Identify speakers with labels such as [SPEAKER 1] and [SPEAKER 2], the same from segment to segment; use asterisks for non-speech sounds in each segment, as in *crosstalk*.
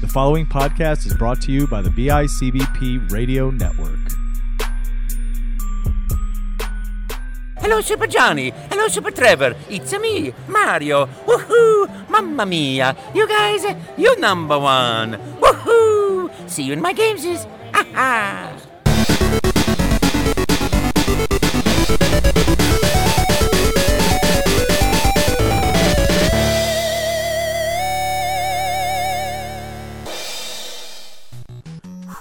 [SPEAKER 1] The following podcast is brought to you by the BICBP Radio Network.
[SPEAKER 2] Hello, Super Johnny. Hello, Super Trevor. It's me, Mario. Woohoo! Mamma mia! You guys, you number one. Woohoo! See you in my games. *laughs* Ha ha!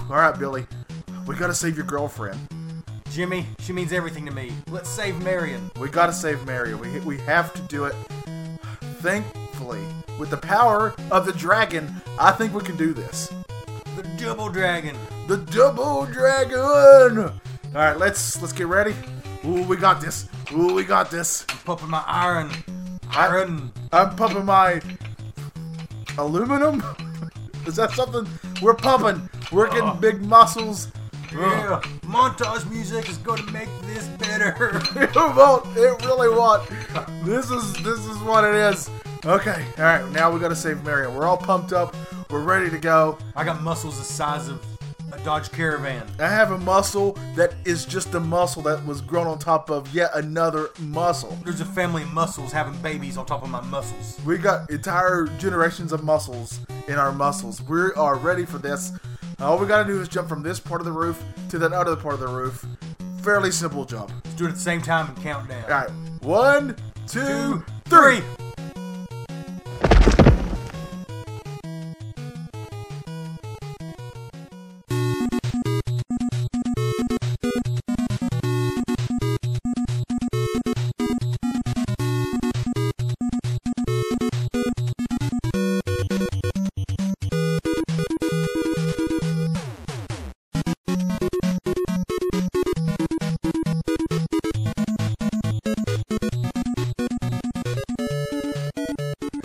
[SPEAKER 3] All right, Billy. We gotta save your girlfriend.
[SPEAKER 4] Jimmy, she means everything to me. Let's save Marion.
[SPEAKER 3] We gotta save Mary. We, we have to do it. Thankfully, with the power of the dragon, I think we can do this.
[SPEAKER 4] The double dragon.
[SPEAKER 3] The double dragon. All right, let's let's get ready. Ooh, we got this. Ooh, we got this.
[SPEAKER 4] Pumping my iron.
[SPEAKER 3] I-
[SPEAKER 4] Iron.
[SPEAKER 3] I'm pumping my aluminum. *laughs* Is that something we're pumping? We're getting big muscles.
[SPEAKER 4] Yeah. Montage music is gonna make this better.
[SPEAKER 3] *laughs*
[SPEAKER 4] *laughs*
[SPEAKER 3] It won't. It really won't. This is this is what it is. Okay. All right. Now we gotta save Marion. We're all pumped up. We're ready to go.
[SPEAKER 4] I got muscles the size of a Dodge Caravan.
[SPEAKER 3] I have a muscle that is just a muscle that was grown on top of yet another muscle.
[SPEAKER 4] There's a family of muscles having babies on top of my muscles.
[SPEAKER 3] We got entire generations of muscles in our muscles. We are ready for this. All we gotta do is jump from this part of the roof to that other part of the roof. Fairly simple jump.
[SPEAKER 4] Let's do it at the same time and count down.
[SPEAKER 3] All right. One, two,
[SPEAKER 4] Two,
[SPEAKER 3] three.
[SPEAKER 4] three.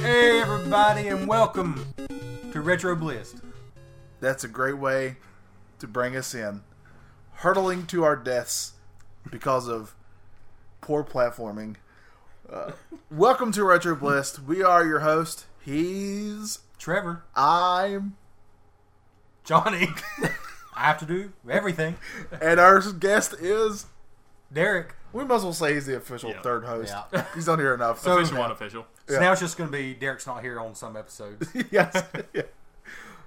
[SPEAKER 4] Hey everybody, and welcome to Retro Bliss.
[SPEAKER 3] That's a great way to bring us in. Hurtling to our deaths because of poor platforming. Uh, *laughs* welcome to Retro Blist. We are your host. He's.
[SPEAKER 4] Trevor,
[SPEAKER 3] Uh. I'm.
[SPEAKER 4] Johnny. *laughs* I have to do everything.
[SPEAKER 3] And our guest is.
[SPEAKER 4] Derek.
[SPEAKER 3] We must well say he's the official
[SPEAKER 5] Yeah.
[SPEAKER 3] third host.
[SPEAKER 4] Yeah.
[SPEAKER 3] *laughs* He's on here enough.
[SPEAKER 4] So-
[SPEAKER 5] *laughs* Official, unofficial.
[SPEAKER 4] So now it's just gonna be Derek's not here on some episodes.
[SPEAKER 3] *laughs* yes. Yeah.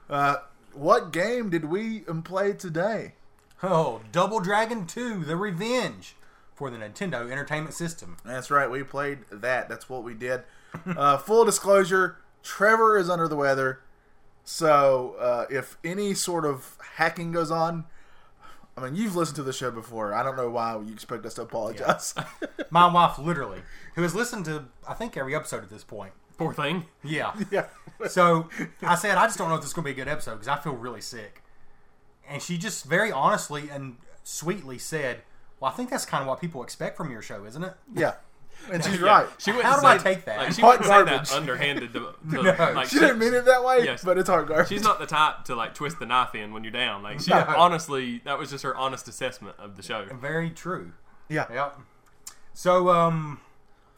[SPEAKER 3] Uh, what game did we um, play today?
[SPEAKER 4] Oh, Double Dragon 2, The Revenge for the Nintendo Entertainment System.
[SPEAKER 3] That's right. We played that. That's what we did. Uh, *laughs* full disclosure: Trevor is under the weather, so uh, if any sort of hacking goes on, I mean, you've listened to the show before. I don't know why you expect us to apologize.
[SPEAKER 4] My *laughs* wife, literally, who has listened to, I think, every episode at this point.
[SPEAKER 5] Poor thing.
[SPEAKER 4] Yeah.
[SPEAKER 3] *laughs* Yeah.
[SPEAKER 5] *laughs*
[SPEAKER 4] So I said, I just don't know if this is going to be a good episode because I feel really sick. And she just very honestly and sweetly said, Well, I think that's kind of what people expect from your show, isn't it?
[SPEAKER 3] yeah, and she's
[SPEAKER 5] Yeah,
[SPEAKER 3] right.
[SPEAKER 5] She wouldn't
[SPEAKER 4] How do I
[SPEAKER 5] say-
[SPEAKER 4] take that?
[SPEAKER 5] Like, she
[SPEAKER 3] Hot
[SPEAKER 5] wouldn't say
[SPEAKER 3] garbage.
[SPEAKER 5] that underhanded. To, to,
[SPEAKER 4] No,
[SPEAKER 5] like,
[SPEAKER 3] She didn't mean it that way,
[SPEAKER 5] Yes.
[SPEAKER 3] but it's hard garbage.
[SPEAKER 5] She's not the type to like twist the knife in when you're down. Like she
[SPEAKER 4] No.
[SPEAKER 5] honestly, that was just her honest assessment of the show.
[SPEAKER 4] Very true.
[SPEAKER 3] Yeah.
[SPEAKER 4] Yep. So, um,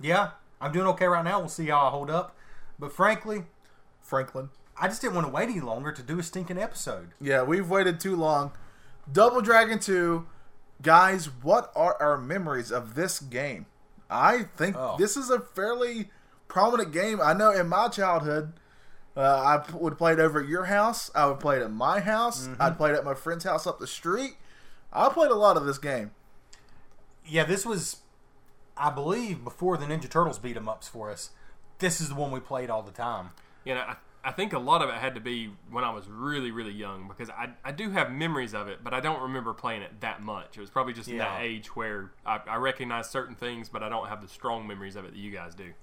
[SPEAKER 4] yeah, I'm doing okay right now. We'll see how I hold up. But frankly,
[SPEAKER 3] Franklin.
[SPEAKER 4] I just didn't want to wait any longer to do a stinking episode.
[SPEAKER 3] Yeah, we've waited too long. Double Dragon Two, guys. What are our memories of this game? I think
[SPEAKER 4] Oh.
[SPEAKER 3] this is a fairly prominent game. I know in my childhood, uh, I p- would play it over at your house. I would play it at my house. I'd play it at my friend's house up the street. I played a lot of this game.
[SPEAKER 4] Yeah, this was, I believe, before the Ninja Turtles beat 'em ups for us. This is the one we played all the time.
[SPEAKER 5] You know, I, I think a lot of it had to be when I was really, really young because I, I do have memories of it, but I don't remember playing it that much. It was probably just in that
[SPEAKER 4] Yeah.
[SPEAKER 5] age where I, I recognize certain things, but I don't have the strong memories of it that you guys do.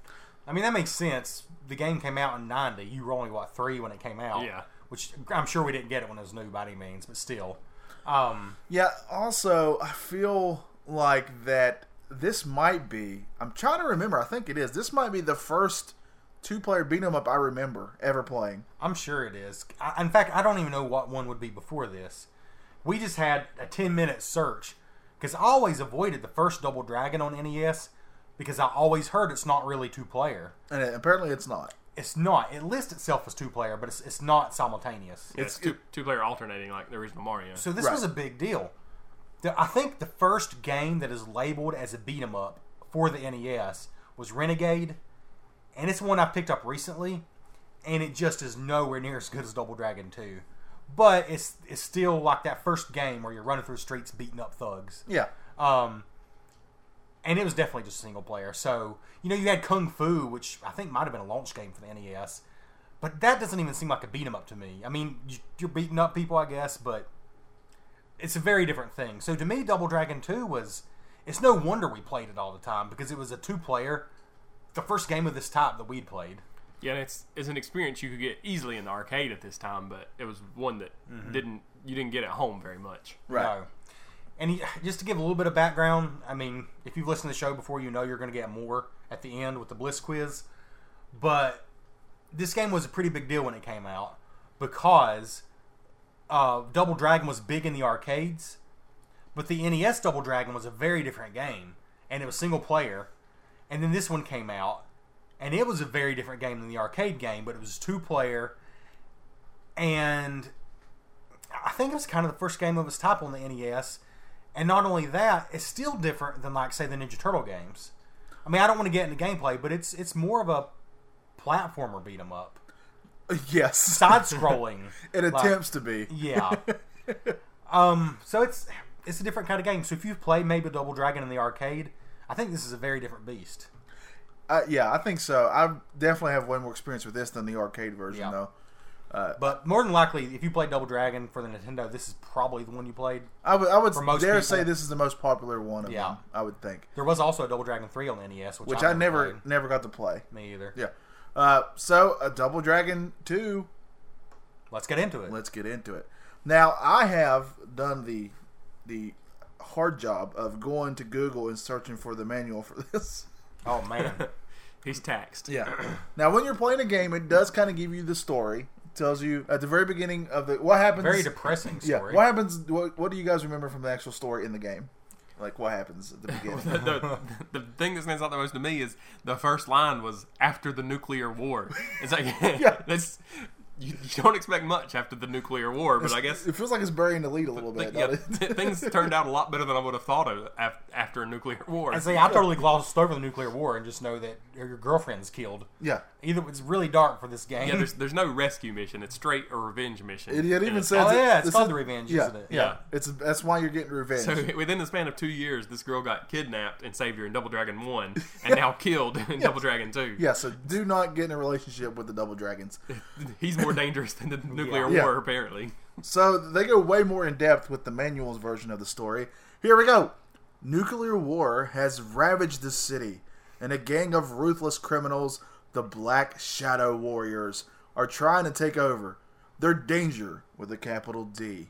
[SPEAKER 4] I mean, that makes sense. The game came out in 90. You were only, what, three when it came out?
[SPEAKER 5] Yeah.
[SPEAKER 4] Which I'm sure we didn't get it when it was new by any means, but still. Um,
[SPEAKER 3] Yeah, also, I feel like that this might be, I'm trying to remember, I think it is, this might be the first two player beat 'em up I remember ever playing.
[SPEAKER 4] I'm sure it is. I, in fact, I don't even know what one would be before this. We just had a 10 minute search because I always avoided the first Double E Dragon on NES because I always heard it's not really two player.
[SPEAKER 3] And it, apparently it's not.
[SPEAKER 4] It's not. It lists itself as two player, but it's, it's not simultaneous.
[SPEAKER 5] It's two two player alternating like the original Mario.
[SPEAKER 4] So this
[SPEAKER 3] Right.
[SPEAKER 4] was a big deal. The- I think the first game that is labeled as a beat 'em up for the NES was Renegade, and it's one I picked up recently, and it just is nowhere near as good as Double Dragon Two, but it's it's still like that first game where you're running through streets beating up thugs.
[SPEAKER 3] Yeah.
[SPEAKER 4] Um, and it was definitely just single player. So you know you had Kung Fu, which I think might have been a launch game for the NES, but that doesn't even seem like a beat 'em up to me. I mean, you- you're beating up people, I guess, but it's a very different thing. So to me, Double Dragon Two was. It's no wonder we played it all the time because it was a two player, the first game of this type that we'd played.
[SPEAKER 5] Yeah, and it's it's an experience you could get easily in the arcade at this time, but it was one that
[SPEAKER 3] Mm-hmm.
[SPEAKER 5] didn't you didn't get at home very much.
[SPEAKER 3] Right.
[SPEAKER 4] No. And he, just to give a little bit of background, I mean, if you've listened to the show before, you know you're going to get more at the end with the Bliss quiz. But this game was a pretty big deal when it came out because uh, Double Dragon was big in the arcades, but the NES Double Dragon was a very different game, and it was single player. And then this one came out, and it was a very different game than the arcade game, but it was two player. And I think it was kind of the first game of its type on the NES. And not only that, it's still different than like say the Ninja Turtle games. I mean, I don't want to get into gameplay, but it's it's more of a platformer beat 'em up,
[SPEAKER 3] Uh, Yes.
[SPEAKER 4] side scrolling.
[SPEAKER 3] *laughs* it attempts to be. *laughs*
[SPEAKER 4] yeah. um. So it's it's a different kind of game. So if you've played maybe Double Dragon in the arcade, I think this is a very different beast.
[SPEAKER 3] Uh, yeah, I think so. I definitely have way more experience with this than the arcade version,
[SPEAKER 4] Yeah.
[SPEAKER 3] though.
[SPEAKER 4] But more than likely, if you played Double Dragon for the Nintendo, this is probably the one you played.
[SPEAKER 3] I would, I would
[SPEAKER 4] For most
[SPEAKER 3] dare
[SPEAKER 4] people.
[SPEAKER 3] say this is the most popular one of
[SPEAKER 4] Yeah.
[SPEAKER 3] them. I would think,
[SPEAKER 4] There was also a Double Dragon three on the NES, which,
[SPEAKER 3] which
[SPEAKER 4] I
[SPEAKER 3] I never,
[SPEAKER 4] played.
[SPEAKER 3] never got to play.
[SPEAKER 4] me either.
[SPEAKER 3] Yeah. Uh, so a Double Dragon two.
[SPEAKER 4] Let's get into it.
[SPEAKER 3] Let's get into it. Now I have done the the hard job of going to Google and searching for the manual for *laughs* this.
[SPEAKER 4] Oh man.
[SPEAKER 3] *laughs*
[SPEAKER 5] He's taxed.
[SPEAKER 3] Yeah. *clears throat* now when you're playing a game, it does kind of give you the story. It tells you at the very beginning of the what happens.
[SPEAKER 4] Very depressing
[SPEAKER 3] Yeah.
[SPEAKER 4] story.
[SPEAKER 3] What happens? What, what do you guys remember from the actual story in the game? Like what happens
[SPEAKER 4] *laughs*
[SPEAKER 3] at the beginning?
[SPEAKER 5] *laughs* the, the thing that stands out the most to me is the first line was after the nuclear war.
[SPEAKER 3] *laughs*
[SPEAKER 5] It's like *laughs* that's you, you don't expect much after the nuclear war, but I guess
[SPEAKER 3] it feels like it's burying the lead a little bit.
[SPEAKER 5] yeah,
[SPEAKER 3] don't
[SPEAKER 4] *laughs*
[SPEAKER 3] it?
[SPEAKER 5] things turned out a lot better than I would have thought of af- after a nuclear war.
[SPEAKER 4] And see, I totally glossed over the nuclear war and just know that your girlfriend's killed.
[SPEAKER 3] yeah.
[SPEAKER 4] Either it's really dark for this game.
[SPEAKER 5] yeah, there's there's no rescue mission. It's straight a revenge mission.
[SPEAKER 3] It, it
[SPEAKER 5] And
[SPEAKER 3] even
[SPEAKER 5] it's-
[SPEAKER 3] says
[SPEAKER 4] *laughs* Oh,
[SPEAKER 3] it-
[SPEAKER 4] yeah, it's
[SPEAKER 3] this
[SPEAKER 4] called
[SPEAKER 3] is-
[SPEAKER 4] The Revenge,
[SPEAKER 3] yeah,
[SPEAKER 4] isn't it?
[SPEAKER 3] Yeah.
[SPEAKER 5] Yeah.
[SPEAKER 3] It's that's why you're getting revenge.
[SPEAKER 5] So *laughs* within the span of two years, this girl got kidnapped and saved her in Double
[SPEAKER 3] *laughs*
[SPEAKER 5] Dragon One, and now killed in Double Dragon Two.
[SPEAKER 3] *laughs* yeah, so do not get in a relationship with the double dragons.
[SPEAKER 5] He's more
[SPEAKER 3] *laughs*
[SPEAKER 5] dangerous than the nuclear
[SPEAKER 3] Yeah.
[SPEAKER 5] war, apparently. *laughs*
[SPEAKER 3] So they go way more in depth with the manual's version of the story. Here we go. Nuclear war has ravaged the city, and a gang of ruthless criminals, the Black Shadow Warriors, are trying to take over. They're danger with a capital D.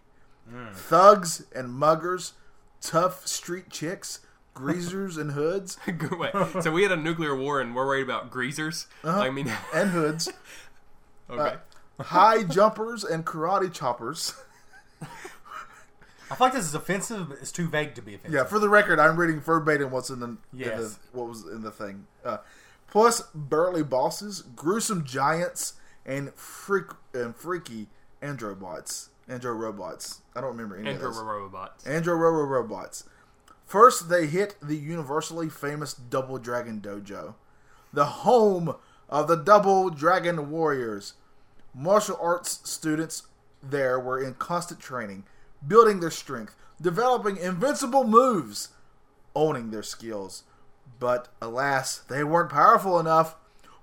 [SPEAKER 3] Thugs and muggers, tough street chicks, greasers and hoods,
[SPEAKER 5] Wait, so we had a nuclear war, and we're worried about greasers.
[SPEAKER 3] Uh-huh.
[SPEAKER 5] I mean, *laughs*
[SPEAKER 3] and hoods.
[SPEAKER 5] okay.
[SPEAKER 3] high jumpers and karate choppers.
[SPEAKER 4] I feel like this is offensive, but it's too vague to be offensive.
[SPEAKER 3] Yeah, for the record, I'm reading verbatim what's in the, in the
[SPEAKER 4] Yes.
[SPEAKER 3] what was in the thing. Uh, plus burly bosses, gruesome giants, and freak and freaky androbots. Andro robots. I don't remember any
[SPEAKER 5] and
[SPEAKER 3] of those.
[SPEAKER 5] robots.
[SPEAKER 3] Andro Roro robots. First, they hit the universally famous Double Dragon Dojo, the home of the Double Dragon Warriors. Martial arts students there were in constant training, building their strength, developing invincible moves, owning their skills. But alas, they weren't powerful enough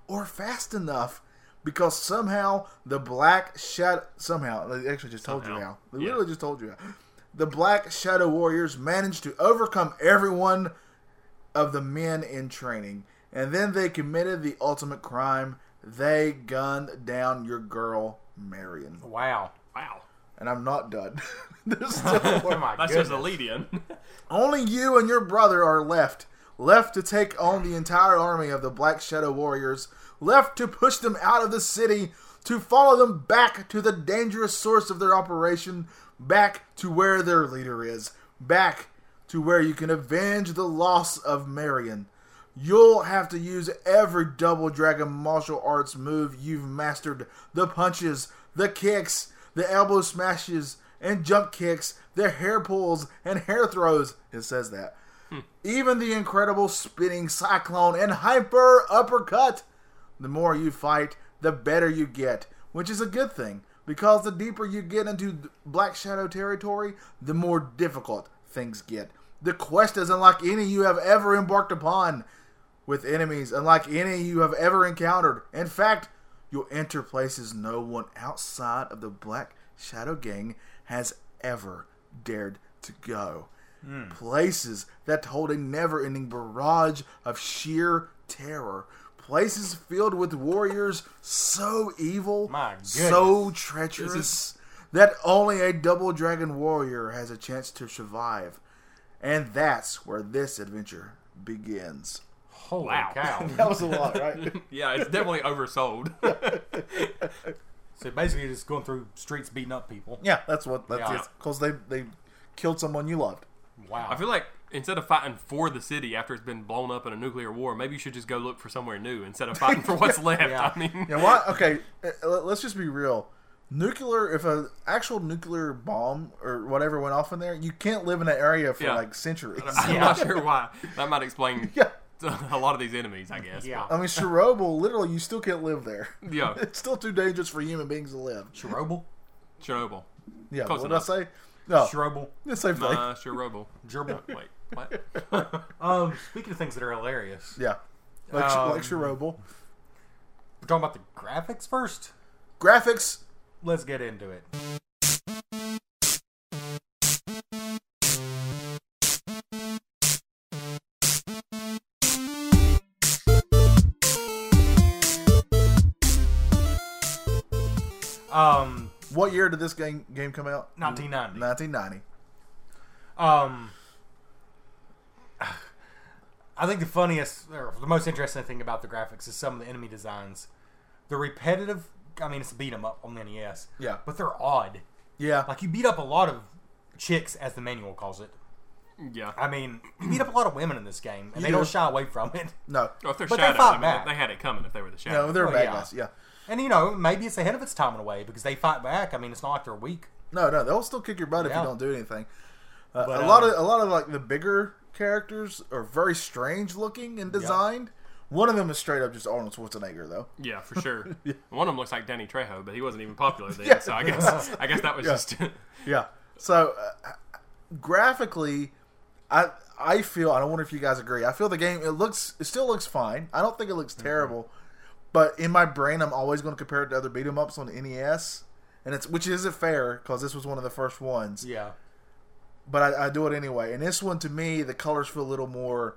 [SPEAKER 3] or fast enough because somehow the Black Shadow. Somehow, they actually just told you
[SPEAKER 5] Somehow.
[SPEAKER 3] how. They
[SPEAKER 5] Yeah.
[SPEAKER 3] literally just told you how. The Black Shadow Warriors managed to overcome everyone of the men in training, and then they committed the ultimate crime. They gunned down your girl, Marion.
[SPEAKER 4] Wow.
[SPEAKER 5] Wow,
[SPEAKER 3] And I'm not done. *laughs* There's still
[SPEAKER 4] Oh
[SPEAKER 3] more.
[SPEAKER 4] my
[SPEAKER 5] that's
[SPEAKER 4] goodness.
[SPEAKER 5] just a lead-in.
[SPEAKER 3] Only you and your brother are left. Left to take on the entire army of the Black Shadow Warriors. Left to push them out of the city. To follow them back to the dangerous source of their operation. Back to where their leader is. Back to where you can avenge the loss of Marion. You'll have to use every Double Dragon martial arts move you've mastered the punches, the kicks, the elbow smashes, and jump kicks, the hair pulls, and hair throws. It says that. Even the incredible spinning cyclone and hyper uppercut. The more you fight, the better you get, which is a good thing because the deeper you get into th- Black Shadow territory, the more difficult things get. The quest is unlike any you have ever embarked upon with enemies, unlike any you have ever encountered. In fact, you'll enter places no one outside of the Black Shadow Gang has ever dared to go places that hold a never ending barrage of sheer terror. Places filled with warriors so evil,
[SPEAKER 4] My
[SPEAKER 3] so treacherous, that only a double dragon warrior has a chance to survive. And that's where this adventure begins.
[SPEAKER 4] Holy
[SPEAKER 5] Wow. *laughs*
[SPEAKER 4] cow.
[SPEAKER 3] *laughs* That was a lot, right?
[SPEAKER 5] *laughs* Yeah, it's definitely oversold.
[SPEAKER 4] so basically, you're just going through streets beating up people.
[SPEAKER 3] *laughs* yeah, that's what that's
[SPEAKER 4] Yeah.
[SPEAKER 3] Because they, they killed someone you loved.
[SPEAKER 4] Wow.
[SPEAKER 5] I feel like instead of fighting for the city after it's been blown up in a nuclear war, maybe you should just go look for somewhere new instead of
[SPEAKER 3] *laughs*
[SPEAKER 5] fighting for what's left.
[SPEAKER 4] Yeah.
[SPEAKER 5] I mean,
[SPEAKER 3] Yeah, why? *laughs* Okay, uh, let- let's just be real. Nuclear, if an actual nuclear bomb or whatever went off in there, you can't live in that area for
[SPEAKER 5] Yeah.
[SPEAKER 3] like centuries.
[SPEAKER 5] I'm not sure why. That might explain
[SPEAKER 3] *laughs* Yeah.
[SPEAKER 5] *laughs* a lot of these enemies, I guess.
[SPEAKER 4] Yeah.
[SPEAKER 3] I mean, Chernobyl, literally, you still can't live there. *laughs*
[SPEAKER 5] but- yeah.
[SPEAKER 3] It's still too dangerous for human beings to live.
[SPEAKER 4] Chernobyl?
[SPEAKER 5] Chernobyl.
[SPEAKER 3] Yeah,
[SPEAKER 5] Close
[SPEAKER 3] what
[SPEAKER 5] enough.
[SPEAKER 3] did I say? No,
[SPEAKER 4] Chernobyl?
[SPEAKER 3] the *laughs* same thing.
[SPEAKER 5] Uh, Chernobyl.
[SPEAKER 4] Gerbil?
[SPEAKER 5] *laughs* Wait,
[SPEAKER 4] *laughs*
[SPEAKER 5] what?
[SPEAKER 4] Um, speaking of things that are hilarious,
[SPEAKER 3] yeah, like, Ch-
[SPEAKER 4] um,
[SPEAKER 3] like Chernobyl.
[SPEAKER 4] we're talking about the graphics first.
[SPEAKER 3] Graphics.
[SPEAKER 4] Let's get into it. Um,
[SPEAKER 3] What year did this game game come out?
[SPEAKER 4] 1990.
[SPEAKER 3] 1990.
[SPEAKER 4] Um, *sighs* I think the funniest or the most interesting thing about the graphics is some of the enemy designs. The repetitive. I mean, it's a beat 'em up on the NES.
[SPEAKER 3] Yeah.
[SPEAKER 4] but they're odd.
[SPEAKER 3] Yeah,
[SPEAKER 4] Like you beat up a lot of chicks, as the manual calls it.
[SPEAKER 5] Yeah.
[SPEAKER 4] I mean, you beat up a lot of women in this game, and they
[SPEAKER 3] do.
[SPEAKER 4] don't shy away from it.
[SPEAKER 3] no,
[SPEAKER 5] Well, Oh, if they're
[SPEAKER 4] But they
[SPEAKER 5] shadow,
[SPEAKER 4] fought
[SPEAKER 5] I mean,
[SPEAKER 4] back.
[SPEAKER 5] they had it coming if they were the shadow.
[SPEAKER 3] no, they're
[SPEAKER 4] Well,
[SPEAKER 3] bad
[SPEAKER 4] yeah.
[SPEAKER 3] guys. Yeah,
[SPEAKER 4] And you know, maybe it's ahead of its time in a way because they fight back. I mean, it's not like they're weak.
[SPEAKER 3] No, no, they'll still kick your butt if you
[SPEAKER 4] Yeah.
[SPEAKER 3] don't do anything. Uh,
[SPEAKER 4] But,
[SPEAKER 3] a
[SPEAKER 4] um,
[SPEAKER 3] lot of a lot of like the bigger characters are very strange looking and designed. One of them is straight up just Arnold Schwarzenegger though.
[SPEAKER 5] Yeah, for sure.
[SPEAKER 4] *laughs*
[SPEAKER 5] One of them looks like Danny Trejo, but he wasn't even popular then,
[SPEAKER 3] Yeah.
[SPEAKER 5] so I guess I guess that was just *laughs*
[SPEAKER 3] Yeah. So uh, graphically, I I feel I don't wonder if you guys agree. I feel the game it looks it still looks fine. I don't think it looks
[SPEAKER 4] Mm-hmm.
[SPEAKER 3] terrible, but in my brain I'm always going to compare it to other beat 'em ups on NES, and it's which isn't fair because this was one of the first ones.
[SPEAKER 4] Yeah,
[SPEAKER 3] but I, I do it anyway. And this one, to me, the colors feel a little more.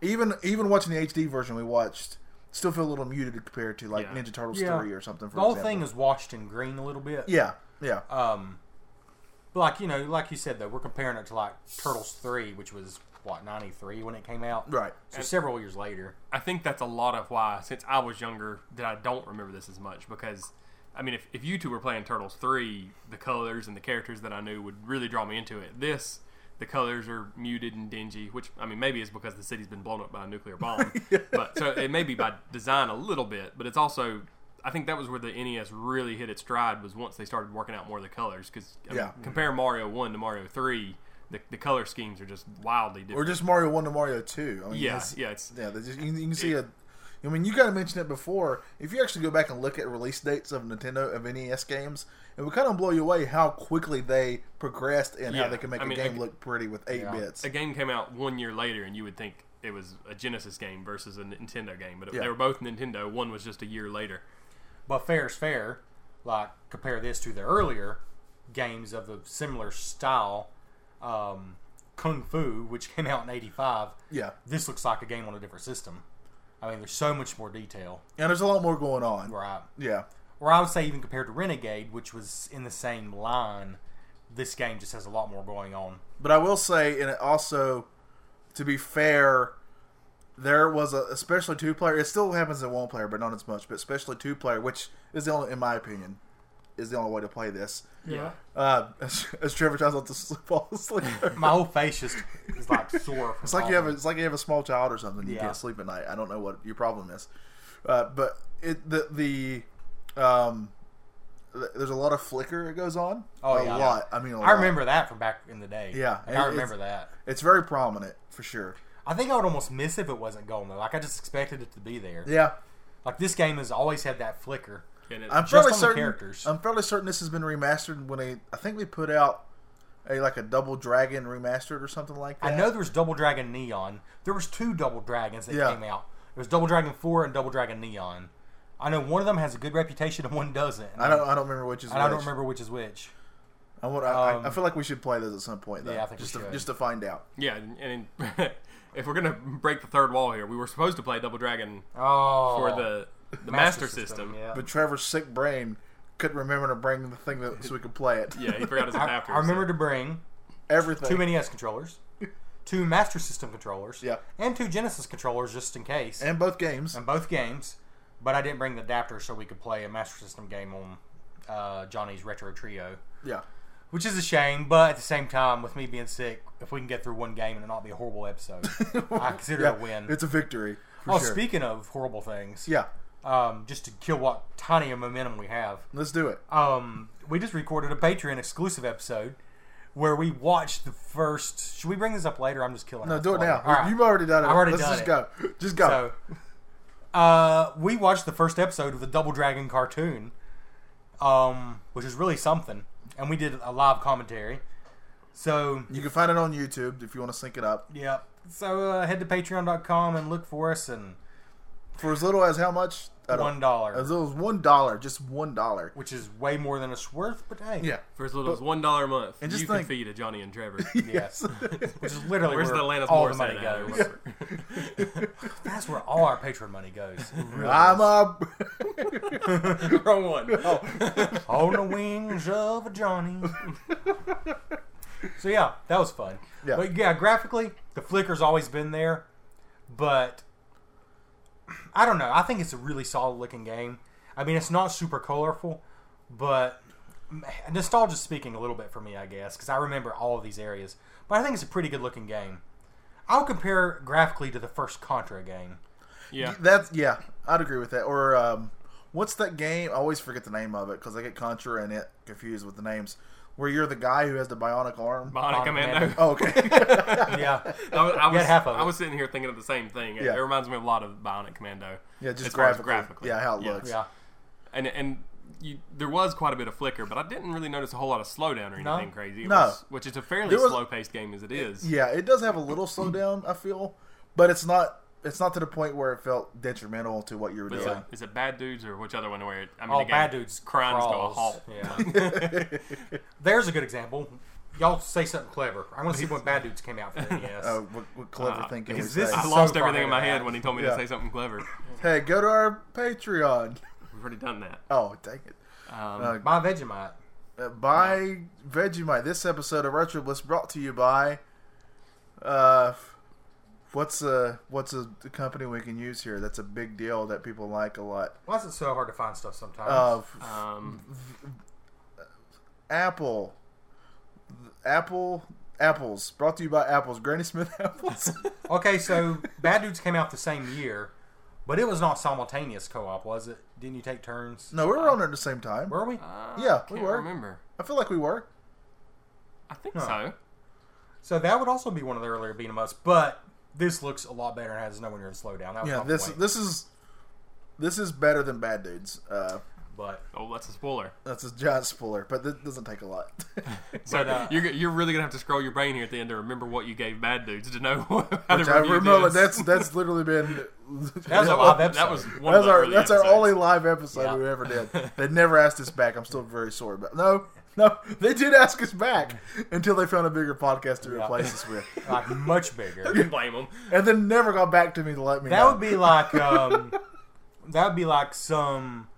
[SPEAKER 3] Even even watching the HD version we watched, still feel a little muted compared to like
[SPEAKER 5] Yeah.
[SPEAKER 3] Ninja Turtles
[SPEAKER 4] Yeah.
[SPEAKER 3] three or something. For
[SPEAKER 4] the whole
[SPEAKER 3] example.
[SPEAKER 4] thing is washed in green a little bit.
[SPEAKER 3] yeah, yeah,
[SPEAKER 4] Um, but like you know, like you said though, we're comparing it to like Turtles three, which was what ninety three when it came out,
[SPEAKER 3] right.
[SPEAKER 4] So several years later.
[SPEAKER 5] I think that's a lot of why, since I was younger, that I don't remember this as much because, I mean, if, if you two were playing Turtles 3, the colors and the characters that I knew would really draw me into it. This, the colors are muted and dingy, which, I mean, maybe is because the city's been blown up by a nuclear bomb. but So it may be by design a little bit, but it's also, I think that was where the NES really hit its stride was once they started working out more of the colors because
[SPEAKER 3] Yeah.
[SPEAKER 5] compare Mario 1 to Mario 3, the, the color schemes are just wildly different.
[SPEAKER 3] Or just Mario one to Mario two. I mean,
[SPEAKER 5] yeah,
[SPEAKER 3] it's-
[SPEAKER 5] yeah, it's
[SPEAKER 3] yeah. they Just, you, you can see a. I mean, you kind of mentioned it before. If you actually go back and look at release dates of Nintendo of NES games, it would kind of blow you away how quickly they progressed and how
[SPEAKER 5] Yeah.
[SPEAKER 3] they can make
[SPEAKER 5] I
[SPEAKER 3] a
[SPEAKER 5] mean,
[SPEAKER 3] game
[SPEAKER 5] a-
[SPEAKER 3] look pretty with eight
[SPEAKER 4] Yeah.
[SPEAKER 3] bits.
[SPEAKER 5] a game came out one year later, and you would think it was a Genesis game versus a Nintendo game, but it,
[SPEAKER 3] Yeah.
[SPEAKER 5] they were both Nintendo. One was just a year later.
[SPEAKER 4] But fair's fair. Like compare this to the earlier games of the similar style, um, Kung Fu, which came out in eighty five.
[SPEAKER 3] yeah,
[SPEAKER 4] This looks like a game on a different system. I mean, there's so much more detail,
[SPEAKER 3] and there's a lot more going on.
[SPEAKER 4] right?
[SPEAKER 3] Yeah,
[SPEAKER 4] Or I would say even compared to Renegade, which was in the same line, this game just has a lot more going on.
[SPEAKER 3] But I will say, and it also, to be fair, there was a especially two player. It still happens in one player, but not as much. But especially two player, which is the only, in my opinion, is the only way to play this.
[SPEAKER 5] Yeah.
[SPEAKER 3] Uh, as, as Trevor tries not to s- *laughs* fall asleep.
[SPEAKER 4] My whole face just is
[SPEAKER 3] *laughs*
[SPEAKER 4] like sore. From
[SPEAKER 3] It's like you have a, it's like you have a small child or something. You
[SPEAKER 4] Yeah.
[SPEAKER 3] can't sleep at night. I don't know what your problem is, uh, but it the the um th- there's a lot of flicker that goes on.
[SPEAKER 4] Oh,
[SPEAKER 3] a
[SPEAKER 4] yeah.
[SPEAKER 3] lot. I mean, a lot.
[SPEAKER 4] I remember that from back in the day.
[SPEAKER 3] Yeah,
[SPEAKER 4] Like, I
[SPEAKER 3] it-
[SPEAKER 4] remember that.
[SPEAKER 3] it's very prominent for sure.
[SPEAKER 4] I think I would almost miss if it wasn't going though. Like I just expected it to be there.
[SPEAKER 3] Yeah,
[SPEAKER 4] Like this game has always had that flicker.
[SPEAKER 5] And it,
[SPEAKER 3] I'm
[SPEAKER 4] on
[SPEAKER 3] fairly
[SPEAKER 4] the
[SPEAKER 3] certain.
[SPEAKER 4] characters.
[SPEAKER 3] I'm fairly certain this has been remastered when they I think they put out a like a Double Dragon remastered or something like that.
[SPEAKER 4] I know there was Double Dragon Neon. There was two Double Dragons that
[SPEAKER 3] Yeah.
[SPEAKER 4] came out. There was Double Dragon Four and Double Dragon Neon. I know one of them has a good reputation and one doesn't.
[SPEAKER 3] I don't. I don't remember which is.
[SPEAKER 4] And I don't
[SPEAKER 3] which.
[SPEAKER 4] remember which is which.
[SPEAKER 3] I, want, I,
[SPEAKER 4] Um,
[SPEAKER 3] I feel like we should play those at some point. Though,
[SPEAKER 4] Yeah, I think we
[SPEAKER 3] just to,
[SPEAKER 4] should.
[SPEAKER 3] just to find out.
[SPEAKER 5] yeah, and, and *laughs* if we're gonna break the third wall here, we were supposed to play Double Dragon
[SPEAKER 4] Oh,
[SPEAKER 5] for the the Master, System.
[SPEAKER 4] Yeah.
[SPEAKER 3] But Trevor's sick brain couldn't remember to bring the thing that, so we could play
[SPEAKER 4] *laughs*
[SPEAKER 3] it.
[SPEAKER 5] yeah. he forgot his
[SPEAKER 4] I,
[SPEAKER 5] adapter.
[SPEAKER 4] I remember to bring
[SPEAKER 3] Everything.
[SPEAKER 4] two NES
[SPEAKER 5] *laughs*
[SPEAKER 4] controllers, two Master System controllers,
[SPEAKER 3] Yeah.
[SPEAKER 4] and two Genesis controllers just in case.
[SPEAKER 3] and both games.
[SPEAKER 4] in both games, but I didn't bring the adapter so we could play a Master System game on uh, Johnny's Retro Trio,
[SPEAKER 3] Yeah.
[SPEAKER 4] which is a shame. But at the same time, with me being sick, if we can get through one game and it not be a
[SPEAKER 3] *laughs*
[SPEAKER 4] horrible episode, I consider it
[SPEAKER 3] yeah.
[SPEAKER 4] a win.
[SPEAKER 3] It's a victory. For
[SPEAKER 4] oh,
[SPEAKER 3] sure.
[SPEAKER 4] speaking of horrible things,
[SPEAKER 3] Yeah.
[SPEAKER 4] um, just to kill what tiny a momentum we have,
[SPEAKER 3] Let's do it.
[SPEAKER 4] um, we just recorded a Patreon exclusive episode. Where we watched the first. Should we bring this up later? I'm just killing.
[SPEAKER 3] No,
[SPEAKER 4] us.
[SPEAKER 3] do it now.
[SPEAKER 4] All right.
[SPEAKER 3] You've already done it.
[SPEAKER 4] I've already
[SPEAKER 3] Let's
[SPEAKER 4] done
[SPEAKER 3] just
[SPEAKER 4] it.
[SPEAKER 3] go. Just go.
[SPEAKER 4] So, uh, we watched the first episode of the Double Dragon cartoon, um, which is really something, and we did a live commentary. So,
[SPEAKER 3] you can find it on YouTube if you want to sync it up.
[SPEAKER 4] yeah. So uh, head to Patreon.com and look for us, and
[SPEAKER 3] For as little as how much? I don't-
[SPEAKER 4] one dollar,
[SPEAKER 3] As little as one dollar. Just one dollar.
[SPEAKER 4] which is way more than it's worth, but hey,
[SPEAKER 3] Yeah.
[SPEAKER 5] for as little as one dollar a month,
[SPEAKER 3] And just
[SPEAKER 5] you
[SPEAKER 3] think-
[SPEAKER 5] can feed a Johnny and Trevor.
[SPEAKER 4] yes, which is literally
[SPEAKER 5] Where's
[SPEAKER 4] where
[SPEAKER 5] the Alanis
[SPEAKER 4] all
[SPEAKER 5] Morissette
[SPEAKER 4] the money
[SPEAKER 5] at?
[SPEAKER 4] goes.
[SPEAKER 5] Remember?
[SPEAKER 4] That's where all our Patreon money goes.
[SPEAKER 3] I'm a.
[SPEAKER 5] *laughs*
[SPEAKER 3] *laughs*
[SPEAKER 5] Wrong one.
[SPEAKER 4] on the wings of a Johnny. so yeah, that was fun.
[SPEAKER 3] Yeah.
[SPEAKER 4] But yeah, graphically, the flicker's always been there, but I don't know. I think it's a really solid looking game. I mean, it's not super colorful, but nostalgia speaking a little bit for me, I guess, because I remember all of these areas. But I think it's a pretty good looking game. I'll compare graphically to the first Contra game.
[SPEAKER 5] Yeah.
[SPEAKER 3] That's yeah. I'd agree with that. Or um, what's that game? I always forget the name of it because I get Contra and it confused with the names. Where you're the guy who has the bionic arm.
[SPEAKER 5] Bionic Commando.
[SPEAKER 3] oh, okay. *laughs*
[SPEAKER 4] Yeah.
[SPEAKER 5] *laughs*
[SPEAKER 4] *laughs*
[SPEAKER 5] I was, I was,
[SPEAKER 4] half of
[SPEAKER 5] I
[SPEAKER 4] it.
[SPEAKER 5] was sitting here thinking of the same thing. It,
[SPEAKER 3] Yeah.
[SPEAKER 5] it reminds me a lot of Bionic Commando.
[SPEAKER 3] Yeah, just
[SPEAKER 5] as far as
[SPEAKER 3] graphically. Yeah, how it looks.
[SPEAKER 4] yeah.
[SPEAKER 5] And and you, there was quite a bit of flicker, but I didn't really notice a whole lot of slowdown or anything
[SPEAKER 4] No.
[SPEAKER 5] crazy. It
[SPEAKER 3] No.
[SPEAKER 5] was- which is a fairly
[SPEAKER 3] There was-
[SPEAKER 5] slow-paced game as it is.
[SPEAKER 3] Yeah, it does have a little slowdown. I feel, but it's not. It's not to the point where it felt detrimental to what you were
[SPEAKER 5] But Is,
[SPEAKER 3] doing.
[SPEAKER 5] it, is it Bad Dudes or which other one where it, I mean,
[SPEAKER 4] Oh,
[SPEAKER 5] again,
[SPEAKER 4] bad dudes
[SPEAKER 5] crimes to a
[SPEAKER 4] crawls.
[SPEAKER 5] halt.
[SPEAKER 4] Yeah. *laughs* There's a good example. Y'all say something clever. I want to see when bad dudes came out for the NES.
[SPEAKER 3] Uh, what, what clever thinking we
[SPEAKER 4] is this-
[SPEAKER 3] say.
[SPEAKER 5] I
[SPEAKER 4] So
[SPEAKER 5] lost
[SPEAKER 4] far
[SPEAKER 5] everything in my
[SPEAKER 4] ahead.
[SPEAKER 5] head when he told me
[SPEAKER 3] Yeah.
[SPEAKER 5] to say something clever.
[SPEAKER 3] Hey, go to our Patreon. *laughs*
[SPEAKER 5] We've already done that.
[SPEAKER 3] Oh, dang it!
[SPEAKER 5] Um,
[SPEAKER 3] Uh,
[SPEAKER 4] My Vegemite.
[SPEAKER 3] uh, by Vegemite, this episode of Retro Bliss brought to you by. Uh, what's a what's a company we can use here? That's a big deal that people like a lot.
[SPEAKER 4] Why is it so hard to find stuff sometimes?
[SPEAKER 3] Of
[SPEAKER 5] um,
[SPEAKER 3] Apple, Apple, apples. Brought to you by Apples. Granny Smith *laughs* apples.
[SPEAKER 4] okay, so Bad Dudes came out the same year, but it was not simultaneous co-op, was it? Didn't you take turns?
[SPEAKER 3] No, we were on it at the same time.
[SPEAKER 4] Were we?
[SPEAKER 5] uh,
[SPEAKER 3] Yeah,
[SPEAKER 5] can't
[SPEAKER 3] we were.
[SPEAKER 5] remember.
[SPEAKER 3] I feel like we were.
[SPEAKER 5] I think
[SPEAKER 4] Huh.
[SPEAKER 5] so.
[SPEAKER 4] So that would also be one of the earlier beat 'em ups, but this looks a lot better and has nowhere near the slowdown. That was
[SPEAKER 5] Oh,
[SPEAKER 3] Yeah,
[SPEAKER 4] my
[SPEAKER 3] this
[SPEAKER 4] point.
[SPEAKER 3] this is this is better than Bad Dudes. Uh,
[SPEAKER 4] but
[SPEAKER 5] Oh, that's a spoiler.
[SPEAKER 3] that's a giant spoiler, but it doesn't take a lot. *laughs*
[SPEAKER 5] So
[SPEAKER 4] But, uh,
[SPEAKER 5] you're, you're really gonna have to scroll your brain here at the end to remember what you gave bad dudes to know *laughs* how
[SPEAKER 3] Which
[SPEAKER 5] to
[SPEAKER 3] I
[SPEAKER 5] review
[SPEAKER 3] remember
[SPEAKER 5] this.
[SPEAKER 3] that's that's literally
[SPEAKER 4] *laughs*
[SPEAKER 3] been
[SPEAKER 4] was a live episode.
[SPEAKER 5] That was one
[SPEAKER 3] That's
[SPEAKER 5] of the
[SPEAKER 3] our
[SPEAKER 5] early
[SPEAKER 3] that's our
[SPEAKER 5] episodes.
[SPEAKER 3] only live episode
[SPEAKER 4] Yeah.
[SPEAKER 3] we ever
[SPEAKER 4] *laughs*
[SPEAKER 3] did. They never asked us back. I'm still very sorry, but no, no, they did ask us back until they found a bigger podcast to
[SPEAKER 4] Yeah.
[SPEAKER 3] replace us with,
[SPEAKER 4] like much bigger.
[SPEAKER 5] You can blame them.
[SPEAKER 3] and then never got back to me to let me.
[SPEAKER 4] That
[SPEAKER 3] know.
[SPEAKER 4] would be
[SPEAKER 3] *laughs*
[SPEAKER 4] like um, that would be like some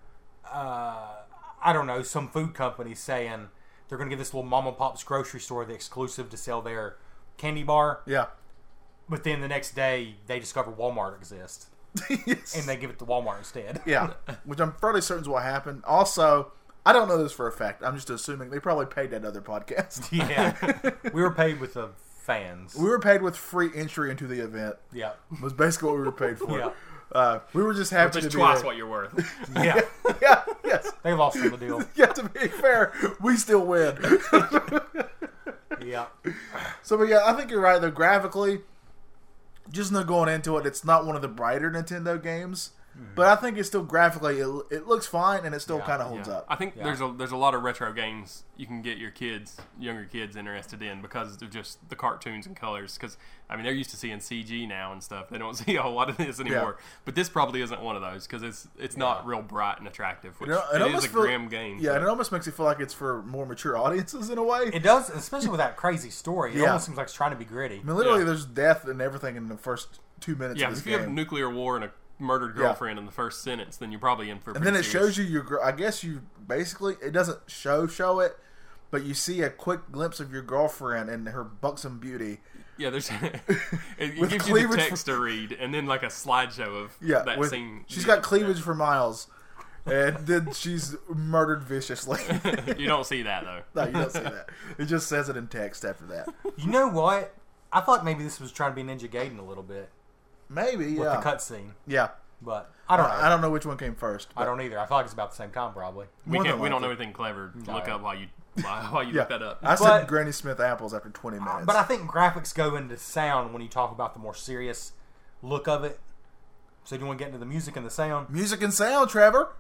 [SPEAKER 4] uh, I don't know some food company saying they're going to give this little mom and pop's grocery store the exclusive to sell their candy bar,
[SPEAKER 3] yeah. *laughs*
[SPEAKER 4] but then the next day they discover Walmart exists
[SPEAKER 3] Yes.
[SPEAKER 4] and they give it to Walmart instead.
[SPEAKER 3] Yeah, which I'm fairly certain is what happened. Also, I don't know this for a fact. I'm just assuming they probably paid that other podcast.
[SPEAKER 4] *laughs* Yeah, we were paid with the fans.
[SPEAKER 3] we were paid with free entry into the event.
[SPEAKER 4] yeah,
[SPEAKER 3] Was basically what we were paid for.
[SPEAKER 4] Yeah.
[SPEAKER 3] Uh, we were just happy
[SPEAKER 5] Just
[SPEAKER 3] to
[SPEAKER 5] twice
[SPEAKER 3] be
[SPEAKER 5] what you're worth.
[SPEAKER 4] yeah.
[SPEAKER 3] there. *laughs* *laughs* Yeah, yes.
[SPEAKER 4] they lost on the
[SPEAKER 3] *laughs*
[SPEAKER 4] deal.
[SPEAKER 3] Yeah, to be fair, we still win.
[SPEAKER 4] Yeah,
[SPEAKER 3] so, but yeah, I think you're right. Though graphically, just not going into it, it's not one of the brighter Nintendo games. But I think it's still graphically, it, it looks fine, and it still kind of holds
[SPEAKER 5] Mm-hmm. Yeah.
[SPEAKER 3] up.
[SPEAKER 5] I think there's a there's a lot of retro games you can get your kids, younger kids, interested in because of just the cartoons and colors. Because I mean, they're used to seeing CG now and stuff. They don't *laughs* see a whole lot of this anymore. But this probably isn't one of those because it's it's not real bright and attractive. Which
[SPEAKER 3] You know,
[SPEAKER 5] it is
[SPEAKER 3] almost
[SPEAKER 5] a
[SPEAKER 3] feel-
[SPEAKER 5] grim game.
[SPEAKER 3] Yeah, and it almost makes it feel like it's for more mature *laughs* audiences in a way.
[SPEAKER 4] it does, especially with that crazy story. It
[SPEAKER 3] Yeah.
[SPEAKER 4] almost seems like it's trying to be gritty.
[SPEAKER 3] I mean, literally,
[SPEAKER 5] Yeah.
[SPEAKER 3] there's death and everything in the first two minutes
[SPEAKER 5] yeah.
[SPEAKER 3] of this
[SPEAKER 5] If you have
[SPEAKER 3] game.
[SPEAKER 5] nuclear war and a murdered girlfriend in the first sentence, then you're probably in for.
[SPEAKER 3] and then it shows you your. gir- I guess you basically it doesn't show show it, but you see a quick glimpse of your girlfriend and her buxom beauty.
[SPEAKER 5] *laughs* Yeah, there's *laughs* it, it
[SPEAKER 3] With
[SPEAKER 5] gives you the
[SPEAKER 3] cleavage for-
[SPEAKER 5] text to read, and then like a slideshow of
[SPEAKER 3] Yeah,
[SPEAKER 5] that
[SPEAKER 3] with-
[SPEAKER 5] scene.
[SPEAKER 3] She's got cleavage for miles, and then she's murdered viciously. *laughs*
[SPEAKER 5] you don't see that though.
[SPEAKER 3] no, you don't see that. It just says it in text after that.
[SPEAKER 4] You know what? I thought maybe this was trying to be Ninja Gaiden a little bit
[SPEAKER 3] Maybe
[SPEAKER 4] with
[SPEAKER 3] yeah,
[SPEAKER 4] the cutscene,
[SPEAKER 3] yeah.
[SPEAKER 4] but I don't know.
[SPEAKER 3] I don't know which one came first.
[SPEAKER 4] I don't either. I feel like it's about the same time, probably.
[SPEAKER 5] We
[SPEAKER 3] More
[SPEAKER 5] can't.
[SPEAKER 3] than
[SPEAKER 5] *laughs* We don't
[SPEAKER 3] likely.
[SPEAKER 5] know anything clever to
[SPEAKER 4] No.
[SPEAKER 5] look up while you while while you
[SPEAKER 3] Yeah,
[SPEAKER 5] look that up.
[SPEAKER 3] I said
[SPEAKER 4] But- Ah,
[SPEAKER 3] Granny Smith apples after 20 minutes.
[SPEAKER 4] But I think graphics go into sound when you talk about the more serious look of it. So, do you want to get into the music and the sound?
[SPEAKER 3] music and sound, Trevor.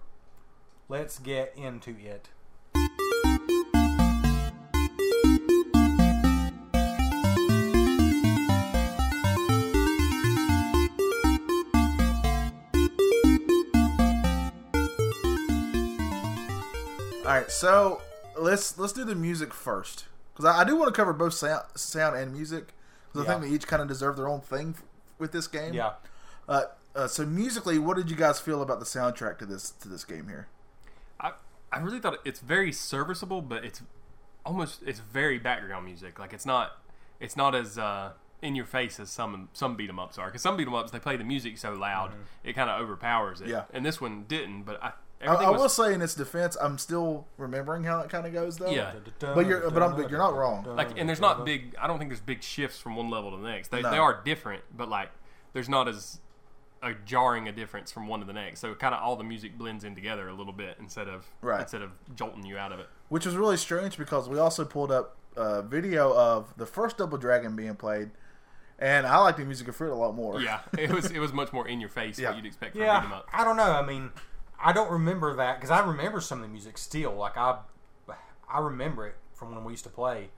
[SPEAKER 4] Let's get into it.
[SPEAKER 3] All right, so let's let's do the music first because I, I do want to cover both sound, sound and music because I
[SPEAKER 4] Yeah.
[SPEAKER 3] think they each kind of deserve their own thing f- with this game.
[SPEAKER 4] Yeah.
[SPEAKER 3] Uh, uh, so musically, what did you guys feel about the soundtrack to this to this game here?
[SPEAKER 5] I I really thought it's very serviceable, but it's almost it's very background music. Like it's not it's not as uh, in your face as some some beat 'em ups are. Because some beat 'em ups they play the music so loud it kind of overpowers it.
[SPEAKER 3] Mm-hmm. Yeah.
[SPEAKER 5] And this one didn't, but I
[SPEAKER 3] I,
[SPEAKER 5] everything
[SPEAKER 3] I
[SPEAKER 5] was,
[SPEAKER 3] will say in its defense, I'm still remembering how it kind of goes though.
[SPEAKER 5] Yeah.
[SPEAKER 3] But you're- but I'm- but you're not wrong.
[SPEAKER 5] like and there's not big. I don't think there's big shifts from one level to the next. They
[SPEAKER 3] No.
[SPEAKER 5] they are different, but like there's not as a jarring a difference from one to the next. So kind of all the music blends in together a little bit instead of
[SPEAKER 3] Right.
[SPEAKER 5] instead of jolting you out of it.
[SPEAKER 3] which was really strange because we also pulled up a video of the first Double Dragon being played, and I like the music of Fruit a lot more.
[SPEAKER 5] Yeah, *laughs* it was it was much more in your face
[SPEAKER 3] Yeah.
[SPEAKER 5] what you'd expect from a beat 'em
[SPEAKER 4] Yeah.
[SPEAKER 5] up.
[SPEAKER 4] I don't know. I mean, I don't remember that because I remember some of the music still. Like I, I remember it from when we used to play.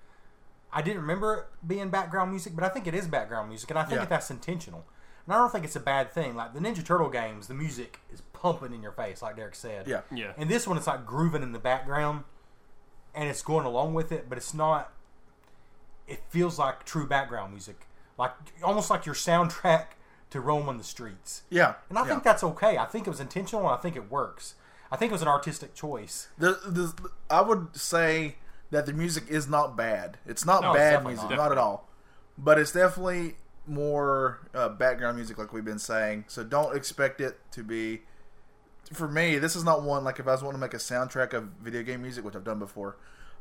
[SPEAKER 4] I didn't remember it being background music, but I think it is background music, and I think
[SPEAKER 3] Yeah.
[SPEAKER 4] that that's intentional. And I don't think it's a bad thing. Like the Ninja Turtle games, the music is pumping in your face, like Derek said.
[SPEAKER 3] yeah,
[SPEAKER 5] Yeah,
[SPEAKER 4] And this one, it's like grooving in the background, and it's going along with it, but it's not. It feels like true background music, like almost like your soundtrack to roam on the streets.
[SPEAKER 3] yeah.
[SPEAKER 4] And I
[SPEAKER 3] yeah.
[SPEAKER 4] think that's okay. I think it was intentional, and I think it works. I think it was an artistic choice.
[SPEAKER 3] the, the I would say that the music is not bad. It's not
[SPEAKER 4] No, it's
[SPEAKER 3] bad
[SPEAKER 4] definitely
[SPEAKER 3] music,
[SPEAKER 4] not.
[SPEAKER 3] not at all. But it's definitely more uh, background music, like we've been saying. So don't expect it to be. For me, this is not one like if I was wanting to make a soundtrack of video game music, which I've done before.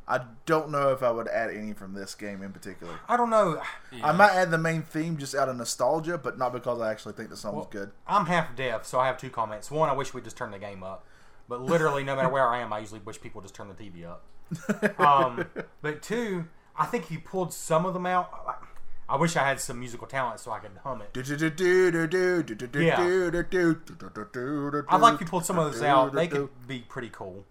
[SPEAKER 3] I don't know if I would add any from this game in particular.
[SPEAKER 4] I don't know. *sighs*
[SPEAKER 3] I might add the main theme just out of nostalgia, but not because I actually think the song was good.
[SPEAKER 4] I'm half deaf, so I have two comments. One, I wish we'd just turn the game up. But literally, no matter where I am, I usually wish people just turn the TV up.
[SPEAKER 3] *laughs*
[SPEAKER 4] Um, but two, I think he pulled some of them out. Like, I wish I had some musical talent so I could hum it. Yeah. I
[SPEAKER 3] I
[SPEAKER 4] like you pulled some of those out. They could be pretty cool.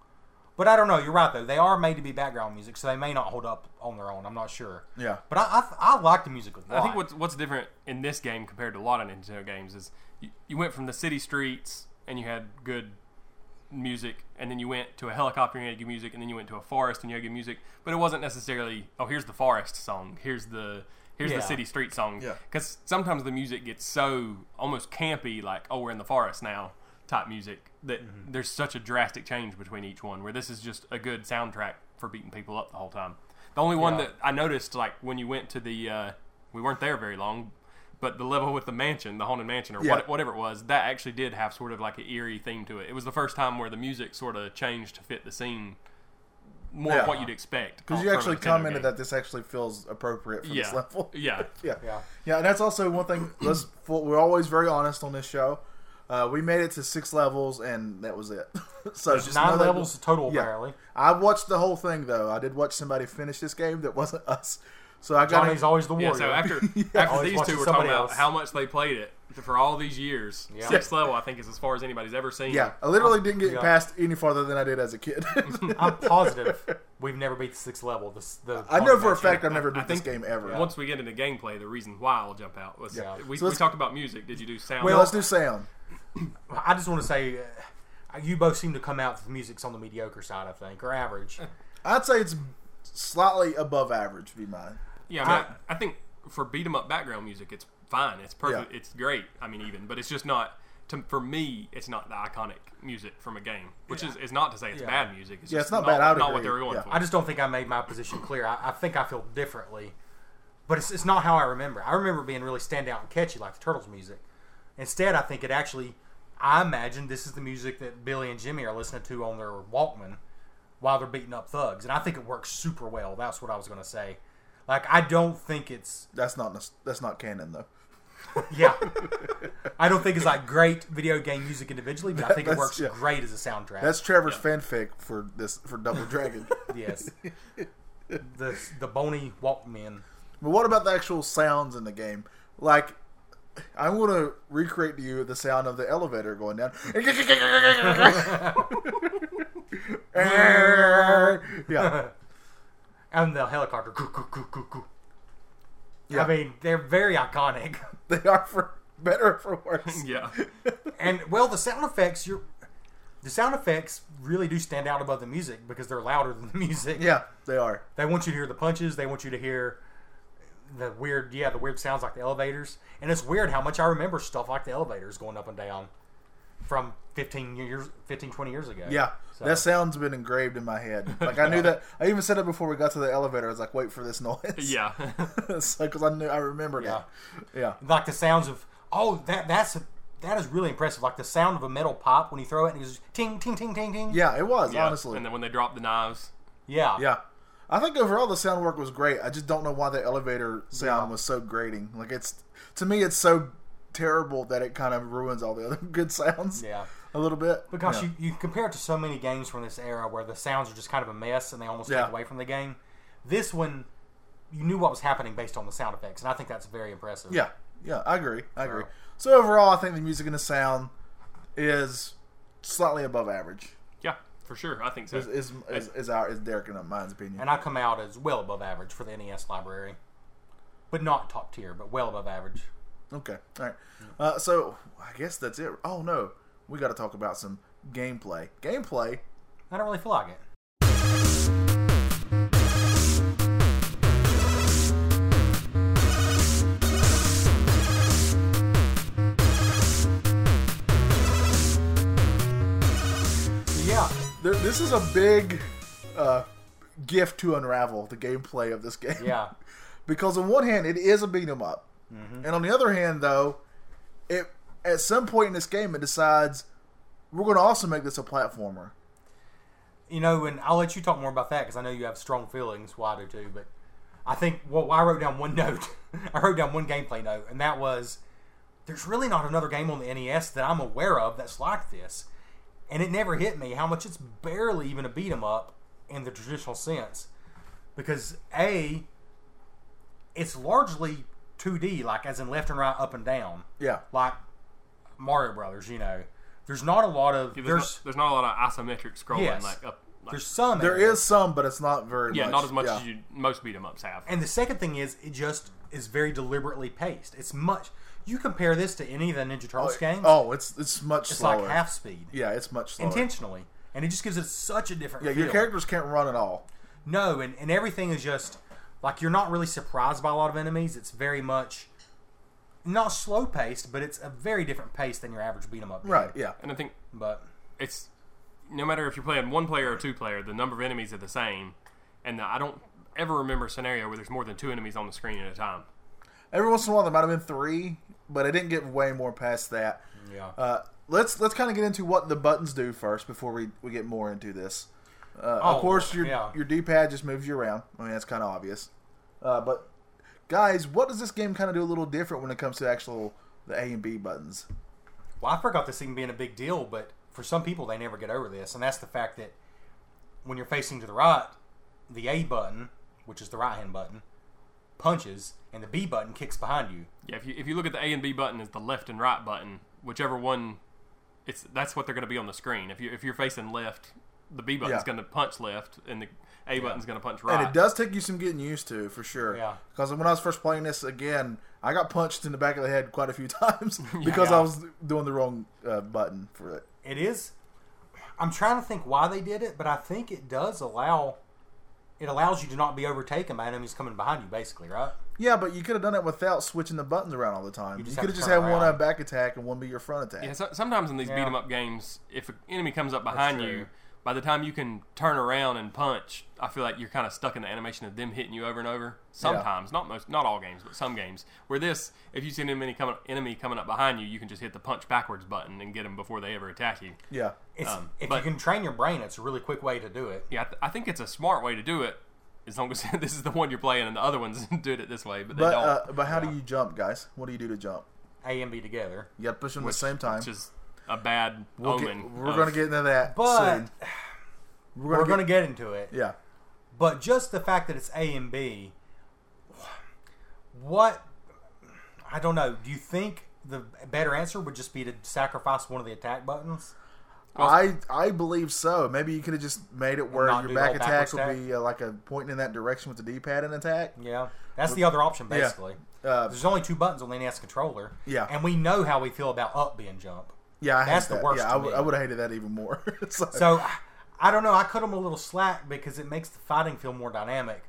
[SPEAKER 4] But I don't know. You're right though. They are made to be background music, so they may not hold up on their own. I'm not sure.
[SPEAKER 3] Yeah.
[SPEAKER 4] But I I, I like the music a lot.
[SPEAKER 5] I think what's what's different in this game compared to a lot of Nintendo games is you, you went from the city streets and you had good music, and then you went to a helicopter and you had good music, and then you went to a forest and you had good music. But it wasn't necessarily oh here's the forest song, here's the here's
[SPEAKER 4] Yeah.
[SPEAKER 5] the city street song.
[SPEAKER 3] Yeah.
[SPEAKER 5] Because sometimes the music gets so almost campy, like oh we're in the forest now type music that
[SPEAKER 3] Mm-hmm.
[SPEAKER 5] there's such a drastic change between each one. Where this is just a good soundtrack for beating people up the whole time. The only one
[SPEAKER 4] Yeah.
[SPEAKER 5] that I noticed, like when you went to the, uh, we weren't there very long, But the level with the mansion, the haunted mansion, or
[SPEAKER 3] Yeah.
[SPEAKER 5] what, whatever it was, that actually did have sort of like an eerie theme to it. It was the first time where the music sort of changed to fit the scene more
[SPEAKER 3] Yeah.
[SPEAKER 5] of what you'd expect.
[SPEAKER 3] Because
[SPEAKER 5] on-
[SPEAKER 3] you
[SPEAKER 5] from a
[SPEAKER 3] actually
[SPEAKER 5] Nintendo
[SPEAKER 3] commented
[SPEAKER 5] game.
[SPEAKER 3] that this actually feels appropriate for
[SPEAKER 5] yeah,
[SPEAKER 3] this level.
[SPEAKER 5] yeah,
[SPEAKER 3] *laughs* yeah,
[SPEAKER 4] *laughs* Yeah.
[SPEAKER 3] yeah. And that's also one thing. Let's, we're always very honest on this show. Uh, we made it to six levels, and that was it. *laughs* so just know
[SPEAKER 4] Nine
[SPEAKER 3] that-
[SPEAKER 4] levels total,
[SPEAKER 3] yeah.
[SPEAKER 4] apparently.
[SPEAKER 3] I watched the whole thing though. I did watch somebody finish this game that wasn't us. So I got
[SPEAKER 4] Johnny's always the
[SPEAKER 5] yeah.
[SPEAKER 4] warrior. *laughs*
[SPEAKER 5] So after
[SPEAKER 4] Always
[SPEAKER 5] after these
[SPEAKER 4] watching
[SPEAKER 5] two were
[SPEAKER 4] somebody
[SPEAKER 5] talking about
[SPEAKER 4] else.
[SPEAKER 5] how much they played it for all these years,
[SPEAKER 4] Yeah.
[SPEAKER 5] sixth level I think is as far as anybody's ever seen.
[SPEAKER 3] yeah. I literally didn't get
[SPEAKER 4] Oh, Yeah.
[SPEAKER 3] past any farther than I did as a kid. *laughs*
[SPEAKER 4] *laughs* I'm positive we've never beat the sixth level. This, the
[SPEAKER 3] I know for a fact
[SPEAKER 5] I-
[SPEAKER 3] I've never beat
[SPEAKER 5] I
[SPEAKER 3] this
[SPEAKER 5] think-
[SPEAKER 3] game ever.
[SPEAKER 4] yeah.
[SPEAKER 5] Once we get into gameplay, the reason why I'll jump out was
[SPEAKER 4] Yeah.
[SPEAKER 5] we,
[SPEAKER 3] So
[SPEAKER 5] we
[SPEAKER 3] let's-
[SPEAKER 5] talked about music. Did you do sound?
[SPEAKER 3] Now, let's do sound.
[SPEAKER 4] I just want to say, uh, you both seem to come out with music's on the mediocre side, I think, or
[SPEAKER 5] *laughs*
[SPEAKER 4] average.
[SPEAKER 3] I'd say it's slightly above average. Be mine.
[SPEAKER 5] yeah, I, mean, I, I think for beat 'em up background music, it's fine. It's perfect.
[SPEAKER 3] Yeah.
[SPEAKER 5] It's great. I mean, even, but it's just not. To, for me, it's not the iconic music from a game, which is, is not to say it's
[SPEAKER 4] Yeah.
[SPEAKER 5] bad music. It's
[SPEAKER 3] Yeah,
[SPEAKER 5] just
[SPEAKER 3] it's not
[SPEAKER 5] not,
[SPEAKER 3] bad. I would
[SPEAKER 5] not what
[SPEAKER 3] agree.
[SPEAKER 5] they were going
[SPEAKER 3] Yeah.
[SPEAKER 5] for.
[SPEAKER 4] I just don't think I made my position clear. I, I think I feel differently, but it's, it's not how I remember. it. I remember it being really standout and catchy, like the Turtles music. Instead, I think it actually, I imagine this is the music that Billy and Jimmy are listening to on their Walkman while they're beating up thugs, and I think it works super well. That's what I was gonna say. Like, I don't think it's
[SPEAKER 3] That's not nos- that's not canon though.
[SPEAKER 4] yeah. I don't think it's like great video game music individually, but I think it
[SPEAKER 3] That's-
[SPEAKER 4] works
[SPEAKER 3] yeah.
[SPEAKER 4] great as a soundtrack.
[SPEAKER 3] That's Trevor's fanfic for this for Double Dragon. but
[SPEAKER 4] yes. the the bony Walkman.
[SPEAKER 3] what about the actual sounds in the game? Like, I'm gonna recreate to you the sound of the elevator going down. yeah,
[SPEAKER 4] and the helicopter. Coo, coo, coo, coo, coo.
[SPEAKER 3] Yeah.
[SPEAKER 4] I mean, they're very iconic.
[SPEAKER 3] they are for better or for worse.
[SPEAKER 5] yeah,
[SPEAKER 4] And well, the sound effects, you're, the sound effects really do stand out above the music because they're louder than the music.
[SPEAKER 3] Yeah, they are.
[SPEAKER 4] They want you to hear the punches. They want you to hear the weird, yeah, the weird sounds like the elevators. And it's weird how much I remember stuff like the elevators going up and down from 15 years, 15, 20 years ago.
[SPEAKER 3] Yeah,
[SPEAKER 4] So-
[SPEAKER 3] that sound's been engraved in my head. Like I knew that. I even said it before we got to the elevator. I was like, "Wait for this noise."
[SPEAKER 5] *laughs*
[SPEAKER 3] *laughs*
[SPEAKER 5] yeah.
[SPEAKER 3] because I knew I remembered
[SPEAKER 4] Yeah.
[SPEAKER 3] it. Yeah,
[SPEAKER 4] like the sounds of oh that that's that is really impressive. Like the sound of a metal pop when you throw it and it goes ting ting ting ting ting.
[SPEAKER 3] yeah, it was
[SPEAKER 5] Yeah.
[SPEAKER 3] honestly.
[SPEAKER 5] and then when they dropped the knives,
[SPEAKER 4] yeah,
[SPEAKER 3] yeah, I think overall the sound work was great. I just don't know why the elevator sound was so grating. Like it's to me, it's so terrible that it kind of ruins all the other *laughs* good sounds.
[SPEAKER 4] Yeah.
[SPEAKER 3] a little bit
[SPEAKER 4] Because
[SPEAKER 3] yeah.
[SPEAKER 4] you, you compare it to so many games from this era where the sounds are just kind of a mess and they almost
[SPEAKER 3] Yeah.
[SPEAKER 4] take away from the game. This one, you knew what was happening based on the sound effects, and I think that's very impressive.
[SPEAKER 3] Yeah, yeah, I agree. I agree. So overall, I think the music and the sound is slightly above average.
[SPEAKER 5] yeah, for sure. I think so.
[SPEAKER 3] Is is, is, is our is Derek and mine's opinion?
[SPEAKER 4] And I come out as well above average for the NES library, but not top tier, but well above average.
[SPEAKER 3] Okay. All right. Uh, so I guess that's it. Oh no, we got to talk about some gameplay. Gameplay.
[SPEAKER 4] I don't really feel like it. Yeah,
[SPEAKER 3] There, this is a big uh, gift to unravel the gameplay of this game.
[SPEAKER 4] yeah,
[SPEAKER 3] *laughs* because on one hand, it is a beat 'em up, and on the other hand, though, it at some point in this game, it decides we're going to also make this a platformer.
[SPEAKER 4] you know, and I'll let you talk more about that because I know you have strong feelings. Well, I do too, but I think well, I wrote down one *laughs* note. I wrote down one gameplay note, and that was there's really not another game on the NES that I'm aware of that's like this. And it never hit me how much it's barely even a beat 'em up in the traditional sense, because a it's largely 2D, like as in left and right, up and down,
[SPEAKER 3] Yeah.
[SPEAKER 4] like Mario Brothers. You know, there's not a lot of
[SPEAKER 5] there's,
[SPEAKER 4] there's.
[SPEAKER 5] not, there's not a lot of isometric scrolling
[SPEAKER 4] Yes.
[SPEAKER 5] like up. Like,
[SPEAKER 4] There's some
[SPEAKER 3] There
[SPEAKER 4] areas.
[SPEAKER 3] is some, but it's not very.
[SPEAKER 5] yeah,
[SPEAKER 3] much.
[SPEAKER 5] not as much
[SPEAKER 3] Yeah.
[SPEAKER 5] as you most beat 'em ups have.
[SPEAKER 4] And the second thing is, it just is very deliberately paced. It's much. You compare this to any of the Ninja Turtles games,
[SPEAKER 3] Oh, it's it's much
[SPEAKER 4] it's
[SPEAKER 3] slower.
[SPEAKER 4] like half speed,
[SPEAKER 3] Yeah, it's much slower.
[SPEAKER 4] intentionally, and it just gives it such a different.
[SPEAKER 3] Yeah, your
[SPEAKER 4] feel.
[SPEAKER 3] characters can't run at all.
[SPEAKER 4] No, and, and everything is just like you're not really surprised by a lot of enemies. It's very much not slow paced, but it's a very different pace than your average beat 'em up. game.
[SPEAKER 3] Right. Yeah.
[SPEAKER 5] and I think
[SPEAKER 4] But
[SPEAKER 5] it's no matter if you're playing one player or two player, the number of enemies are the same, and I don't ever remember a scenario where there's more than two enemies on the screen at a time.
[SPEAKER 3] Every once in a while, there might have been three, but I didn't get way more past that.
[SPEAKER 4] Yeah.
[SPEAKER 3] Uh, let's let's kind of get into what the buttons do first before we, we get more into this. Uh,
[SPEAKER 4] Oh,
[SPEAKER 3] of course, your
[SPEAKER 4] yeah.
[SPEAKER 3] your D pad just moves you around. I mean, that's kind of obvious. Uh, but guys, what does this game kind of do a little different when it comes to actual the A and B buttons?
[SPEAKER 4] Well, I forgot this even being a big deal, but for some people, they never get over this, and that's the fact that when you're facing to the right, the A button, which is the right hand button, punches, and the B button kicks behind you.
[SPEAKER 5] Yeah, if you if you look at the A and B button as the left and right button, whichever one, it's that's what they're going to be on the screen. If you if you're facing left, the B button's
[SPEAKER 3] Yeah.
[SPEAKER 5] going to punch left, and the A button's going to punch right.
[SPEAKER 3] And it does take you some getting used to, for sure.
[SPEAKER 4] Uh, Yeah.
[SPEAKER 3] Because when I was first playing this again, I got punched in the back of the head quite a few *laughs*
[SPEAKER 4] *laughs*
[SPEAKER 3] times because I was doing the wrong uh, button for it.
[SPEAKER 4] It is. I'm trying to think why they did it, but I think it does allow. It allows you to not be overtaken by enemies coming behind you, basically, right?
[SPEAKER 3] Yeah, but you could have done it without switching the buttons around all the time. You,
[SPEAKER 4] just
[SPEAKER 3] could
[SPEAKER 4] have
[SPEAKER 3] have
[SPEAKER 4] to
[SPEAKER 3] just had
[SPEAKER 4] turn
[SPEAKER 3] one
[SPEAKER 4] around.
[SPEAKER 3] a back attack and one be your front attack.
[SPEAKER 5] Yeah, so, sometimes in these beat
[SPEAKER 4] Yeah.
[SPEAKER 5] 'em up games, if an enemy comes up behind you,
[SPEAKER 4] true.
[SPEAKER 5] by the time you can turn around and punch, I feel like you're kind of stuck in the animation of them hitting you over and over. Sometimes, not most, not all games, but some games. Where this, if you see an enemy coming, enemy coming up behind you, you can just hit the punch backwards button and get them before they ever attack you.
[SPEAKER 3] Yeah.
[SPEAKER 4] It's,
[SPEAKER 5] Um,
[SPEAKER 4] if
[SPEAKER 5] but-
[SPEAKER 4] you can train your brain, it's a really quick way to do it.
[SPEAKER 5] Yeah, I, th- I think it's a smart way to do it, as long as *laughs* this is the one you're playing and the other ones *laughs* did it this way, but they
[SPEAKER 3] But
[SPEAKER 5] don't.
[SPEAKER 3] uh, but how do you jump, guys? What do you do to jump?
[SPEAKER 4] A and B together.
[SPEAKER 3] You got to push them at the same time.
[SPEAKER 5] Which is a bad
[SPEAKER 3] We'll get-
[SPEAKER 5] omen.
[SPEAKER 3] we're
[SPEAKER 5] of-
[SPEAKER 3] gonna get into that
[SPEAKER 4] But
[SPEAKER 3] soon.
[SPEAKER 4] we're going to get into it.
[SPEAKER 3] yeah.
[SPEAKER 4] But just the fact that it's A and B, what I don't know. Do you think the better answer would just be to sacrifice one of the attack buttons?
[SPEAKER 3] I I believe so. Maybe you could have just made it where
[SPEAKER 4] Not
[SPEAKER 3] your
[SPEAKER 4] do
[SPEAKER 3] back
[SPEAKER 4] the
[SPEAKER 3] attack
[SPEAKER 4] backwards
[SPEAKER 3] would be uh, like a pointing in that direction with the D pad and attack.
[SPEAKER 4] Yeah, that's the other option
[SPEAKER 3] Yeah.
[SPEAKER 4] basically.
[SPEAKER 3] Uh,
[SPEAKER 4] There's only two buttons on the NES controller.
[SPEAKER 3] Yeah.
[SPEAKER 4] and we know how we feel about up being jump.
[SPEAKER 3] Yeah, I
[SPEAKER 4] That's
[SPEAKER 3] hate
[SPEAKER 4] the
[SPEAKER 3] that.
[SPEAKER 4] worst
[SPEAKER 3] Yeah,
[SPEAKER 4] to
[SPEAKER 3] I would-
[SPEAKER 4] me.
[SPEAKER 3] I would have hated that even more. *laughs* It's like-
[SPEAKER 4] So I- I don't know. I cut them a little slack because it makes the fighting feel more dynamic,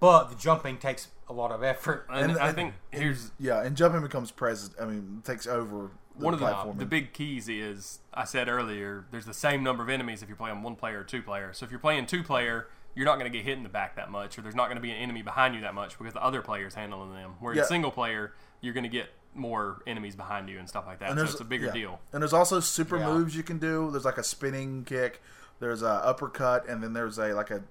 [SPEAKER 4] but the jumping takes a lot of effort.
[SPEAKER 5] and,
[SPEAKER 3] and-
[SPEAKER 5] I
[SPEAKER 3] and-
[SPEAKER 5] think here's
[SPEAKER 3] yeah, and jumping becomes president. I mean, takes over the
[SPEAKER 5] one of the,
[SPEAKER 3] platforming.
[SPEAKER 5] the big keys is I said earlier there's the same number of enemies if you're playing one player or two player. So if you're playing two player, you're not going to get hit in the back that much, or there's not going to be an enemy behind you that much because the other player's handling them. Where
[SPEAKER 3] Yeah.
[SPEAKER 5] in single player, you're going to get more enemies behind you and stuff like that.
[SPEAKER 3] And
[SPEAKER 5] so
[SPEAKER 3] there's-
[SPEAKER 5] it's a bigger
[SPEAKER 3] yeah.
[SPEAKER 5] deal.
[SPEAKER 3] And there's also super
[SPEAKER 4] Yeah.
[SPEAKER 3] moves you can do. There's like a spinning kick. There's a uppercut, and then there's a like a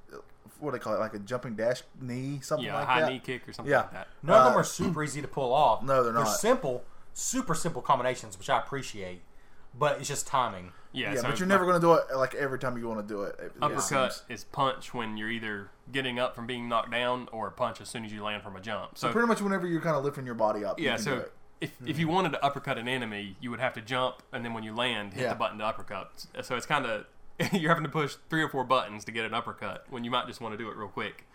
[SPEAKER 3] what do they call it? Like a jumping dash knee, something
[SPEAKER 5] Yeah, a
[SPEAKER 3] like
[SPEAKER 5] high
[SPEAKER 3] that.
[SPEAKER 5] knee kick or something
[SPEAKER 3] Yeah. Uh,
[SPEAKER 5] like that.
[SPEAKER 4] None of them are super easy to pull off.
[SPEAKER 3] No, they're not.
[SPEAKER 4] They're simple, super simple combinations, which I appreciate. But it's just timing.
[SPEAKER 5] Yeah,
[SPEAKER 3] Yeah,
[SPEAKER 5] so
[SPEAKER 3] but you're never going to do it like every time you want to do it. it- it
[SPEAKER 5] uppercut
[SPEAKER 3] seems.
[SPEAKER 5] is punch when you're either getting up from being knocked down or a punch as soon as you land from a jump. So,
[SPEAKER 3] Pretty much whenever you're kind of lifting your body up. you
[SPEAKER 5] yeah,
[SPEAKER 3] can do
[SPEAKER 5] so
[SPEAKER 3] it. Hmm.
[SPEAKER 5] if, if you wanted to uppercut an enemy, you would have to jump and then when you land, hit
[SPEAKER 3] Yeah.
[SPEAKER 5] the button to uppercut. So it's kind of *laughs* you're having to push three or four buttons to get an uppercut when you might just want to do it real quick.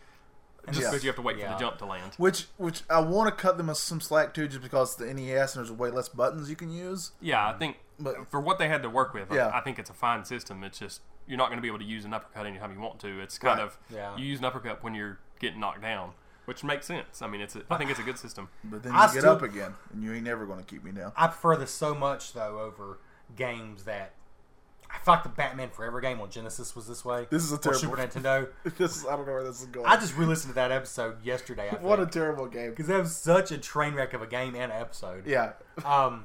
[SPEAKER 5] Just
[SPEAKER 3] Yeah.
[SPEAKER 5] because you have to wait for
[SPEAKER 4] Yeah.
[SPEAKER 5] the jump to land.
[SPEAKER 3] which which I want to cut them some slack too, just because the NES and there's way less buttons you can use.
[SPEAKER 5] Yeah, I think
[SPEAKER 3] But-
[SPEAKER 5] for what they had to work with, I-
[SPEAKER 3] Yeah.
[SPEAKER 5] I, think it's a fine system. It's just you're not going to be able to use an uppercut anytime you want to. It's kind
[SPEAKER 3] Right.
[SPEAKER 5] of
[SPEAKER 4] Yeah.
[SPEAKER 5] you use an uppercut when you're getting knocked down, which makes sense. I mean, it's a, I think it's a good system.
[SPEAKER 3] But then you
[SPEAKER 4] I
[SPEAKER 3] get
[SPEAKER 4] still-
[SPEAKER 3] up again, and you ain't never going to keep me down.
[SPEAKER 4] I prefer this so much though over games that I feel like the Batman Forever game on Genesis was this way.
[SPEAKER 3] This is a
[SPEAKER 4] or
[SPEAKER 3] terrible-
[SPEAKER 4] Super Nintendo.
[SPEAKER 3] *laughs* *laughs* this is, I don't know where this is going.
[SPEAKER 4] I just re-listened to that episode yesterday. I
[SPEAKER 3] what a
[SPEAKER 4] think.
[SPEAKER 3] terrible game.
[SPEAKER 4] because that was such a train wreck of a game and an episode.
[SPEAKER 3] Yeah,
[SPEAKER 4] Um,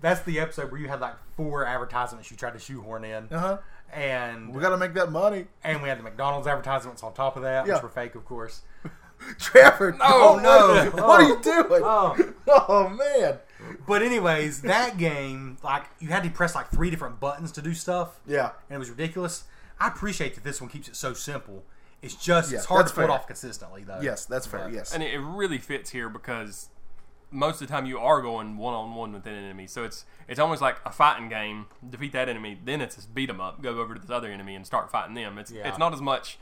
[SPEAKER 4] that's the episode where you had like four advertisements you tried to shoehorn in,
[SPEAKER 3] uh-huh.
[SPEAKER 4] and
[SPEAKER 3] we got to make that money. *laughs*
[SPEAKER 4] and we had the McDonald's advertisements on top of that,
[SPEAKER 3] Yeah.
[SPEAKER 4] which were fake, of course.
[SPEAKER 3] Trevor,
[SPEAKER 5] No,
[SPEAKER 3] don't
[SPEAKER 4] no.
[SPEAKER 3] let it- oh, What are you doing?
[SPEAKER 4] Oh.
[SPEAKER 3] *laughs* Oh, man.
[SPEAKER 4] But anyways, that game, like you had to press like three different buttons to do stuff.
[SPEAKER 3] Yeah.
[SPEAKER 4] And it was ridiculous. I appreciate that this one keeps it so simple. It's just
[SPEAKER 3] Yeah,
[SPEAKER 4] it's hard
[SPEAKER 3] that's
[SPEAKER 4] to pull it
[SPEAKER 3] fair.
[SPEAKER 4] off consistently though.
[SPEAKER 3] Yes, that's fair. Yes.
[SPEAKER 5] And it, it really fits here because most of the time you are going one on one with an enemy. So it's it's almost like a fighting game. Defeat that enemy, then it's just beat 'em up. Go over to this other enemy and start fighting them. It's
[SPEAKER 4] Yeah.
[SPEAKER 5] it's not as much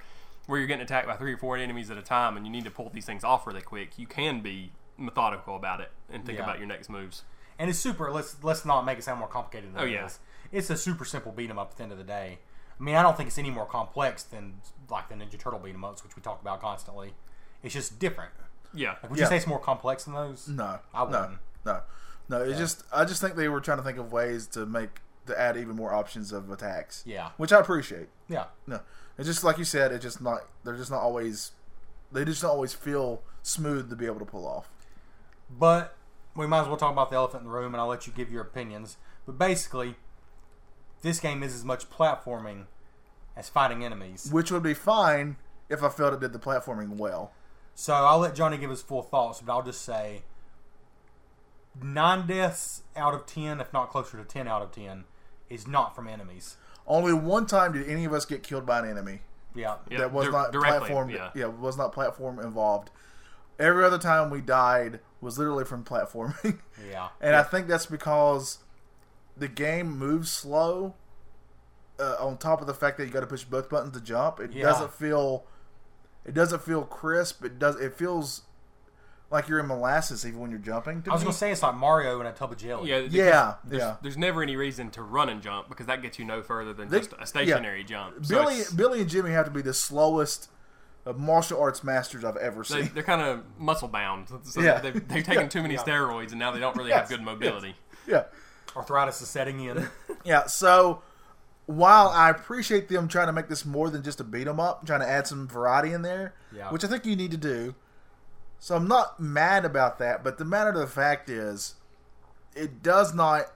[SPEAKER 5] where you're getting attacked by three or four enemies at a time, and you need to pull these things off really quick. You can be methodical about it and think
[SPEAKER 4] Yeah.
[SPEAKER 5] about your next moves.
[SPEAKER 4] And it's super let's let's not make it sound more complicated than
[SPEAKER 5] Oh,
[SPEAKER 4] it
[SPEAKER 5] yeah.
[SPEAKER 4] is. It's a super simple beat 'em up at the end of the day. I mean, I don't think it's any more complex than like the Ninja Turtle beat 'em ups, which we talk about constantly. It's just different.
[SPEAKER 5] Yeah,
[SPEAKER 4] Would
[SPEAKER 3] Yeah.
[SPEAKER 4] you say it's more complex than those?
[SPEAKER 3] no,
[SPEAKER 4] I
[SPEAKER 3] no,
[SPEAKER 4] wouldn't.
[SPEAKER 3] no, no. It's just I just think they were trying to think of ways to make to add even more options of attacks.
[SPEAKER 4] Yeah.
[SPEAKER 3] which I appreciate.
[SPEAKER 4] Yeah.
[SPEAKER 3] No, it's just like you said. It's just not. They're just not always. They just don't always feel smooth to be able to pull off.
[SPEAKER 4] But we might as well talk about the elephant in the room, and I'll let you give your opinions. But basically, this game is as much platforming as fighting enemies.
[SPEAKER 3] Which would be fine if I felt it did the platforming well.
[SPEAKER 4] So I'll let Johnny give his full thoughts, but I'll just say nine deaths out of ten, if not closer to ten out of ten, is not from enemies.
[SPEAKER 3] Only one time did any of us get killed by an enemy.
[SPEAKER 4] Yeah.
[SPEAKER 5] Yeah,
[SPEAKER 3] that was
[SPEAKER 5] dir-
[SPEAKER 3] not
[SPEAKER 5] directly,
[SPEAKER 3] platform.
[SPEAKER 5] yeah.
[SPEAKER 3] Yeah. was not platform involved. Every other time we died was literally from platforming, *laughs*
[SPEAKER 4] Yeah.
[SPEAKER 3] and I think that's because the game moves slow. Uh, on top of the fact that you got to push both buttons to jump, it
[SPEAKER 4] Yeah.
[SPEAKER 3] doesn't feel. It doesn't feel crisp. It does. It feels like you're in molasses even when you're jumping. To
[SPEAKER 4] I was
[SPEAKER 3] me.
[SPEAKER 4] gonna say it's like Mario in a tub of jelly.
[SPEAKER 5] Yeah, because
[SPEAKER 3] Yeah,
[SPEAKER 5] There's,
[SPEAKER 3] yeah.
[SPEAKER 5] there's never any reason to run and jump because that gets you no further than
[SPEAKER 3] They-
[SPEAKER 5] just
[SPEAKER 3] yeah.
[SPEAKER 5] a stationary jump. So
[SPEAKER 3] Billy,
[SPEAKER 5] it's-
[SPEAKER 3] Billy and Jimmy have to be the slowest uh, martial arts masters I've ever
[SPEAKER 5] they,
[SPEAKER 3] seen.
[SPEAKER 5] they're kind of muscle bound. So
[SPEAKER 3] Yeah.
[SPEAKER 5] they've, they've taken too many steroids and now they don't really
[SPEAKER 3] Yes,
[SPEAKER 5] have good mobility.
[SPEAKER 3] *laughs* yeah.
[SPEAKER 4] Arthritis is setting in.
[SPEAKER 3] Yeah, so while I appreciate them trying to make this more than just a beat 'em up, trying to add some variety in there,
[SPEAKER 4] Yeah.
[SPEAKER 3] which I think you need to do. So I'm not mad about that, but the matter of the fact is, it does not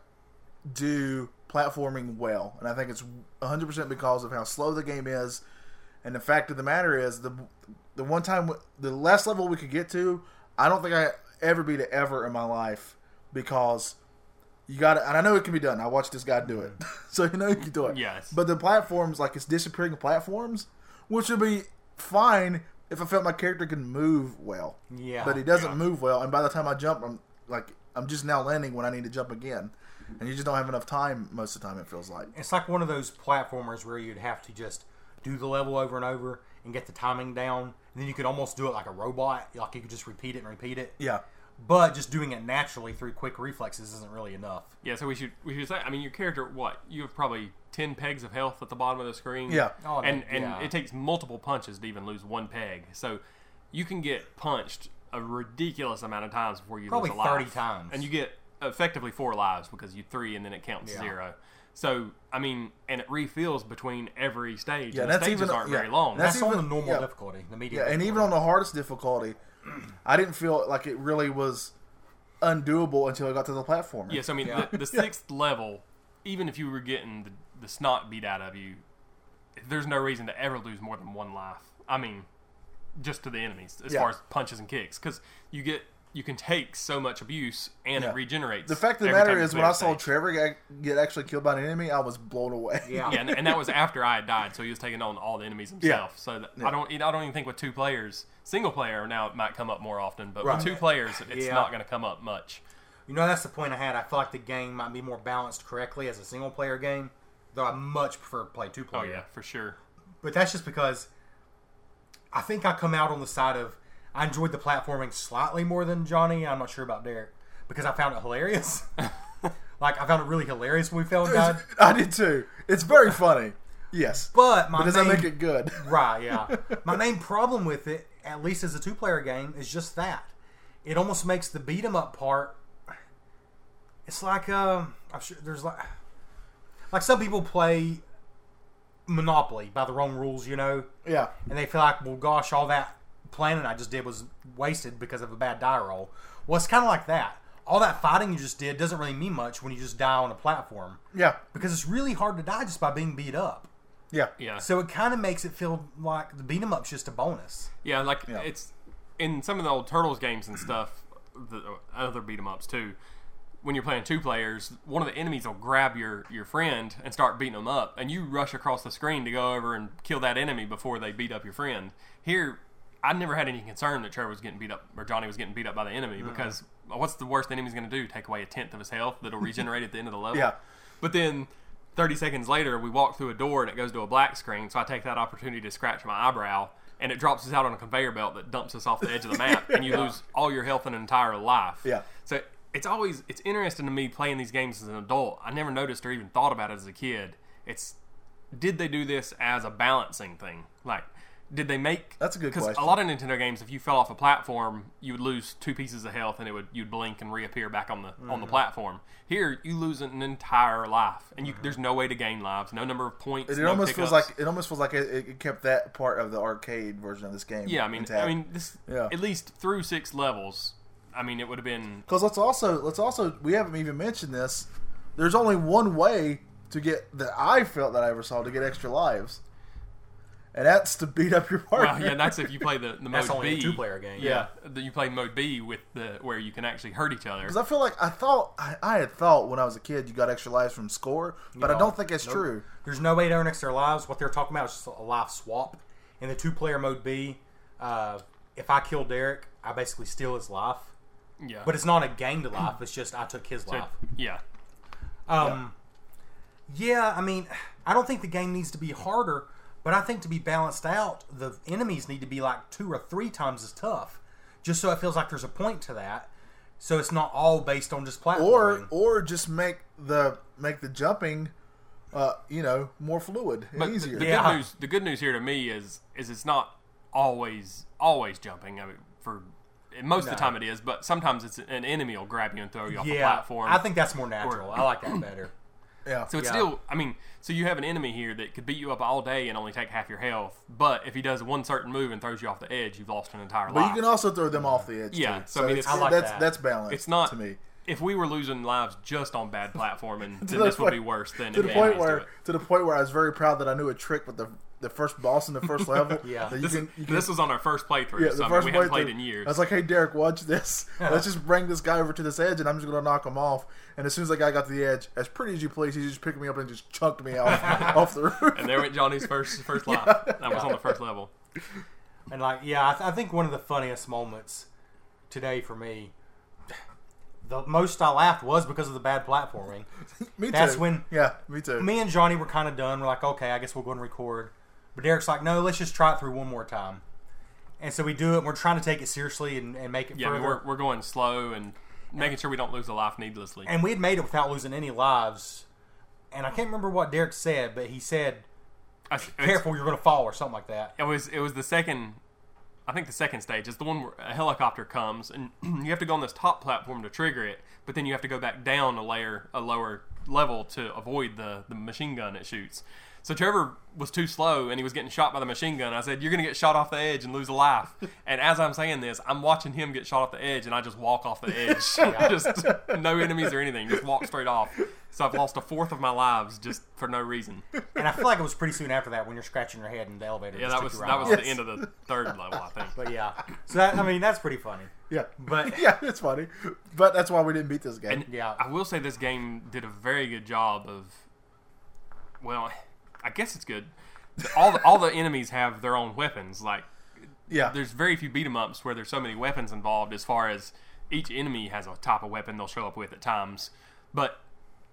[SPEAKER 3] do platforming well, and I think it's 100% because of how slow the game is. And the fact of the matter is, the the one time, the last level we could get to, I don't think I ever beat it ever in my life because you got to and I know it can be done. I watched this guy do it, *laughs* so you know you can do it.
[SPEAKER 5] Yes.
[SPEAKER 3] But the platforms, like it's disappearing platforms, which would be fine if I felt my character could move well.
[SPEAKER 4] Yeah.
[SPEAKER 3] But he doesn't move well, and by the time I jump, I'm like I'm just now landing when I need to jump again, and you just don't have enough time most of the time. It feels like.
[SPEAKER 4] It's like one of those platformers where you'd have to just do the level over and over and get the timing down, and then you could almost do it like a robot. Like you could just repeat it and repeat it.
[SPEAKER 3] Yeah.
[SPEAKER 4] But just doing it naturally through quick reflexes isn't really enough.
[SPEAKER 5] Yeah, so we should we should say. I mean, your character, what you have probably ten pegs of health at the bottom of the screen.
[SPEAKER 3] Yeah.
[SPEAKER 4] Oh,
[SPEAKER 5] and and
[SPEAKER 4] yeah.
[SPEAKER 5] it takes multiple punches to even lose one peg. So you can get punched a ridiculous amount of times before you
[SPEAKER 4] Probably
[SPEAKER 5] lose a life.
[SPEAKER 4] 30 times.
[SPEAKER 5] and you get effectively four lives because you three and then it counts
[SPEAKER 4] Yeah.
[SPEAKER 5] zero. So I mean, and it refills between every stage.
[SPEAKER 3] Yeah,
[SPEAKER 5] and the
[SPEAKER 3] that's
[SPEAKER 5] stages
[SPEAKER 3] even-
[SPEAKER 5] aren't
[SPEAKER 3] yeah,
[SPEAKER 5] very long.
[SPEAKER 3] that's-
[SPEAKER 4] That's, on the
[SPEAKER 3] even-
[SPEAKER 4] normal
[SPEAKER 3] yeah.
[SPEAKER 4] difficulty, the medium.
[SPEAKER 3] Yeah, and even
[SPEAKER 4] difficulty.
[SPEAKER 3] on the hardest difficulty, I didn't feel like it really was undoable until I got to the platform.
[SPEAKER 5] Yes, I mean
[SPEAKER 4] Yeah.
[SPEAKER 3] *laughs*
[SPEAKER 5] the, the sixth level. Even if you were getting the, the snot beat out of you, there's no reason to ever lose more than one life. I mean, just to the enemies as
[SPEAKER 3] Yeah.
[SPEAKER 5] far as punches and kicks, because you get you can take so much abuse and
[SPEAKER 3] Yeah.
[SPEAKER 5] it regenerates.
[SPEAKER 3] The fact of the
[SPEAKER 5] every
[SPEAKER 3] matter
[SPEAKER 5] time you
[SPEAKER 3] is,
[SPEAKER 5] clear
[SPEAKER 3] when I
[SPEAKER 5] the
[SPEAKER 3] saw
[SPEAKER 5] stage.
[SPEAKER 3] Trevor get, get actually killed by an enemy, I was blown away.
[SPEAKER 4] yeah,
[SPEAKER 5] yeah, and, and that was after I had died, so he was taking on all the enemies himself. So that, I don't, I don't even think with two players, single player now it might come up more often, but
[SPEAKER 3] Right.
[SPEAKER 5] with two players, it's
[SPEAKER 4] Yeah.
[SPEAKER 5] not going to come up much.
[SPEAKER 4] You know, that's the point I had. I feel like the game might be more balanced correctly as a single player game, though I much prefer to play two
[SPEAKER 5] Oh
[SPEAKER 4] player.
[SPEAKER 5] yeah, for sure.
[SPEAKER 4] But that's just because I think I come out on the side of I enjoyed the platforming slightly more than Johnny. I'm not sure about Derek because I found it
[SPEAKER 3] *laughs*
[SPEAKER 4] hilarious. like I found it really hilarious when we fell and died.
[SPEAKER 3] *laughs* I did too. It's very funny. Yes.
[SPEAKER 4] But my
[SPEAKER 3] But does that
[SPEAKER 4] main,
[SPEAKER 3] make it
[SPEAKER 4] *laughs*
[SPEAKER 3] good? *laughs*
[SPEAKER 4] right, yeah. My main problem with it, at least as a two-player game, is just that it almost makes the beat 'em up part. It's like um, I'm sure there's like like some people play Monopoly by the wrong rules, you know,
[SPEAKER 3] Yeah.
[SPEAKER 4] and they feel like, well, gosh, all that planning I just did was wasted because of a bad die roll. Well, it's kind of like that. All that fighting you just did doesn't really mean much when you just die on a platform
[SPEAKER 3] Yeah.
[SPEAKER 4] because it's really hard to die just by being beat up.
[SPEAKER 3] Yeah.
[SPEAKER 5] Yeah.
[SPEAKER 4] So it kind of makes it feel like the beat 'em up's just a bonus.
[SPEAKER 5] Yeah, like
[SPEAKER 3] Yeah.
[SPEAKER 5] it's in some of the old Turtles games and stuff, the uh, other beat 'em ups too. When you're playing two players, one of the enemies will grab your your friend and start beating them up, and you rush across the screen to go over and kill that enemy before they beat up your friend. Here, I never had any concern that Trevor was getting beat up or Johnny was getting beat up by the enemy
[SPEAKER 3] Mm-hmm.
[SPEAKER 5] because what's the worst the enemy's going to do? Take away a tenth of his health that'll regenerate at the end of the level.
[SPEAKER 3] Yeah.
[SPEAKER 5] But then 30 seconds later, we walk through a door and it goes to a black screen. So I take that opportunity to scratch my eyebrow and it drops us out on a conveyor belt that dumps us off the edge of the map and you lose all your health and an entire life.
[SPEAKER 3] Yeah.
[SPEAKER 5] So it's always it's interesting to me playing these games as an adult. I never noticed or even thought about it as a kid. It's did they do this as a balancing thing? Like did they make
[SPEAKER 3] That's a good
[SPEAKER 5] because a
[SPEAKER 3] question.
[SPEAKER 5] lot of Nintendo games, if you fell off a platform, you would lose two pieces of health, and it would you'd blink and reappear back on the on the
[SPEAKER 3] Mm.
[SPEAKER 5] platform. Here, you lose an entire life, and you, there's no way to gain lives, no number of points.
[SPEAKER 3] Mm-hmm. It,
[SPEAKER 5] no
[SPEAKER 3] almost feels
[SPEAKER 5] pickups.
[SPEAKER 3] like it almost feels like it, it kept that part of the arcade version of this game.
[SPEAKER 5] yeah. I mean,
[SPEAKER 3] intact.
[SPEAKER 5] I mean, this
[SPEAKER 3] Yeah.
[SPEAKER 5] at least through six levels, I mean, it would
[SPEAKER 3] *laughs*
[SPEAKER 5] have been
[SPEAKER 3] Because let's also let's also we haven't even mentioned this. There's only one way to get that I felt that I ever saw to get extra lives, and that's to beat up your partner.
[SPEAKER 5] well, yeah. That's if you play the, the
[SPEAKER 4] That's
[SPEAKER 5] mode
[SPEAKER 4] only
[SPEAKER 5] B
[SPEAKER 4] a two player game.
[SPEAKER 5] Yeah, that you play mode B with the where you can actually hurt each other.
[SPEAKER 3] Because I feel like I thought I, I had thought when I was a kid you got extra lives from score, but I don't think it's true.
[SPEAKER 4] There's no way to earn extra lives. What they're talking about is just a life swap. In the two player mode B, uh, if I kill Derek, I basically steal his life.
[SPEAKER 5] Yeah,
[SPEAKER 4] But it's not a gained life, it's just I took his life.
[SPEAKER 5] yeah.
[SPEAKER 4] Um, yeah. I mean, I don't think the game needs to be harder, but I think to be balanced out, the enemies need to be like two or three times as tough, just so it feels like there's a point to that. So it's not all based on just
[SPEAKER 3] Or
[SPEAKER 4] platforming.
[SPEAKER 3] or just make the make the jumping, uh, you know, more fluid and
[SPEAKER 5] But
[SPEAKER 3] easier.
[SPEAKER 5] The, the
[SPEAKER 4] Yeah.
[SPEAKER 5] good news, the good news here to me is, is it's not always always jumping. I mean, for and most of the time it is, but sometimes it's an enemy will grab you and throw you off the
[SPEAKER 4] yeah,
[SPEAKER 5] platform.
[SPEAKER 4] I think that's more natural. I like
[SPEAKER 5] *laughs*
[SPEAKER 4] that better.
[SPEAKER 3] yeah.
[SPEAKER 5] so. It's
[SPEAKER 4] yeah.
[SPEAKER 5] still, I mean, so you have an enemy here that could beat you up all day and only take half your health. But if he does one certain move and throws you off the edge, you've lost an entire
[SPEAKER 3] but
[SPEAKER 5] life.
[SPEAKER 3] you can also throw them off the edge.
[SPEAKER 5] Yeah,
[SPEAKER 3] too.
[SPEAKER 5] so I mean, it's- I
[SPEAKER 4] like
[SPEAKER 3] that's
[SPEAKER 4] that.
[SPEAKER 3] that's balanced.
[SPEAKER 5] it's not
[SPEAKER 3] to me.
[SPEAKER 5] If we were losing lives just on bad platforming,
[SPEAKER 3] *laughs* To
[SPEAKER 5] then
[SPEAKER 3] the
[SPEAKER 5] this would
[SPEAKER 3] point-
[SPEAKER 5] be worse than
[SPEAKER 3] to the
[SPEAKER 5] it
[SPEAKER 3] point
[SPEAKER 5] is to
[SPEAKER 3] where
[SPEAKER 5] it.
[SPEAKER 3] to the point where I was very proud that I knew a trick with the the first boss in the
[SPEAKER 5] *laughs*
[SPEAKER 3] first level.
[SPEAKER 4] Yeah.
[SPEAKER 3] that you
[SPEAKER 5] This,
[SPEAKER 3] can- you can-
[SPEAKER 5] this was on our first
[SPEAKER 3] *laughs*
[SPEAKER 5] playthrough,
[SPEAKER 3] yeah,
[SPEAKER 5] so
[SPEAKER 3] the
[SPEAKER 5] I mean,
[SPEAKER 3] first
[SPEAKER 5] we hadn't
[SPEAKER 3] playthrough,
[SPEAKER 5] played in years.
[SPEAKER 3] I was like, "Hey Derek, watch
[SPEAKER 5] *laughs*
[SPEAKER 3] this. Let's just bring this guy over to this edge, and I'm just gonna knock him off." And as soon as that guy got to the edge, as pretty as you please, he just picked me up and just chucked me
[SPEAKER 5] *laughs*
[SPEAKER 3] off off the roof.
[SPEAKER 5] and there went Johnny's first first life. That was on the first level.
[SPEAKER 4] And like, yeah, I, th- I think one of the funniest moments today for me, the most I laughed was because of the bad platforming.
[SPEAKER 3] *laughs* me
[SPEAKER 4] that's
[SPEAKER 3] too.
[SPEAKER 4] when-
[SPEAKER 3] yeah, me too.
[SPEAKER 4] Me and Johnny were kind of done. We're like, okay, I guess we'll go and record. But Derek's like, no, let's just try it through one more time. And so we do it. And we're trying to take it seriously and, and make it
[SPEAKER 5] Yeah, I mean,
[SPEAKER 4] further.
[SPEAKER 5] we're, we're going slow and making sure we don't lose a life needlessly.
[SPEAKER 4] and we had made it without losing any lives. And I can't remember what Derek said, but he said,
[SPEAKER 5] I- it's-
[SPEAKER 4] "Careful, you're going to fall" or something like that.
[SPEAKER 5] It was it was the second, I think the second stage is the one where a helicopter comes and *clears throat* you have to go on this top platform to trigger it, but then you have to go back down a layer, a lower level to avoid the the machine gun it shoots. So Trevor was too slow and he was getting shot by the machine gun. I said, "You're gonna get shot off the edge and lose a life." and as I'm saying this, I'm watching him get shot off the edge, and I just walk off the edge, just no enemies or anything, just walk straight off. So I've lost a fourth of my lives just for no reason.
[SPEAKER 4] And I feel like it was pretty soon after that when you're scratching your head in the elevator.
[SPEAKER 5] Yeah,
[SPEAKER 4] just
[SPEAKER 5] that
[SPEAKER 4] took
[SPEAKER 5] was
[SPEAKER 4] you right
[SPEAKER 5] that was
[SPEAKER 4] off.
[SPEAKER 5] the end of the third level, I think.
[SPEAKER 4] But yeah, so that, I mean that's pretty funny.
[SPEAKER 3] yeah, *laughs*
[SPEAKER 4] But
[SPEAKER 3] yeah, it's funny, but that's why we didn't beat this game.
[SPEAKER 5] And
[SPEAKER 4] Yeah.
[SPEAKER 5] I will say this game did a very good job of. Well, I guess it's good. All the, all the enemies have their own weapons. Like
[SPEAKER 3] yeah,
[SPEAKER 5] there's very few beat 'em ups where there's so many weapons involved. As far as each enemy has a type of weapon they'll show up with at times, but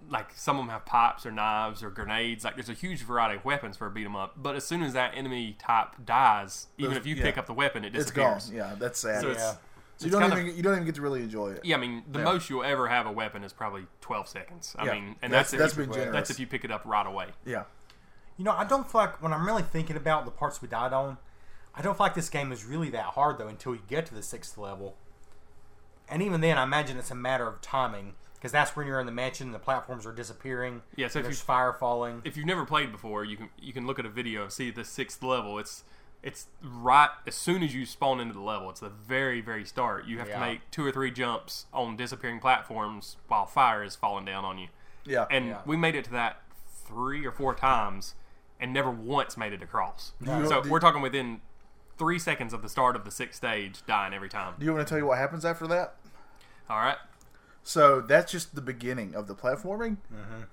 [SPEAKER 5] like some of them have pipes or knives or grenades. Like there's a huge variety of weapons for a beat 'em up. But as soon as that enemy type dies, even
[SPEAKER 3] Those-
[SPEAKER 5] if you
[SPEAKER 3] yeah.
[SPEAKER 5] pick up the weapon, it
[SPEAKER 3] it's gone.
[SPEAKER 5] disappears.
[SPEAKER 3] Yeah, that's sad.
[SPEAKER 5] So it's,
[SPEAKER 4] Yeah.
[SPEAKER 3] you don't
[SPEAKER 5] kind
[SPEAKER 3] even you don't even get to really enjoy it.
[SPEAKER 5] Yeah, I mean, the
[SPEAKER 3] Yeah.
[SPEAKER 5] most you'll ever have a weapon is probably 12 seconds. I
[SPEAKER 3] Yeah.
[SPEAKER 5] mean, and
[SPEAKER 3] That's-
[SPEAKER 5] that's
[SPEAKER 3] that's
[SPEAKER 5] if you,
[SPEAKER 3] been generous.
[SPEAKER 5] that's if you pick it up right away.
[SPEAKER 3] yeah.
[SPEAKER 4] You know, I don't feel like when I'm really thinking about the parts we died on, I don't feel like this game is really that hard though until you get to the sixth level. And even then, I imagine it's a matter of timing because that's when you're in the mansion, the platforms are disappearing.
[SPEAKER 5] Yeah, so if
[SPEAKER 4] there's
[SPEAKER 5] you-
[SPEAKER 4] fire falling.
[SPEAKER 5] If you've never played before, you can you can look at a video and see the sixth level. It's it's right as soon as you spawn into the level. It's the very very start. You have
[SPEAKER 4] Yeah.
[SPEAKER 5] to make two or three jumps on disappearing platforms while fire is falling down on you.
[SPEAKER 3] Yeah.
[SPEAKER 5] And
[SPEAKER 4] Yeah.
[SPEAKER 5] we made it to that three or four times and never once made it across.
[SPEAKER 3] you-
[SPEAKER 5] so
[SPEAKER 3] do-
[SPEAKER 5] we're talking within three seconds of the start of the sixth stage, dying every time.
[SPEAKER 3] do you want to tell you what happens after that?
[SPEAKER 5] All right.
[SPEAKER 3] So that's just the beginning of the platforming.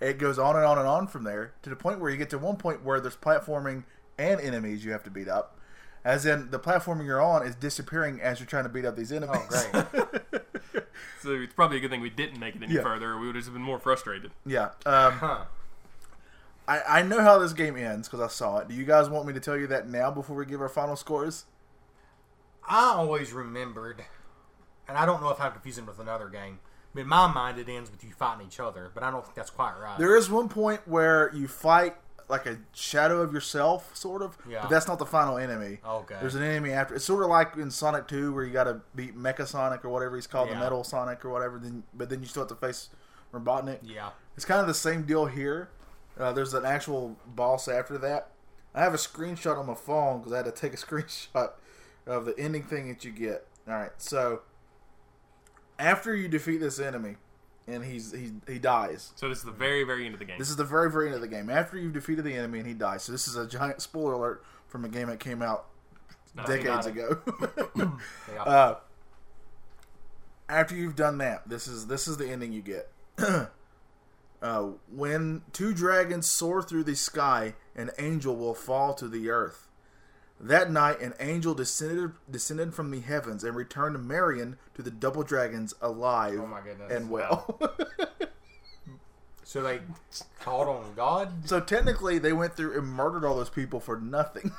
[SPEAKER 3] It goes on and on and on from there to the point where you get to one point where there's platforming and enemies you have to beat up. As in, the platforming you're on is disappearing as you're trying to beat up these enemies.
[SPEAKER 4] Oh, great.
[SPEAKER 5] So it's probably a good thing we didn't make it any
[SPEAKER 3] Yeah.
[SPEAKER 5] further. We would have just been more frustrated.
[SPEAKER 3] *laughs* yeah. Um,
[SPEAKER 4] huh.
[SPEAKER 3] I, I know how this game ends because I saw it. Do you guys want me to tell you that now before we give our final scores?
[SPEAKER 4] I always remembered, and I don't know if I'm confusing it with another game, but in my mind, it ends with you fighting each other, but I don't think that's quite right.
[SPEAKER 3] There is one point where you fight like a shadow of yourself, sort of.
[SPEAKER 4] Yeah.
[SPEAKER 3] But that's not the final enemy.
[SPEAKER 4] Okay.
[SPEAKER 3] There's an enemy after. It's sort of like in Sonic Two, where you got to beat Mecha Sonic or whatever he's called,
[SPEAKER 4] Yeah.
[SPEAKER 3] the Metal Sonic or whatever. Then, but then you still have to face Robotnik.
[SPEAKER 4] yeah.
[SPEAKER 3] It's kind of the same deal here. Uh, there's an actual boss after that. I have a screenshot on my phone because I *laughs* had to take a screenshot of the ending thing that you get. All right, so after you defeat this enemy, and he's he he dies.
[SPEAKER 5] So this is the very, very end of the game.
[SPEAKER 3] This is the very very end of the game. After you've defeated the enemy and he dies. So this is a giant spoiler alert from a game that came out decades
[SPEAKER 4] *clears throat*
[SPEAKER 5] not-
[SPEAKER 3] ago. *clears throat*
[SPEAKER 4] Yeah.
[SPEAKER 3] uh, after you've done that, this is this is the ending you get. *clears throat* uh, when two dragons soar through the sky, an angel will fall to the earth. That night, an angel descended descended from the heavens and returned Marion to the double dragons alive
[SPEAKER 4] Oh my goodness.
[SPEAKER 3] and *laughs* well.
[SPEAKER 4] so they called on God.
[SPEAKER 3] so technically, they went through and murdered all those people for nothing,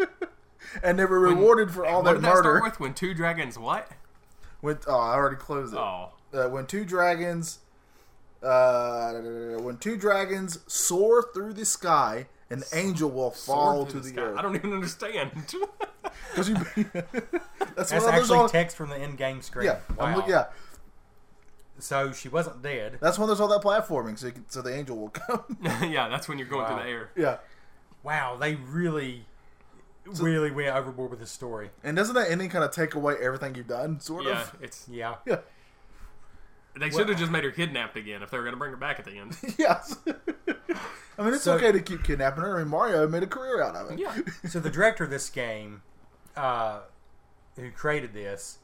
[SPEAKER 3] *laughs* and they were rewarded for all
[SPEAKER 5] what
[SPEAKER 3] that
[SPEAKER 5] did that
[SPEAKER 3] murder.
[SPEAKER 5] start with? When two dragons what?
[SPEAKER 3] With oh, I already closed it.
[SPEAKER 5] Oh.
[SPEAKER 3] uh, when two dragons uh, when two dragons soar through the sky an angel will fall
[SPEAKER 5] Sword
[SPEAKER 3] to
[SPEAKER 5] through
[SPEAKER 3] the,
[SPEAKER 5] sky. I
[SPEAKER 3] earth
[SPEAKER 5] don't even understand.
[SPEAKER 3] *laughs*
[SPEAKER 5] *laughs*
[SPEAKER 3] 'Cause you- *laughs* that's,
[SPEAKER 4] That's
[SPEAKER 3] what I was
[SPEAKER 4] actually
[SPEAKER 3] all,
[SPEAKER 4] text from the end game screen.
[SPEAKER 3] yeah, I'm
[SPEAKER 4] Wow.
[SPEAKER 3] look- yeah
[SPEAKER 4] So she wasn't dead.
[SPEAKER 3] that's when there's all that platforming so, you can, so the angel will come *laughs*
[SPEAKER 5] yeah, that's when you're going
[SPEAKER 4] Wow.
[SPEAKER 5] through the air.
[SPEAKER 3] yeah
[SPEAKER 4] Wow, they really, really went overboard with
[SPEAKER 3] *laughs*
[SPEAKER 4] this story.
[SPEAKER 3] and doesn't that ending kind of take away everything you've done sort
[SPEAKER 5] Yeah,
[SPEAKER 3] of
[SPEAKER 5] it's
[SPEAKER 4] Yeah.
[SPEAKER 3] yeah
[SPEAKER 5] they should have just made her kidnapped again if they were going to bring her back at
[SPEAKER 3] *laughs*
[SPEAKER 5] the end.
[SPEAKER 3] yes I mean it's
[SPEAKER 4] So-
[SPEAKER 3] okay to keep kidnapping her I mean Mario made a career out of it
[SPEAKER 5] yeah,
[SPEAKER 4] So the director of this game, uh, who created this,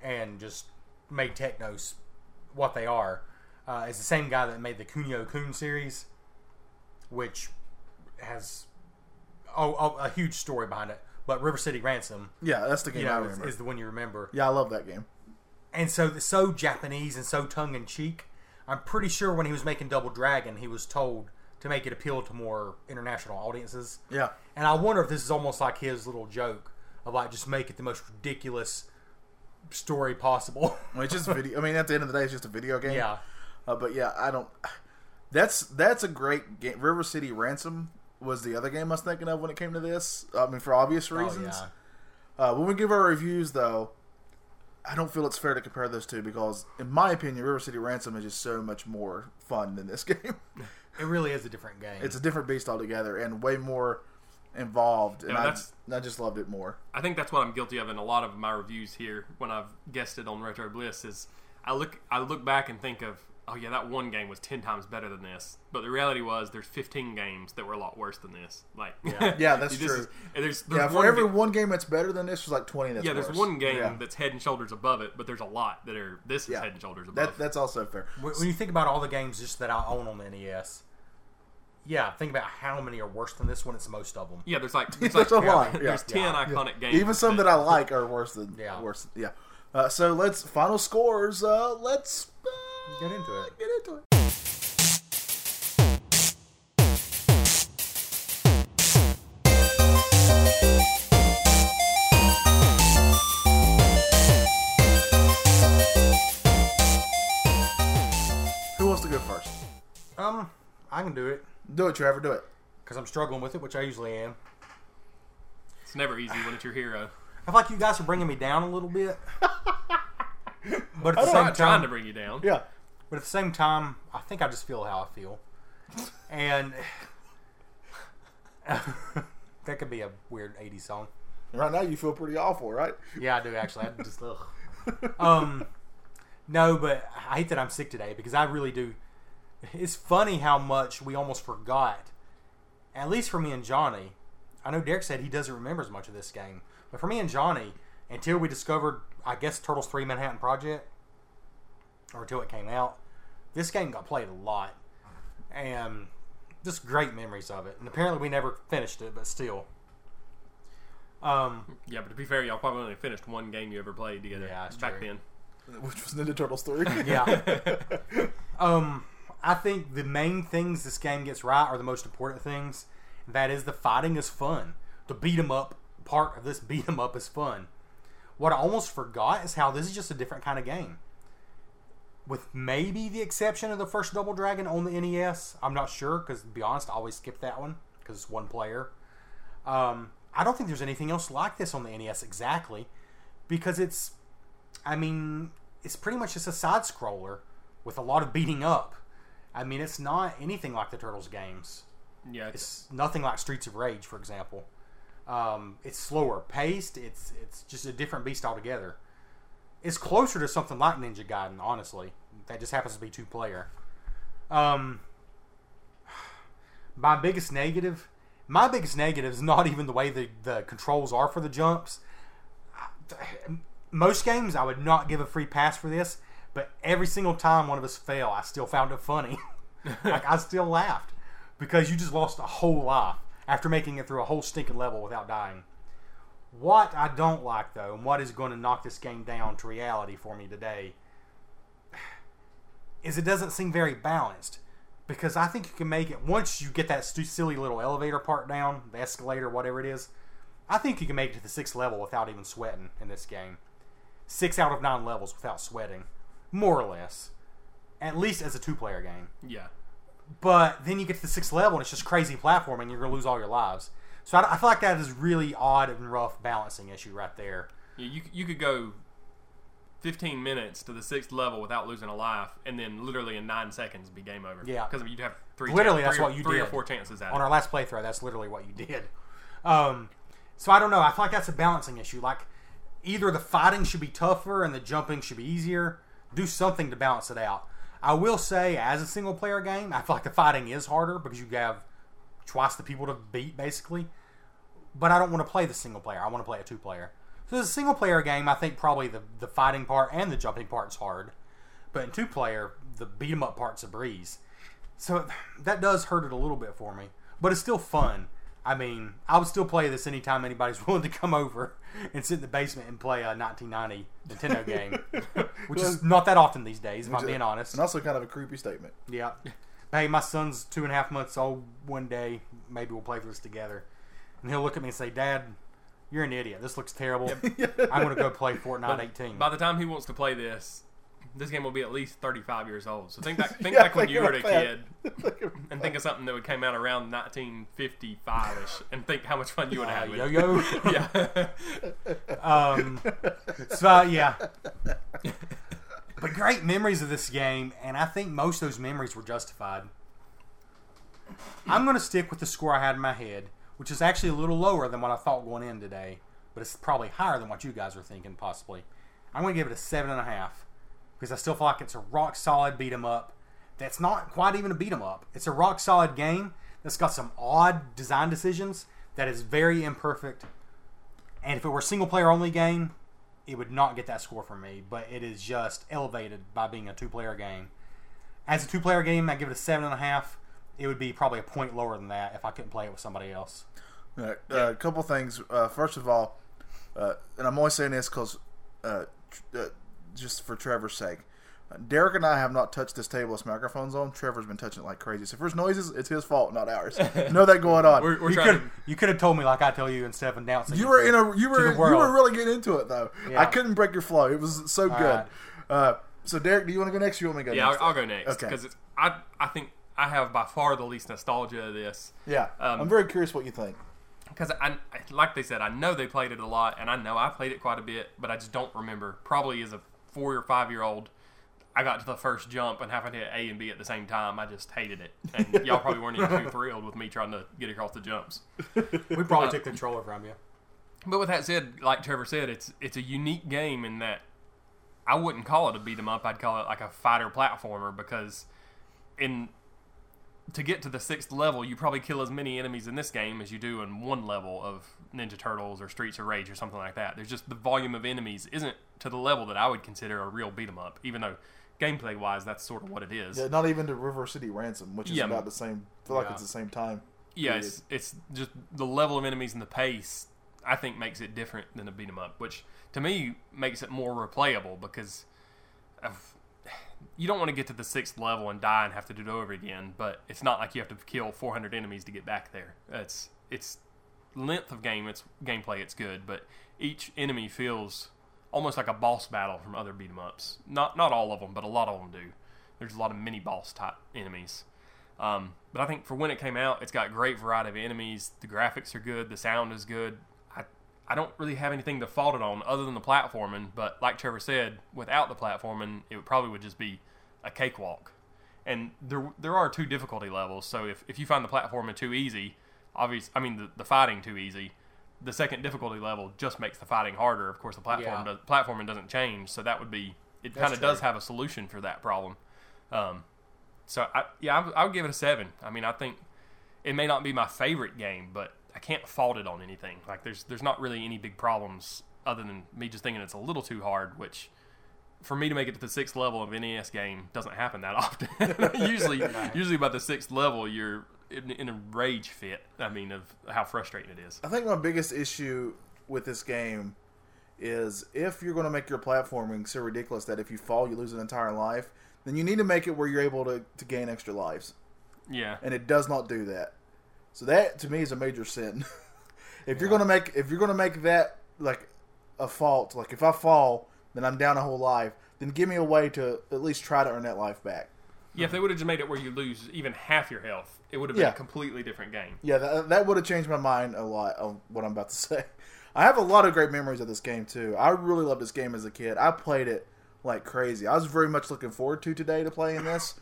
[SPEAKER 4] and just made Technos what they are, uh, is the same guy that made the Kunio Kun series, which has oh, oh, a huge story behind it. But River City Ransom,
[SPEAKER 3] yeah that's the game
[SPEAKER 4] you
[SPEAKER 3] I
[SPEAKER 4] know, is,
[SPEAKER 3] remember
[SPEAKER 4] is the one you remember.
[SPEAKER 3] yeah I love that game
[SPEAKER 4] and so so Japanese and so tongue in cheek. I'm pretty sure when he was making Double Dragon, he was told to make it appeal to more international audiences.
[SPEAKER 3] yeah
[SPEAKER 4] And I wonder if this is almost like his little joke of like just make it the most ridiculous story possible. *laughs*
[SPEAKER 3] I mean, it's just video I mean at the end of the day it's just a video game
[SPEAKER 4] yeah.
[SPEAKER 3] Uh, but yeah, I don't. That's that's a great game. River City Ransom was the other game I was thinking of when it came to this. I mean, for obvious reasons.
[SPEAKER 4] Oh,
[SPEAKER 3] uh, when we give our reviews, though, I don't feel it's fair to compare those two because, in my opinion, River City Ransom is just so much more fun than this *laughs* game.
[SPEAKER 4] yeah. It really is a different game.
[SPEAKER 3] it's a different beast altogether and way more involved. And
[SPEAKER 5] Yeah,
[SPEAKER 3] I,
[SPEAKER 5] that's-
[SPEAKER 3] I just loved it more.
[SPEAKER 5] I think that's what I'm guilty of in a lot of my reviews here when I've guested on Retro Bliss is I look I look back and think of oh yeah that one game was ten times better than this, but the reality was there's 15 games that were a lot worse than this. Like *laughs* yeah,
[SPEAKER 3] Yeah, that's
[SPEAKER 5] this
[SPEAKER 3] true.
[SPEAKER 5] is- and there's, there's
[SPEAKER 3] Yeah, for
[SPEAKER 5] one
[SPEAKER 3] every
[SPEAKER 5] ga-
[SPEAKER 3] one game that's better than this, there's like twenty. That's
[SPEAKER 5] yeah there's
[SPEAKER 3] worse.
[SPEAKER 5] one game
[SPEAKER 3] Yeah.
[SPEAKER 5] that's head and shoulders above it, but there's a lot that are this is
[SPEAKER 3] Yeah.
[SPEAKER 5] head and shoulders above.
[SPEAKER 3] That, that's also fair.
[SPEAKER 4] When when you think about all the games just that I own on the NES, yeah, think about how many are worse than this one. It's most of them.
[SPEAKER 5] yeah, there's like
[SPEAKER 3] *laughs*
[SPEAKER 5] there's,
[SPEAKER 3] There's
[SPEAKER 5] like,
[SPEAKER 3] a lot, yeah.
[SPEAKER 5] there's ten
[SPEAKER 4] Yeah.
[SPEAKER 5] iconic games.
[SPEAKER 3] Even some that I like are worse than
[SPEAKER 4] Yeah.
[SPEAKER 3] worse. Yeah. Uh, so let's final scores. Uh, let's uh,
[SPEAKER 4] Get into it.
[SPEAKER 3] get into it. Who wants to go first?
[SPEAKER 4] Um, I can do it
[SPEAKER 3] Do it, Trevor. Do it.
[SPEAKER 4] because I'm struggling with it, which I usually am.
[SPEAKER 5] it's never easy when it's
[SPEAKER 3] *laughs*
[SPEAKER 5] your hero.
[SPEAKER 4] I feel like you guys are bringing me down a little
[SPEAKER 5] *laughs*
[SPEAKER 4] bit. But at the
[SPEAKER 5] I'm
[SPEAKER 4] same
[SPEAKER 5] not trying to
[SPEAKER 4] time,
[SPEAKER 5] bring you down.
[SPEAKER 3] Yeah.
[SPEAKER 4] but at the same time, I think I just feel how I feel, and *laughs* that could be a weird '80s song.
[SPEAKER 3] Right now, you feel pretty awful, right? *laughs*
[SPEAKER 4] Yeah, I do actually. I just ugh. *laughs* um, no, but I hate that I'm sick today because I really do. It's funny how much we almost forgot. At least for me and Johnny, I know Derek said he doesn't remember as much of this game, but for me and Johnny, until we discovered, I guess Turtles Three Manhattan Project, or until it came out, this game got played a lot, and just great memories of it. And apparently, we never finished it, but still. Um,
[SPEAKER 5] Yeah, but to be fair, y'all probably only finished one game you ever played together
[SPEAKER 4] Yeah, that's
[SPEAKER 5] back
[SPEAKER 4] true.
[SPEAKER 5] then.
[SPEAKER 3] Which was Ninja Turtles three.
[SPEAKER 4] Yeah. *laughs* um, I think the main things this game gets right are the most important things. That is, the fighting is fun. The beat 'em up part of this *laughs* beat 'em up is fun. What I almost forgot is how this is just a different kind of game. With maybe the exception of the first Double Dragon on the NES, I'm not sure because to be honest, I always skip that one because it's one player. Um, I don't think there's anything else like this on the NES exactly because it's I mean, it's pretty much just a side scroller with a lot of beating up. I mean, it's not anything like the Turtles games.
[SPEAKER 5] Yeah, it's,
[SPEAKER 4] It's nothing like Streets of Rage, for example. Um, it's slower paced. It's it's just a different beast altogether. It's closer to something like Ninja Gaiden, honestly. That just happens to be two player. Um, *sighs* my biggest negative, my biggest negative is not even the way the, the controls are for the jumps. *sighs* Most games, I would not give a free pass for this, but every single time one of us fell, I still found it funny. *laughs* like I still laughed because you just lost a whole life after making it through a whole stinking level without dying. What I don't like though, and what is going to knock this game down to reality for me today, is it doesn't seem very balanced. Because I think you can make it once you get that stu- silly little elevator part down, the escalator, whatever it is. I think you can make it to the sixth level without even sweating in this game. Six out of nine levels without sweating, more or less. At least as a two-player game.
[SPEAKER 5] Yeah.
[SPEAKER 4] But then you get to the sixth level and it's just crazy platforming. You're gonna lose all your lives. So I, I feel like that is really odd and rough balancing issue right there.
[SPEAKER 5] yeah you, you could go 15 minutes to the sixth level without losing a life, and then literally in nine seconds be game over.
[SPEAKER 4] Yeah.
[SPEAKER 5] Because you'd have three
[SPEAKER 4] Literally,
[SPEAKER 5] chan-
[SPEAKER 4] that's
[SPEAKER 5] three or-
[SPEAKER 4] what you
[SPEAKER 5] three
[SPEAKER 4] did
[SPEAKER 5] or four chances at
[SPEAKER 4] on
[SPEAKER 5] it.
[SPEAKER 4] our last playthrough. That's literally what you did. Um, so I don't know. I feel like that's a balancing issue. Like either the fighting should be tougher and the jumping should be easier. Do something to balance it out. I will say, as a single player game, I feel like the fighting is harder because you have twice the people to beat basically. But I don't want to play the single player. I want to play a two player. So as a single player game, I think probably the the fighting part and the jumping part is hard. But in two player, the beat 'em up part's a breeze. So that does hurt it a little bit for me, but it's still fun. I mean, I would still play this anytime anybody's *laughs* willing to come over and sit in the basement and play a 1990 Nintendo game, which is not that often these days,
[SPEAKER 3] uh,
[SPEAKER 4] if I'm being honest.
[SPEAKER 3] And also kind of a creepy statement.
[SPEAKER 4] Yeah. Hey, my son's two and a half months old. One day, maybe we'll play through this together. And he'll look at me and say, Dad, you're an idiot. This looks terrible. I'm going to go play Fortnite 18.
[SPEAKER 5] By the time he wants to play this, this game will be at least 35 years old. So
[SPEAKER 3] *laughs*
[SPEAKER 5] think back, think
[SPEAKER 3] Yeah,
[SPEAKER 5] back
[SPEAKER 3] *laughs*
[SPEAKER 5] when
[SPEAKER 3] think
[SPEAKER 5] you were a
[SPEAKER 3] about that.
[SPEAKER 5] kid and think of something that would came out around 1955 ish and think how much fun you would
[SPEAKER 4] Uh,
[SPEAKER 5] have had
[SPEAKER 4] yo
[SPEAKER 5] with it.
[SPEAKER 4] yo.
[SPEAKER 5] Yeah. *laughs*
[SPEAKER 4] Um, so, yeah. But great memories of this game, and I think most of those memories were justified. I'm going to stick with the score I had in my head, which is actually a little lower than what I thought going in today, but it's probably higher than what you guys are thinking, possibly. I'm going to give it a 7.5 because I still feel like it's a rock solid beat 'em up that's not quite even a beat 'em up. It's a rock solid game that's got some odd design decisions that is very imperfect. And if it were a single player only game, it would not get that score from me, but it is just elevated by being a two player game. As a two player game, I give it a seven and a half. It would be probably a point lower than that if I couldn't play it with somebody else.
[SPEAKER 3] Uh, a couple things. Uh, first of all, uh, and I'm only saying this because uh, tr- uh, just for Trevor's sake, uh, Derek and I have not touched this table with microphones on. Trevor's been touching it like crazy. So if there's noises, it's his fault, not
[SPEAKER 5] *laughs*
[SPEAKER 3] ours. know that going on.
[SPEAKER 5] We're, we're
[SPEAKER 4] You
[SPEAKER 5] trying
[SPEAKER 4] could
[SPEAKER 5] to.
[SPEAKER 4] you could have told me like I tell you in seven down.
[SPEAKER 3] you were in a you
[SPEAKER 4] the
[SPEAKER 3] were you were
[SPEAKER 4] world.
[SPEAKER 3] really getting into it though.
[SPEAKER 4] Yeah.
[SPEAKER 3] I couldn't break your flow. It was so good.
[SPEAKER 4] right.
[SPEAKER 3] Uh, so Derek, do you want to go next? Or you want me to go
[SPEAKER 5] Yeah,
[SPEAKER 3] next?
[SPEAKER 5] I'll, I'll go next.
[SPEAKER 3] Okay.
[SPEAKER 5] Because I, I think I have by far the least nostalgia of this.
[SPEAKER 3] yeah,
[SPEAKER 5] um,
[SPEAKER 3] I'm very curious what you think.
[SPEAKER 5] because I, I- like they said, I know they played it a lot, and I know I played it quite a bit, but I just don't remember. Probably as a four or five year old, I got to the first jump and having to hit A and B at the same time. I just hated it, and y'all probably weren't even too thrilled with me trying to get across the jumps.
[SPEAKER 4] we probably took the controller from you.
[SPEAKER 5] But with that said, like Trevor said, it's it's a unique game in that I wouldn't call it a beat 'em up. I'd call it like a fighter platformer because in to get to the sixth level, you probably kill as many enemies in this game as you do in one level of Ninja Turtles or Streets of Rage or something like that. There's just the volume of enemies isn't to the level that I would consider a real beat 'em up, even though gameplay wise that's sort of what it is.
[SPEAKER 3] Yeah, not even to River City Ransom, which is
[SPEAKER 5] Yeah,
[SPEAKER 3] about the same. Feel like
[SPEAKER 4] yeah.
[SPEAKER 3] it's the same time.
[SPEAKER 5] yeah,
[SPEAKER 3] period.
[SPEAKER 5] it's, it's just the level of enemies and the pace. I think makes it different than a beat 'em up, which to me makes it more replayable because of, you don't want to get to the sixth level and die and have to do it over again. But it's not like you have to kill 400 enemies to get back there. It's it's length of game, it's gameplay, it's good, but each enemy feels almost like a boss battle from other beat 'em ups. Not not all of them, but a lot of them do. There's a lot of mini boss type enemies. Um, but I think for when it came out, it's got great variety of enemies. The graphics are good. The sound is good. I I don't really have anything to fault it on other than the platforming. But like Trevor said, without the platforming, it would probably would just be a cakewalk. And there there are two difficulty levels. So if, if you find the platforming too easy, obvious I mean the, the fighting too easy, the second difficulty level just makes the fighting harder. Of course, the
[SPEAKER 4] Yeah.
[SPEAKER 5] platform does, platforming doesn't change, so that would be it. Kind of
[SPEAKER 4] true.
[SPEAKER 5] does have a solution for that problem. Um, so I, yeah, I, would- I would give it a seven. I mean, I think it may not be my favorite game, but I can't fault it on anything. Like there's there's not really any big problems other than me just thinking it's a little too hard, which for me to make it to the sixth level of an NES game doesn't happen that *laughs* often. usually, usually by the sixth level, you're in, in a rage fit. I mean, of how frustrating it is.
[SPEAKER 3] I think my biggest issue with this game is if you're going to make your platforming so ridiculous that if you fall, you lose an entire life, then you need to make it where you're able to, to gain extra lives.
[SPEAKER 5] Yeah,
[SPEAKER 3] and it does not do that. So that to me is a major sin. *laughs* if you're gonna make if you're gonna make that like a fault, like if I fall, then I'm down a whole life. Then give me a way to at least try to earn that life back.
[SPEAKER 5] yeah. If they would have just made it where you lose even half your health, it would have been
[SPEAKER 3] Yeah.
[SPEAKER 5] a completely different game.
[SPEAKER 3] Yeah, that, that would have changed my mind a lot on what I'm about to *laughs* say. I have a lot of great memories of this game too. I really loved this game as a kid. I played it like crazy. I was very much looking forward to today to playing this.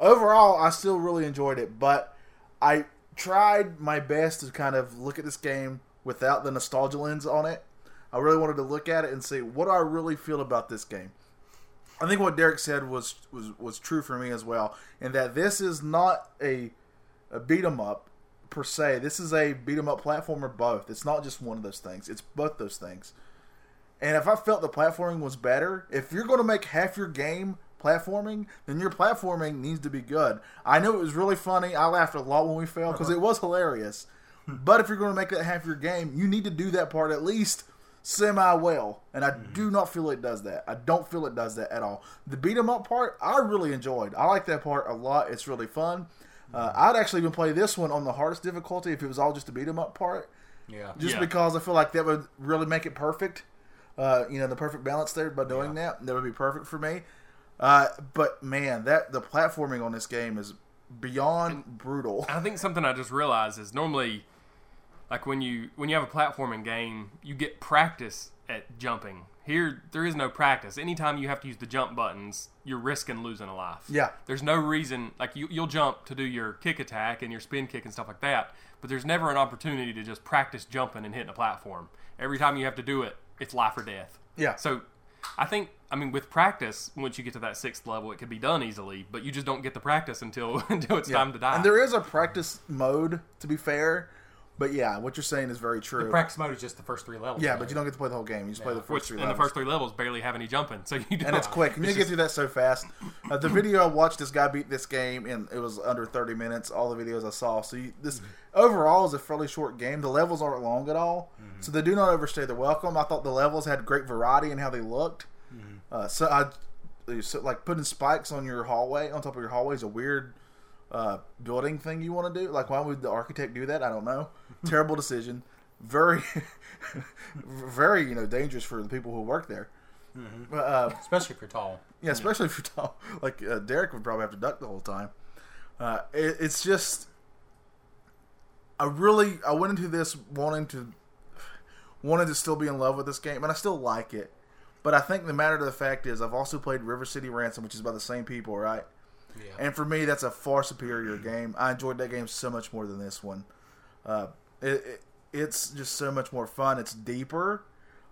[SPEAKER 3] Overall, I still really enjoyed it, but I tried my best to kind of look at this game without the nostalgia lens on it. I really wanted to look at it and see what do I really feel about this game. I think what Derek said was was was true for me as well, in that this is not a a beat 'em up per se. This is a beat 'em up platformer. Both. It's not just one of those things. It's both those things. And if I felt the platforming was better, if you're going to make half your game platforming, then your platforming needs to be good. I know it was really funny. I laughed a lot when we failed because it was hilarious. But if you're going to make that half your game, you need to do that part at least semi well. And I do not feel it does that. I don't feel it does that at all. The beat 'em up part, I really enjoyed. I like that part a lot. It's really fun. Uh, I'd actually even play this one on the hardest difficulty if it was all just a beat 'em up part
[SPEAKER 4] Yeah.
[SPEAKER 3] just
[SPEAKER 5] Yeah.
[SPEAKER 3] because I feel like that would really make it perfect. Uh, you know, the perfect balance there by doing that. That would be perfect for me. Uh, but man, that the platforming on this game is beyond brutal.
[SPEAKER 5] I think something I just realized is normally, like when you when you have a platforming game, you get practice at jumping. Here, there is no practice. Anytime you have to use the jump buttons, you're risking losing a life.
[SPEAKER 3] Yeah.
[SPEAKER 5] There's no reason like you you'll jump to do your kick attack and your spin kick and stuff like that, but there's never an opportunity to just practice jumping and hitting a platform. Every time you have to do it, it's life or death.
[SPEAKER 3] Yeah.
[SPEAKER 5] So I think I mean with practice, once you get to that sixth level, it can be done easily, but you just don't get the practice until *laughs* until it's time to die.
[SPEAKER 3] And there is a practice mode, to be fair. But yeah, what you're saying is very true.
[SPEAKER 4] Practice mode is just the first three levels.
[SPEAKER 3] yeah, but you don't get to play the whole game. You just play the first
[SPEAKER 5] Which
[SPEAKER 3] three
[SPEAKER 5] in
[SPEAKER 3] levels.
[SPEAKER 5] the first three levels barely have any jumping, so *laughs* you don't.
[SPEAKER 3] and it's quick. And you get through that so fast. Uh, the video I watched, this guy beat this game, and it was under 30 minutes. All the videos I saw. So you, this overall is a fairly short game. The levels aren't long at all, so they do not overstay their welcome. I thought the levels had great variety in how they looked. Uh, so I, so like putting spikes on your hallway on top of your hallway is a weird uh, building thing you want to do. Like, why would the architect do that? I don't know. Terrible decision. Very, *laughs* very you know dangerous for the people who work there. But, uh,
[SPEAKER 4] especially if you're tall.
[SPEAKER 3] yeah, especially if you're tall. *laughs* Like uh, Derek would probably have to duck the whole time. Uh, it, it's just, I really I went into this wanting to wanted to still be in love with this game, and I still like it. But I think the matter of the fact is I've also played River City Ransom, which is by the same people, right?
[SPEAKER 4] Yeah.
[SPEAKER 3] And for me, that's a far superior game. I enjoyed that game so much more than this one. Uh, it, it, it's just so much more fun. It's deeper.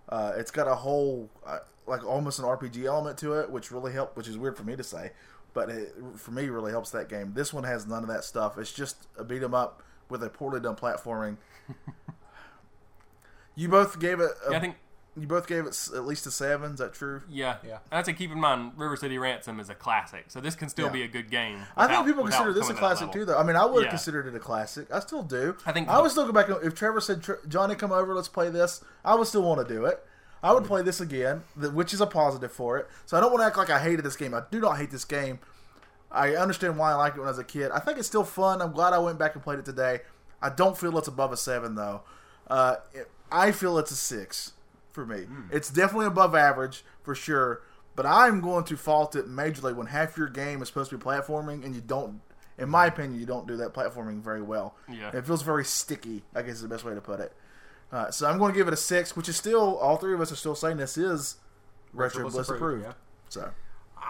[SPEAKER 3] Uh, it's got a whole uh, like almost an RPG element to it, which really helped. Which is weird for me to say, but it, for me, really helps that game. This one has none of that stuff. It's just a beat 'em up with a poorly done
[SPEAKER 5] *laughs*
[SPEAKER 3] platforming. you both gave it. A,
[SPEAKER 5] Yeah, I think
[SPEAKER 3] you both gave it s- at least a seven. Is that true?
[SPEAKER 5] yeah,
[SPEAKER 4] Yeah.
[SPEAKER 5] And I'd say keep in mind River City Ransom is a classic, so this can still
[SPEAKER 3] Yeah.
[SPEAKER 5] be a good game.
[SPEAKER 3] I
[SPEAKER 5] without-
[SPEAKER 3] think people
[SPEAKER 5] without
[SPEAKER 3] consider this a
[SPEAKER 5] coming to that
[SPEAKER 3] classic
[SPEAKER 5] level.
[SPEAKER 3] too, though. I mean, I would have
[SPEAKER 5] Yeah.
[SPEAKER 3] considered it a classic. I still do.
[SPEAKER 5] I think-
[SPEAKER 3] I would still go back. and- If Trevor said, "Tr- "Johnny, come over, let's play this," I would still want to do it. I
[SPEAKER 5] Mm.
[SPEAKER 3] would play this again, th- which is a positive for it. So I don't want to act like I hated this game. I do not hate this game. I understand why I liked it when I was a kid. I think it's still fun. I'm glad I went back and played it today. I don't feel it's above a seven though. Uh, it, I feel it's a six for me.
[SPEAKER 4] Hmm.
[SPEAKER 3] It's definitely above average for sure. But I'm going to fault it majorly when half your game is supposed to be platforming and you don't. In my opinion, you don't do that platforming very well.
[SPEAKER 5] Yeah.
[SPEAKER 3] It feels very sticky. I guess is the best way to put it. Uh, so I'm going to give it a six, which is still all three of us are still saying this is retro,
[SPEAKER 4] Bliss
[SPEAKER 3] bliss approved.
[SPEAKER 4] approved, yeah.
[SPEAKER 3] So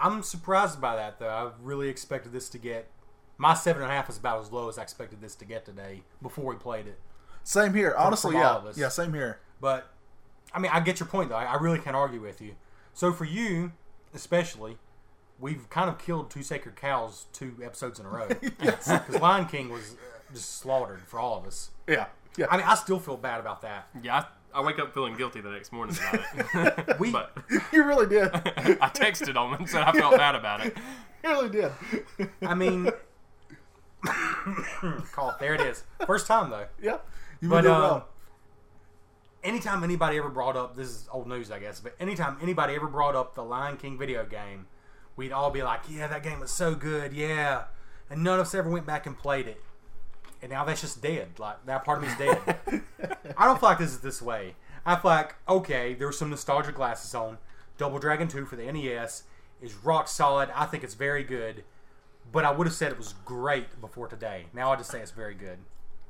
[SPEAKER 4] I'm surprised by that though. I really expected this to get my seven and a half is about as low as I expected this to get today before we played it.
[SPEAKER 3] Same here. Honestly,
[SPEAKER 4] from all
[SPEAKER 3] yeah,
[SPEAKER 4] of us.
[SPEAKER 3] yeah, same here.
[SPEAKER 4] But I mean, I get your point though. I, I really can't argue with you. So for you, especially, we've kind of killed two sacred cows two episodes in a row *laughs* because Lion King was uh, just slaughtered for all of us.
[SPEAKER 3] Yeah, yeah.
[SPEAKER 4] I mean, I still feel bad about that.
[SPEAKER 5] Yeah, I, I wake up feeling guilty the next morning about it.
[SPEAKER 3] *laughs*
[SPEAKER 5] *laughs*
[SPEAKER 4] We
[SPEAKER 5] but
[SPEAKER 3] *laughs* you really did.
[SPEAKER 5] I texted him and said I felt bad about
[SPEAKER 3] *laughs*
[SPEAKER 5] it.
[SPEAKER 3] You really did.
[SPEAKER 4] I mean, *coughs* cough. There it is. First time though.
[SPEAKER 3] Yeah, you
[SPEAKER 4] But
[SPEAKER 3] did
[SPEAKER 4] um,
[SPEAKER 3] well.
[SPEAKER 4] anytime anybody ever brought up this is old news, I guess. But anytime anybody ever brought up the Lion King video game, we'd all be like, "Yeah, that game was so good, yeah." And none of us ever went back and played it. And now that's just dead. Like that part of me's dead. I don't feel like this is this way. I feel like okay, there was some nostalgia glasses on. Double Dragon Two for the NES is rock solid. I think it's very good. But I would have said it was great before today. Now I just say it's very good.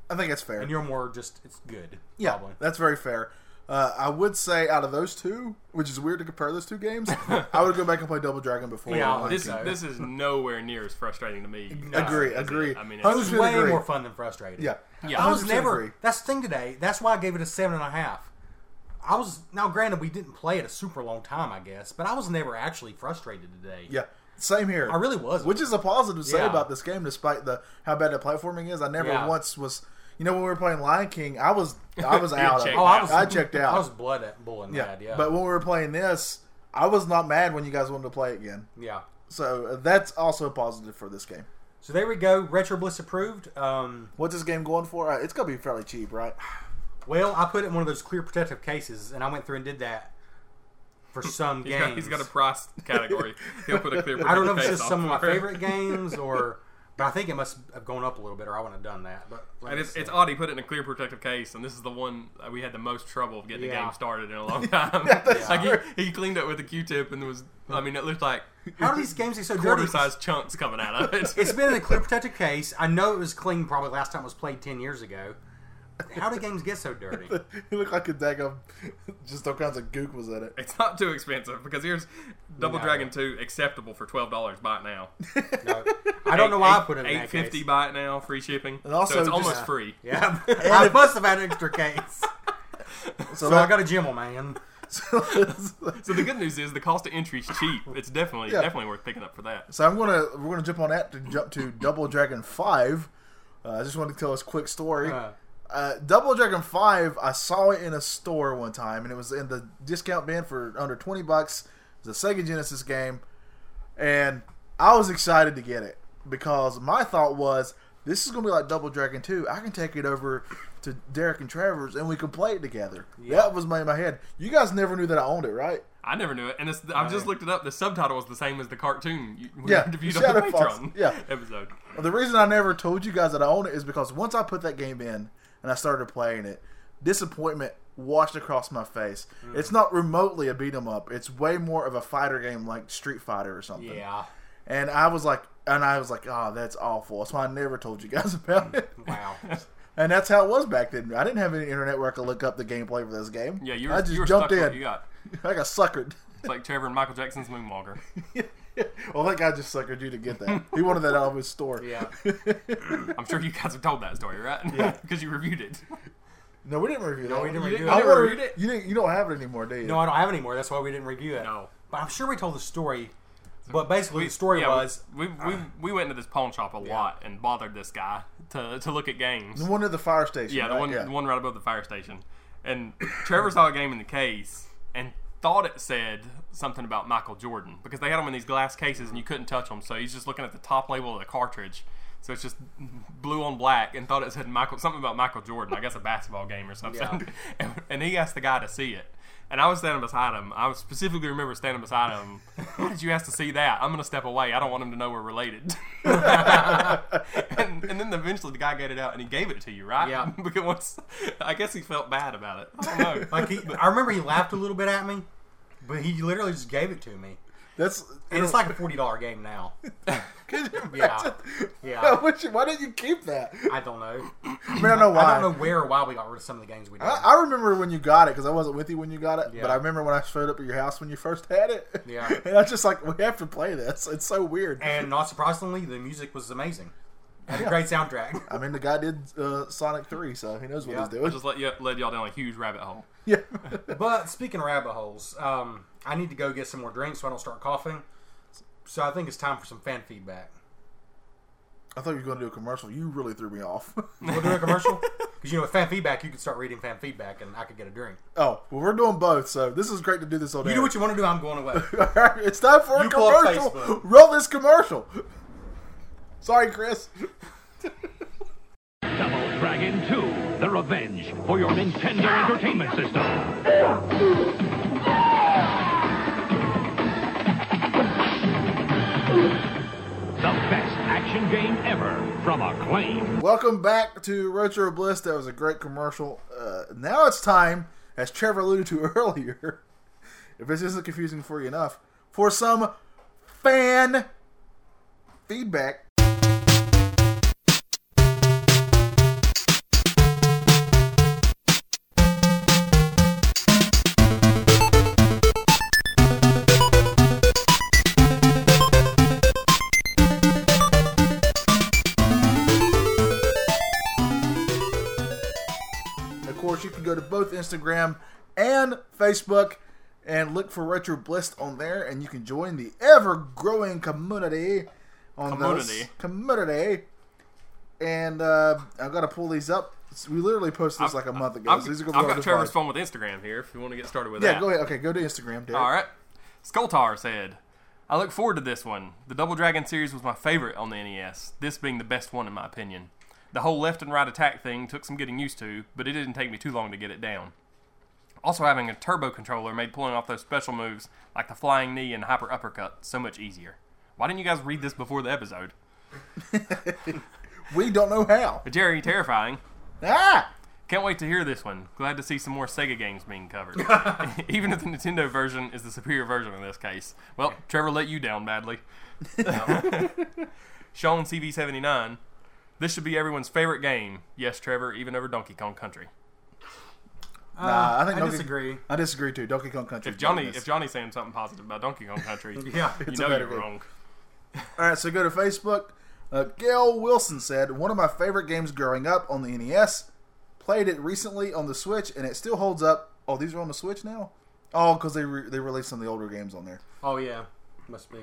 [SPEAKER 3] I think that's fair.
[SPEAKER 4] And you're more just it's good.
[SPEAKER 3] Yeah,
[SPEAKER 4] probably.
[SPEAKER 3] that's very fair. Uh, I would say out of those two, which is weird to compare those two
[SPEAKER 4] *laughs*
[SPEAKER 3] games, I would go back and play Double Dragon before.
[SPEAKER 4] Yeah,
[SPEAKER 3] Lion
[SPEAKER 5] This
[SPEAKER 3] King.
[SPEAKER 4] so.
[SPEAKER 5] this is nowhere near as frustrating
[SPEAKER 3] *laughs*
[SPEAKER 5] to me.
[SPEAKER 3] agree,
[SPEAKER 5] as it-
[SPEAKER 3] agree.
[SPEAKER 5] I mean,
[SPEAKER 3] I
[SPEAKER 5] it's,
[SPEAKER 3] was-
[SPEAKER 4] It's
[SPEAKER 3] 100%
[SPEAKER 4] way
[SPEAKER 3] agree.
[SPEAKER 4] more fun than frustrating.
[SPEAKER 3] yeah,
[SPEAKER 5] Yeah.
[SPEAKER 4] I was
[SPEAKER 3] 100%
[SPEAKER 4] never.
[SPEAKER 3] agree.
[SPEAKER 4] That's the thing today. That's why I gave it a seven and a half. I was now, granted, we didn't play it a super long time, I guess, but I was never actually frustrated today.
[SPEAKER 3] Yeah, same here.
[SPEAKER 4] I really wasn't.
[SPEAKER 3] Which is a positive to say
[SPEAKER 4] Yeah.
[SPEAKER 3] about this game, despite the how bad the platforming is. I never
[SPEAKER 4] Yeah.
[SPEAKER 3] once was. You know, when we were playing Lion King, I was I
[SPEAKER 4] *laughs*
[SPEAKER 3] was out. of it.
[SPEAKER 5] checked
[SPEAKER 4] oh, I was.
[SPEAKER 3] I checked out.
[SPEAKER 4] I was blood at bulling
[SPEAKER 3] yeah.
[SPEAKER 4] mad. Yeah,
[SPEAKER 3] but when we were playing this, I was not mad when you guys wanted to play again.
[SPEAKER 4] yeah.
[SPEAKER 3] So uh, that's also a positive for this game.
[SPEAKER 4] So there we go. Retro Bliss approved. Um,
[SPEAKER 3] What's this game going for? Uh, it's gonna be fairly cheap, right? *laughs*
[SPEAKER 4] well, I put it in one of those clear protective cases, and I went through and did that for some
[SPEAKER 5] he's
[SPEAKER 4] games.
[SPEAKER 5] got, he's got
[SPEAKER 3] *laughs*
[SPEAKER 5] a price category. He'll put a clear.
[SPEAKER 4] I don't know if it's
[SPEAKER 5] picture
[SPEAKER 4] just
[SPEAKER 5] face
[SPEAKER 4] some of my
[SPEAKER 5] off for it.
[SPEAKER 4] favorite games or, but I think it must have gone up a little bit, or I wouldn't have done that. But let
[SPEAKER 5] And
[SPEAKER 4] me
[SPEAKER 5] it's,
[SPEAKER 4] see.
[SPEAKER 5] it's odd he put it in a clear protective case, and this is the one that we had the most trouble of getting the
[SPEAKER 4] Yeah.
[SPEAKER 5] game started in
[SPEAKER 4] *laughs*
[SPEAKER 5] a long time. like he, he cleaned it with a Q-tip, and there was I mean it
[SPEAKER 4] *laughs*
[SPEAKER 5] looked like
[SPEAKER 4] how do these games get so dirty?
[SPEAKER 5] quarter-sized chunks coming
[SPEAKER 4] *laughs*
[SPEAKER 5] out of it.
[SPEAKER 4] It's been in a clear protected case. I know it was clean probably last time it was played 10 years ago. How do games get so dirty?
[SPEAKER 3] it looked like a deck of *laughs* just all kinds of gook was in it.
[SPEAKER 5] It's not too expensive because here's Double
[SPEAKER 4] No.
[SPEAKER 5] Dragon Two acceptable for twelve dollars. Buy it now.
[SPEAKER 4] No. I don't know why I put it in
[SPEAKER 5] eight
[SPEAKER 4] that case.
[SPEAKER 5] fifty. Buy it now. Free shipping. And
[SPEAKER 3] also
[SPEAKER 5] so it's
[SPEAKER 3] just-
[SPEAKER 5] almost free.
[SPEAKER 4] Yeah, I must have had an extra case.
[SPEAKER 3] So,
[SPEAKER 4] So I
[SPEAKER 3] that- *laughs*
[SPEAKER 4] got a Gemmel, man.
[SPEAKER 5] So the good news is the cost of entry is cheap. It's definitely
[SPEAKER 3] Yeah.
[SPEAKER 5] definitely worth picking up for that.
[SPEAKER 3] So I'm gonna we're gonna jump on that to jump to Double Dragon Five. Uh, I just wanted to tell this quick story.
[SPEAKER 4] Uh.
[SPEAKER 3] Uh, Double Dragon Five, I saw it in a store one time, and it was in the discount bin for under twenty bucks. It was a Sega Genesis game, and I was excited to get it because my thought was this is gonna be like Double Dragon Two. I can take it over to Derek and Travers, and we can play it together. That was my in my head. You guys never knew that I owned it, right?
[SPEAKER 5] I never knew it, and it's, I've just looked it up. The subtitle was the same as the cartoon you, we *laughs*
[SPEAKER 3] Yeah,
[SPEAKER 5] interviewed on the
[SPEAKER 3] Shadow Falls.
[SPEAKER 5] Patreon
[SPEAKER 3] Yeah.
[SPEAKER 5] episode.
[SPEAKER 3] The reason I never told you guys that I own it is because once I put that game in and I started playing it, disappointment washed across my face.
[SPEAKER 5] Mm.
[SPEAKER 3] It's not remotely a beat 'em up. It's way more of a fighter game like Street Fighter or something.
[SPEAKER 4] Yeah.
[SPEAKER 3] And I was like and I was like, "Oh, that's awful." That's why I never told you guys *laughs* about
[SPEAKER 5] *laughs*
[SPEAKER 3] it.
[SPEAKER 4] Wow.
[SPEAKER 3] And that's how it was back then. I didn't have any internet where I could look up the gameplay for this game.
[SPEAKER 5] Yeah, you were,
[SPEAKER 3] I just
[SPEAKER 5] you were
[SPEAKER 3] jumped
[SPEAKER 5] stuck with
[SPEAKER 3] in.
[SPEAKER 5] what you got.
[SPEAKER 3] *laughs* I got suckered. *laughs*
[SPEAKER 5] It's like Trevor and Michael Jackson's Moonwalker.
[SPEAKER 3] well, that guy just suckered you to get that. He wanted that out of his
[SPEAKER 5] *laughs*
[SPEAKER 3] store.
[SPEAKER 4] Yeah.
[SPEAKER 5] I'm sure you guys have told that story, right? *laughs* because you reviewed it.
[SPEAKER 3] No, we didn't review that.
[SPEAKER 4] we didn't
[SPEAKER 3] You
[SPEAKER 4] review
[SPEAKER 3] I
[SPEAKER 4] it.
[SPEAKER 5] never
[SPEAKER 3] wanna-
[SPEAKER 5] reviewed it?
[SPEAKER 3] You didn't. You don't have it anymore, do you?
[SPEAKER 4] No, I don't have any more. That's why we didn't review it.
[SPEAKER 5] No.
[SPEAKER 4] But I'm sure we told the story. But basically, the story
[SPEAKER 5] yeah,
[SPEAKER 4] was
[SPEAKER 5] we we, we went to this pawn shop a lot and bothered this guy to to look at games.
[SPEAKER 3] The one at the fire station.
[SPEAKER 5] Yeah, the
[SPEAKER 3] right?
[SPEAKER 5] one the one right above the fire station. And Trevor saw a game in the case and thought it said something about Michael Jordan because they had them in these glass cases and you couldn't touch them. So he's just looking at the top label of the cartridge. So it's just blue on black and thought it said Michael something about Michael Jordan. I guess a basketball game or something.
[SPEAKER 4] Yeah.
[SPEAKER 5] *laughs* And, and he asked the guy to see it. And I was standing beside him. I specifically remember standing beside him. *laughs* Why did you ask to see that? I'm going to step away. I don't want him to know we're related. *laughs* and, and then eventually the guy got it out and he gave it to you, right?
[SPEAKER 4] Yeah.
[SPEAKER 5] *laughs* because once, I guess he felt bad about it. I don't know.
[SPEAKER 4] like he, I remember he laughed a little bit at me, but he literally just gave it to me.
[SPEAKER 3] That's
[SPEAKER 4] And it's like a forty dollar game now.
[SPEAKER 3] Could you
[SPEAKER 4] Yeah.
[SPEAKER 3] imagine? *laughs*
[SPEAKER 4] Yeah.
[SPEAKER 3] Why should- why didn't you keep that?
[SPEAKER 4] I don't know.
[SPEAKER 3] I mean, I know why.
[SPEAKER 4] I don't know where or why we got rid of some of the games we did.
[SPEAKER 3] I- I remember when you got it because I wasn't with you when you got it,
[SPEAKER 4] Yeah.
[SPEAKER 3] but I remember when I showed up at your house when you first had it. *laughs*
[SPEAKER 4] Yeah.
[SPEAKER 3] and I was just like, we have to play this. It's so weird.
[SPEAKER 4] and not surprisingly, the music was amazing. Had a great soundtrack.
[SPEAKER 3] I mean, the guy did uh, Sonic Three, so he knows what
[SPEAKER 4] Yeah.
[SPEAKER 3] he's *laughs* doing.
[SPEAKER 5] Just let you led y'all down a huge rabbit hole.
[SPEAKER 3] yeah,
[SPEAKER 4] But speaking of rabbit holes, um, I need to go get some more drinks so I don't start coughing. So I think it's time for some fan feedback.
[SPEAKER 3] I thought you were going to do a commercial. You really threw me off. *laughs*
[SPEAKER 4] We'll do a *laughs* commercial because you know with fan feedback you can start reading fan feedback and I could get a drink.
[SPEAKER 3] oh, well, we're doing both, so this is great to do this all day.
[SPEAKER 4] You do what you want to do. I'm going away.
[SPEAKER 3] *laughs*
[SPEAKER 4] *laughs*
[SPEAKER 3] All right, it's time for a
[SPEAKER 4] You pull up
[SPEAKER 3] commercial.
[SPEAKER 4] Facebook.
[SPEAKER 3] Roll this commercial. Sorry, Chris.
[SPEAKER 6] Double Dragon 2, The Revenge for your Nintendo Entertainment System. The best action game ever from Acclaim.
[SPEAKER 3] Welcome back to Retro Bliss. That was a great commercial. Uh, now it's time, as Trevor alluded to *laughs* earlier, if this isn't confusing for you enough, for some fan feedback. Of course, you can go to both Instagram and Facebook and look for Retro Bliss on there, and you can join the ever growing community on those
[SPEAKER 5] Community.
[SPEAKER 3] community. And uh, I've got to pull these up. We literally posted this like a month ago.
[SPEAKER 5] I've,
[SPEAKER 3] so these are
[SPEAKER 5] I've
[SPEAKER 3] gonna be on
[SPEAKER 5] got
[SPEAKER 3] this
[SPEAKER 5] Trevor's
[SPEAKER 3] live.
[SPEAKER 5] phone with Instagram here. If you want to get started with
[SPEAKER 3] Yeah,
[SPEAKER 5] that.
[SPEAKER 3] go ahead. Okay, go to Instagram, Derek.
[SPEAKER 5] All right. Skoltar said, I look forward to this one. The Double Dragon series was my favorite on the NES, this being the best one in my opinion. The whole left and right attack thing took some getting used to, but it didn't take me too long to get it down. Also, having a turbo controller made pulling off those special moves like the flying knee and hyper uppercut so much easier. Why didn't you guys read this before the episode?
[SPEAKER 3] We don't know how.
[SPEAKER 5] Jerry, terrifying.
[SPEAKER 3] Ah!
[SPEAKER 5] Can't wait to hear this one. Glad to see some more Sega games
[SPEAKER 3] *laughs*
[SPEAKER 5] being covered. *laughs* Even if the Nintendo version is the superior version in this case. Well, Trevor let you down badly.
[SPEAKER 3] *laughs*
[SPEAKER 5] Sean CV79. This should be everyone's favorite game. Yes, Trevor, even over Donkey Kong Country.
[SPEAKER 3] Nah, I think
[SPEAKER 4] I
[SPEAKER 3] Donkey-
[SPEAKER 4] disagree.
[SPEAKER 3] I disagree too. Donkey Kong Country.
[SPEAKER 5] Uh, If Johnny, if Johnny's saying something positive about Donkey Kong
[SPEAKER 3] *laughs*
[SPEAKER 5] Country,
[SPEAKER 4] Yeah,
[SPEAKER 5] you
[SPEAKER 3] a
[SPEAKER 5] know
[SPEAKER 3] better
[SPEAKER 5] you're
[SPEAKER 3] game.
[SPEAKER 5] wrong.
[SPEAKER 3] All right, so go to Facebook. Uh, Gail Wilson said, "One of my favorite games growing up on the NES. Played it recently on the Switch, and it still holds up. Oh, these are on the Switch now. Oh, because they re- they released some of the older games on there,
[SPEAKER 4] Oh yeah, must be.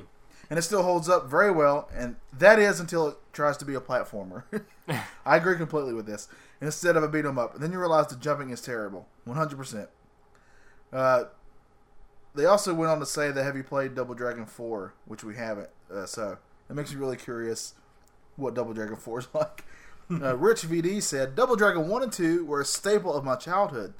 [SPEAKER 3] and it still holds up very well. And that is until it tries to be a platformer. *laughs* I agree completely with this. Instead of a beat 'em up, and then you realize the jumping is terrible, 100. percent Uh, they also went on to say that have you played Double Dragon 4, which we haven't. Uh, so it makes me really curious what Double Dragon 4 is *laughs* like. uh, Rich VD said Double Dragon 1 and 2 were a staple of my childhood.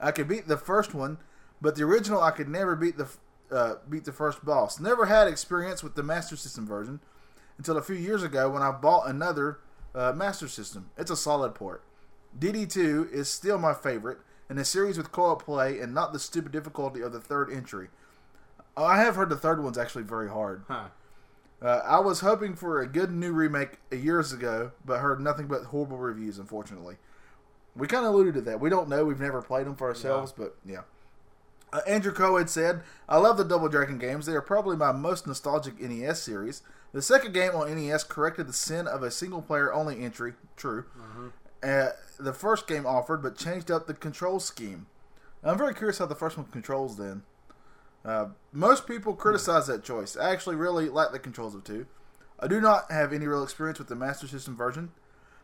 [SPEAKER 3] I could beat the first one, but the original I could never beat the f- uh, beat the first boss. Never had experience with the Master System version until a few years ago when I bought another uh, Master System. It's a solid port. DD2 is still my favorite, and a series with co-op play and not the stupid difficulty of the third entry. Uh, I have heard the third one's actually very hard.
[SPEAKER 4] Huh.
[SPEAKER 3] Uh, I was hoping for a good new remake years ago, but heard nothing but horrible reviews. Unfortunately, we kind of alluded to that. We don't know. We've never played them for ourselves, but yeah. Uh, Andrew Coed said, "I love the Double Dragon games. They are probably my most nostalgic NES series. The second game on NES corrected the sin of a single-player only entry. True. Uh, the first game offered, but changed up the control scheme. I'm very curious how the first one controls then." Most people criticize that choice. I actually really like the controls of 2. I do not have any real experience with the Master System version,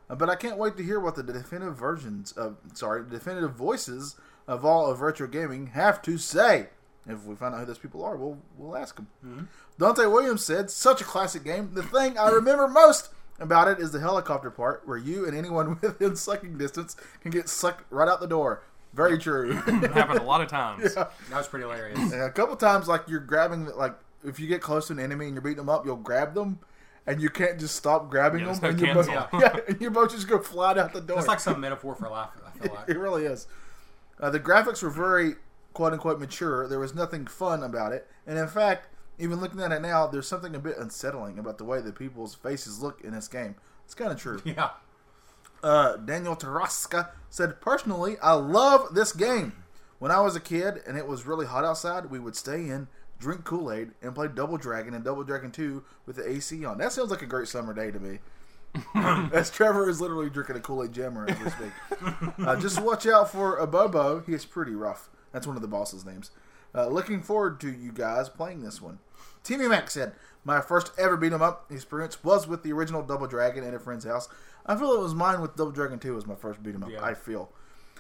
[SPEAKER 3] uh, but I can't wait to hear what the definitive versions of, sorry, definitive voices of all of retro gaming have to say. If we find out who those people are, we'll, we'll ask them. Dante Williams said, such a classic game. The thing I remember most about it is the helicopter part, where you and anyone *laughs* within sucking distance can get sucked right out the door. Very true. *laughs*
[SPEAKER 5] It happened a lot of times.
[SPEAKER 4] That was pretty hilarious. *clears throat*
[SPEAKER 3] And a couple times, like you're grabbing, like if you get close to an enemy and you're beating them up, you'll grab them, and you can't just stop grabbing
[SPEAKER 5] Yeah,
[SPEAKER 3] them.
[SPEAKER 5] there's
[SPEAKER 3] and
[SPEAKER 5] no
[SPEAKER 3] your boat, *laughs*
[SPEAKER 5] cancel.
[SPEAKER 3] yeah, and your boat just go flying out the door.
[SPEAKER 4] That's like some metaphor for life. I feel *laughs*
[SPEAKER 3] *laughs*
[SPEAKER 4] like.
[SPEAKER 3] it really is. Uh, the graphics were very quote unquote mature. There was nothing fun about it, and in fact, even looking at it now, there's something a bit unsettling about the way that people's faces look in this game. It's kind of true.
[SPEAKER 4] Yeah.
[SPEAKER 3] Uh, Daniel Taraska said, Personally, I love this game. When I was a kid and it was really hot outside, we would stay in, drink Kool Aid, and play Double Dragon and Double Dragon 2 with the AC on. That sounds like a great summer day to me. *laughs* As Trevor is literally drinking a Kool Aid jammer as we speak. Uh, just watch out for Abobo. He is pretty rough. That's one of the boss's names. Uh, looking forward to you guys playing this one. Timmy Mac said, My first ever beat 'em up experience was with the original Double Dragon at a friend's house. I feel it was mine with Double Dragon 2 was my first beat 'em up. I feel.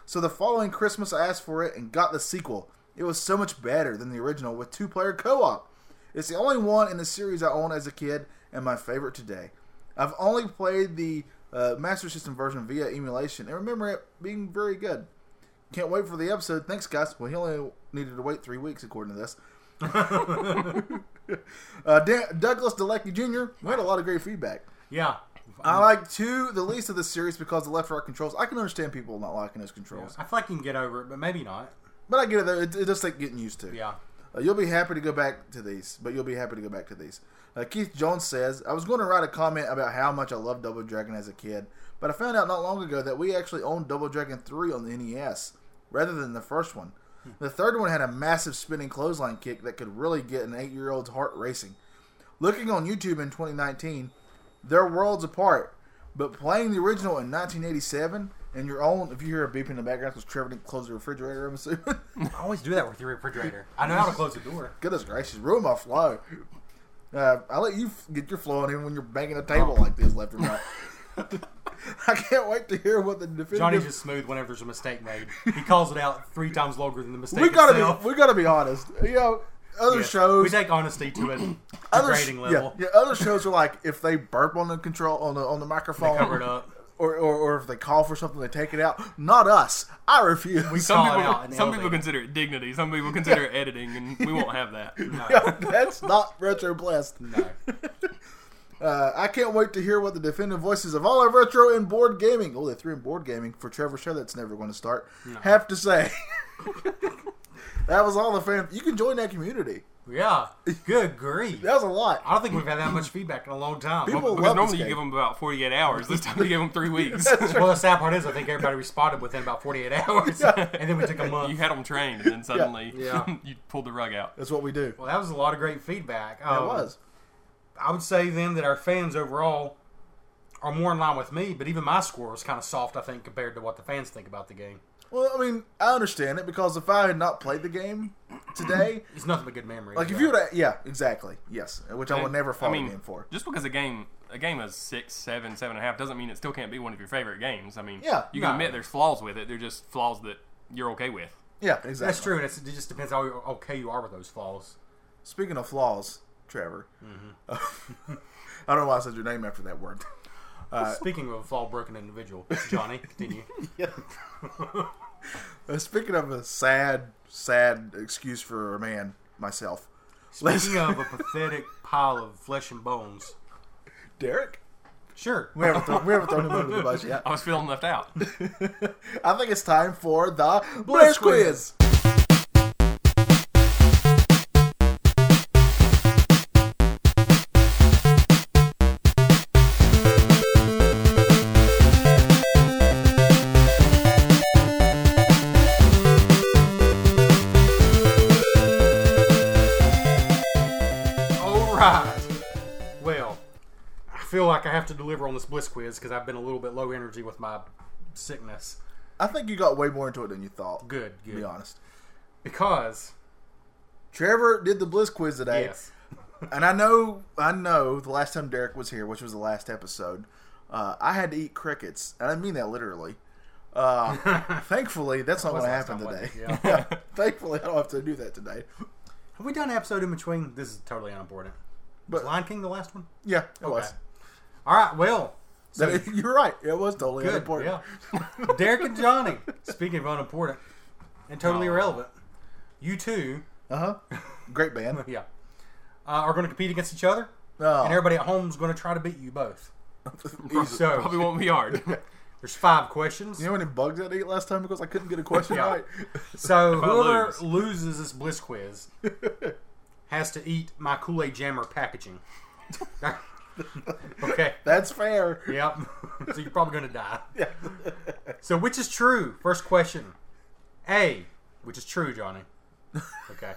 [SPEAKER 3] So the following Christmas, I asked for it and got the sequel. It was so much better than the original with two player co op. It's the only one in the series I own as a kid and my favorite today. I've only played the uh, Master System version via emulation and remember it being very good. Can't wait for the episode. Thanks, guys. Well, he only needed to wait three weeks, according to this. *laughs* uh, Dan- Douglas Delecki Jr. We had a lot of great feedback.
[SPEAKER 4] Yeah. Uh,
[SPEAKER 3] I like two the least of the series because the left right controls. I can understand people not liking those controls,
[SPEAKER 4] I feel like you can get over it, but maybe not.
[SPEAKER 3] but I get it. though. It, it does take getting used to.
[SPEAKER 4] Yeah.
[SPEAKER 3] Uh, you'll be happy to go back to these, but you'll be happy to go back to these. Uh, Keith Jones says, I was going to write a comment about how much I loved Double Dragon as a kid, but I found out not long ago that we actually owned Double Dragon 3 on the NES rather than the first one. The third one had a massive spinning clothesline kick that could really get an eight year old's heart racing. Looking on YouTube in 2019, they're worlds apart. But playing the original in 1987 and your own, if you hear a beep in the background, because Trevor didn't close the refrigerator, I'm assuming. *laughs*
[SPEAKER 4] I always do that with your refrigerator. I know how to close the door.
[SPEAKER 3] Goodness gracious, ruin my flow. Uh, I let you f- get your flow on him when you're banging a table like this left
[SPEAKER 4] *laughs*
[SPEAKER 3] and right. I can't wait to hear what the definitive. *laughs*
[SPEAKER 4] Johnny's just smooth whenever there's a mistake made. He calls it out three times longer than the mistake.
[SPEAKER 3] we gotta
[SPEAKER 4] itself.
[SPEAKER 3] be we gotta be honest. You know, other
[SPEAKER 4] Yeah.
[SPEAKER 3] shows,
[SPEAKER 4] We take honesty
[SPEAKER 3] *clears throat*
[SPEAKER 4] to a
[SPEAKER 3] other
[SPEAKER 4] grading
[SPEAKER 3] yeah,
[SPEAKER 4] level.
[SPEAKER 3] Yeah, other shows are like if they burp on the control on the on the microphone,
[SPEAKER 4] Cover it up.
[SPEAKER 3] Or, or or if they call for something, they take it out. Not us. Oh, I refuse.
[SPEAKER 4] We
[SPEAKER 3] *laughs*
[SPEAKER 4] call
[SPEAKER 5] Some
[SPEAKER 4] it out.
[SPEAKER 5] people,
[SPEAKER 4] and
[SPEAKER 5] some
[SPEAKER 4] elevate
[SPEAKER 5] people
[SPEAKER 4] it.
[SPEAKER 5] consider it dignity. Some people consider it editing, and we won't have that.
[SPEAKER 3] *laughs* That's not retro blessed. Uh, I can't wait to hear what the definitive voices of all our retro and board gaming. Oh, they threw in board gaming for Trevor Show. That's never going to start. Have to say, that was all the fan. You can join that community.
[SPEAKER 4] Yeah. Good grief.
[SPEAKER 3] That was a lot.
[SPEAKER 4] I don't think we've had that much feedback in a long time.
[SPEAKER 3] People
[SPEAKER 4] Well,
[SPEAKER 5] Because
[SPEAKER 3] love this
[SPEAKER 5] normally you
[SPEAKER 3] game.
[SPEAKER 5] give them about 48 hours. This time we gave them
[SPEAKER 3] *laughs*
[SPEAKER 5] three weeks.
[SPEAKER 4] well, the sad part is, I think everybody responded within about 48 *laughs* hours, and then we took a
[SPEAKER 5] you
[SPEAKER 4] month.
[SPEAKER 5] had them trained, and then suddenly
[SPEAKER 4] Yeah.
[SPEAKER 5] *laughs* you pulled the rug out.
[SPEAKER 3] That's what we do.
[SPEAKER 4] Well, that was a lot of great feedback.
[SPEAKER 3] That
[SPEAKER 4] Um,
[SPEAKER 3] was.
[SPEAKER 4] I would say then that our fans overall are more in line with me, but even my score was kind of soft, I think, compared to what the fans think about the game.
[SPEAKER 3] Well, I mean, I understand it because if I had not played the game today,
[SPEAKER 4] It's nothing but good memories.
[SPEAKER 3] like if you would, have, yeah, exactly, yes, which I will never fall
[SPEAKER 5] I mean,
[SPEAKER 3] the game for.
[SPEAKER 5] Just because a game a game is six, seven, seven and a half doesn't mean it still can't be one of your favorite games. I mean,
[SPEAKER 3] Yeah,
[SPEAKER 5] you can
[SPEAKER 4] no.
[SPEAKER 5] admit there's flaws with it. They're just flaws that you're okay with.
[SPEAKER 3] Yeah, exactly.
[SPEAKER 4] That's true, and it's, it just depends how okay you are with those flaws.
[SPEAKER 3] Speaking of flaws, Trevor, *laughs* I don't know why I said your name after that word. *laughs*
[SPEAKER 4] *laughs* Speaking of a flaw broken individual, Johnny, continue.
[SPEAKER 3] Uh, Speaking of a sad, sad excuse for a man, myself,
[SPEAKER 4] Speaking of a pathetic pile of flesh and bones,
[SPEAKER 3] Derek.
[SPEAKER 4] sure.
[SPEAKER 3] We haven't, thrown, we haven't thrown him under the bus
[SPEAKER 4] *laughs*
[SPEAKER 3] yet.
[SPEAKER 5] I was feeling left out.
[SPEAKER 3] I think it's time for the Blitz Quiz.
[SPEAKER 4] All right. Well, I feel like I have to deliver on this bliss quiz because I've been a little bit low energy with my sickness.
[SPEAKER 3] I think you got way more into it than you thought.
[SPEAKER 4] Good,
[SPEAKER 3] To be
[SPEAKER 4] good.
[SPEAKER 3] honest.
[SPEAKER 4] Because
[SPEAKER 3] Trevor did the Blitz Quiz today.
[SPEAKER 4] yes,
[SPEAKER 3] and I know, I know. The last time Derek was here, which was the last episode, uh, I had to eat crickets, and I mean that literally.
[SPEAKER 4] *laughs*
[SPEAKER 3] Uh, thankfully, that's not going to
[SPEAKER 4] last
[SPEAKER 3] happen
[SPEAKER 4] time,
[SPEAKER 3] today. *laughs*
[SPEAKER 4] wasn't it?
[SPEAKER 3] thankfully, I don't have to do that today.
[SPEAKER 4] have we done an episode in between? This is totally unimportant. Was
[SPEAKER 3] But-
[SPEAKER 4] Lion King the last one?
[SPEAKER 3] Yeah, it was.
[SPEAKER 4] All right. Well, so
[SPEAKER 3] That- *laughs* you're right. It was totally
[SPEAKER 4] good.
[SPEAKER 3] unimportant.
[SPEAKER 4] Yeah. *laughs* Derek and Johnny. Speaking of unimportant and totally irrelevant, you two,
[SPEAKER 3] Uh
[SPEAKER 4] *laughs*
[SPEAKER 3] huh. Great band.
[SPEAKER 4] yeah, uh, are going to compete against each other,
[SPEAKER 3] Oh,
[SPEAKER 4] and everybody at home is going to try to beat you both.
[SPEAKER 3] easy.
[SPEAKER 4] So
[SPEAKER 5] Probably won't be hard.
[SPEAKER 3] *laughs*
[SPEAKER 4] there's five questions.
[SPEAKER 3] You know how many bugs I ate last time because I couldn't get a question
[SPEAKER 4] Yeah.
[SPEAKER 3] right?
[SPEAKER 4] So
[SPEAKER 5] I
[SPEAKER 4] whoever
[SPEAKER 5] lose.
[SPEAKER 4] loses this Bliss quiz has to eat my Kool Aid Jammer packaging. *laughs* okay.
[SPEAKER 3] That's fair.
[SPEAKER 4] Yep. *laughs* so you're probably gonna die. *laughs* so which is true? First question. A, which is true, Johnny. Okay.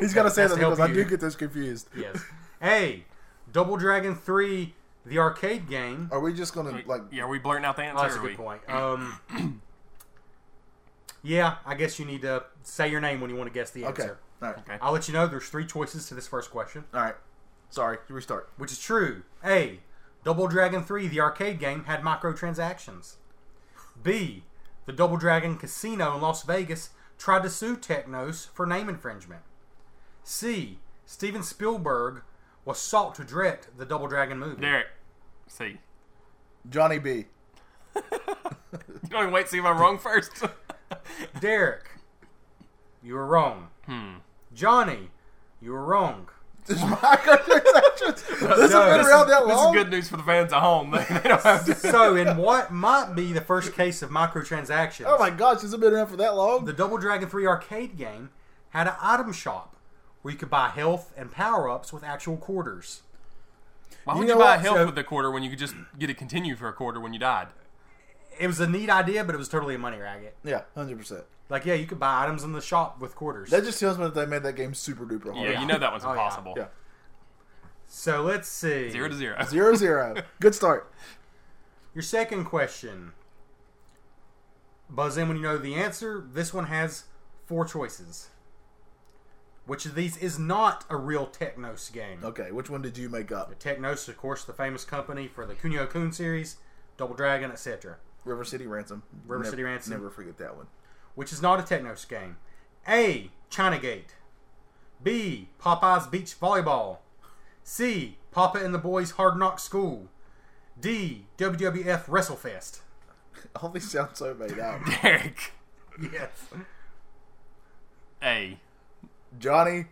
[SPEAKER 3] He's got to say
[SPEAKER 4] That's
[SPEAKER 3] that
[SPEAKER 4] to help
[SPEAKER 3] because I do
[SPEAKER 4] you.
[SPEAKER 3] get this confused.
[SPEAKER 4] Yes. A, Double Dragon Three The arcade game.
[SPEAKER 3] Are we just gonna like?
[SPEAKER 5] yeah, are we blurting out the answer?
[SPEAKER 4] Oh, that's a
[SPEAKER 5] or
[SPEAKER 4] good
[SPEAKER 5] we-
[SPEAKER 4] point. Um, *clears throat* yeah, I guess you need to say your name when you want to guess the
[SPEAKER 3] Okay.
[SPEAKER 4] answer.
[SPEAKER 3] All right.
[SPEAKER 5] Okay.
[SPEAKER 4] I'll let you know there's three choices to this first question,
[SPEAKER 3] All right. Sorry. Restart.
[SPEAKER 4] which is true. A. Double Dragon 3, the arcade game, had microtransactions. B. The Double Dragon Casino in Las Vegas tried to sue Technos for name infringement. C. Steven Spielberg was sought to direct the Double Dragon movie.
[SPEAKER 5] Derek, see.
[SPEAKER 3] Johnny B.
[SPEAKER 5] You don't even wait to see if I'm wrong first.
[SPEAKER 3] *laughs*
[SPEAKER 4] Derek, you were wrong. Johnny, you were wrong.
[SPEAKER 5] *laughs*
[SPEAKER 3] Microtransactions. this has been around that
[SPEAKER 5] this is
[SPEAKER 3] long.
[SPEAKER 5] good news for the fans at home. *laughs* They, they don't have to.
[SPEAKER 4] So, in what might be the first case of microtransactions,
[SPEAKER 3] Oh my gosh, this has been around for that long.
[SPEAKER 4] the Double Dragon 3 arcade game had an item shop where you could buy health and power ups with actual quarters.
[SPEAKER 5] Why
[SPEAKER 3] You
[SPEAKER 5] would
[SPEAKER 3] know
[SPEAKER 5] you buy
[SPEAKER 3] what?
[SPEAKER 5] health
[SPEAKER 3] So-
[SPEAKER 5] with a quarter when you could just get it continued for a quarter when you died?
[SPEAKER 4] It was a neat idea, but it was totally a money racket.
[SPEAKER 3] yeah, hundred percent.
[SPEAKER 4] Like, yeah, you could buy items in the shop with quarters.
[SPEAKER 3] That just tells me that they made that game super duper hard.
[SPEAKER 5] Yeah, you know that one's
[SPEAKER 4] Oh, yeah.
[SPEAKER 5] impossible.
[SPEAKER 3] Yeah.
[SPEAKER 4] so, let's see.
[SPEAKER 5] Zero to zero. *laughs*
[SPEAKER 3] Zero zero. Good start.
[SPEAKER 4] Your second question. Buzz in when you know the answer. This one has four choices. Which of these is not a real Technos game?
[SPEAKER 3] Okay, which one did you make up?
[SPEAKER 4] Technos, of course, the famous company for the Kunio Kun series, Double Dragon, etc.
[SPEAKER 3] River City Ransom.
[SPEAKER 4] River City Ransom.
[SPEAKER 3] Never forget that one. *laughs*
[SPEAKER 4] Which is not a Technos game. A. China Gate. B. Popeye's Beach Volleyball. C. Papa and the Boys Hard Knock School. D. WWF WrestleFest.
[SPEAKER 3] All these sound so made out.
[SPEAKER 5] Derek,
[SPEAKER 4] Yes.
[SPEAKER 5] A.
[SPEAKER 3] Johnny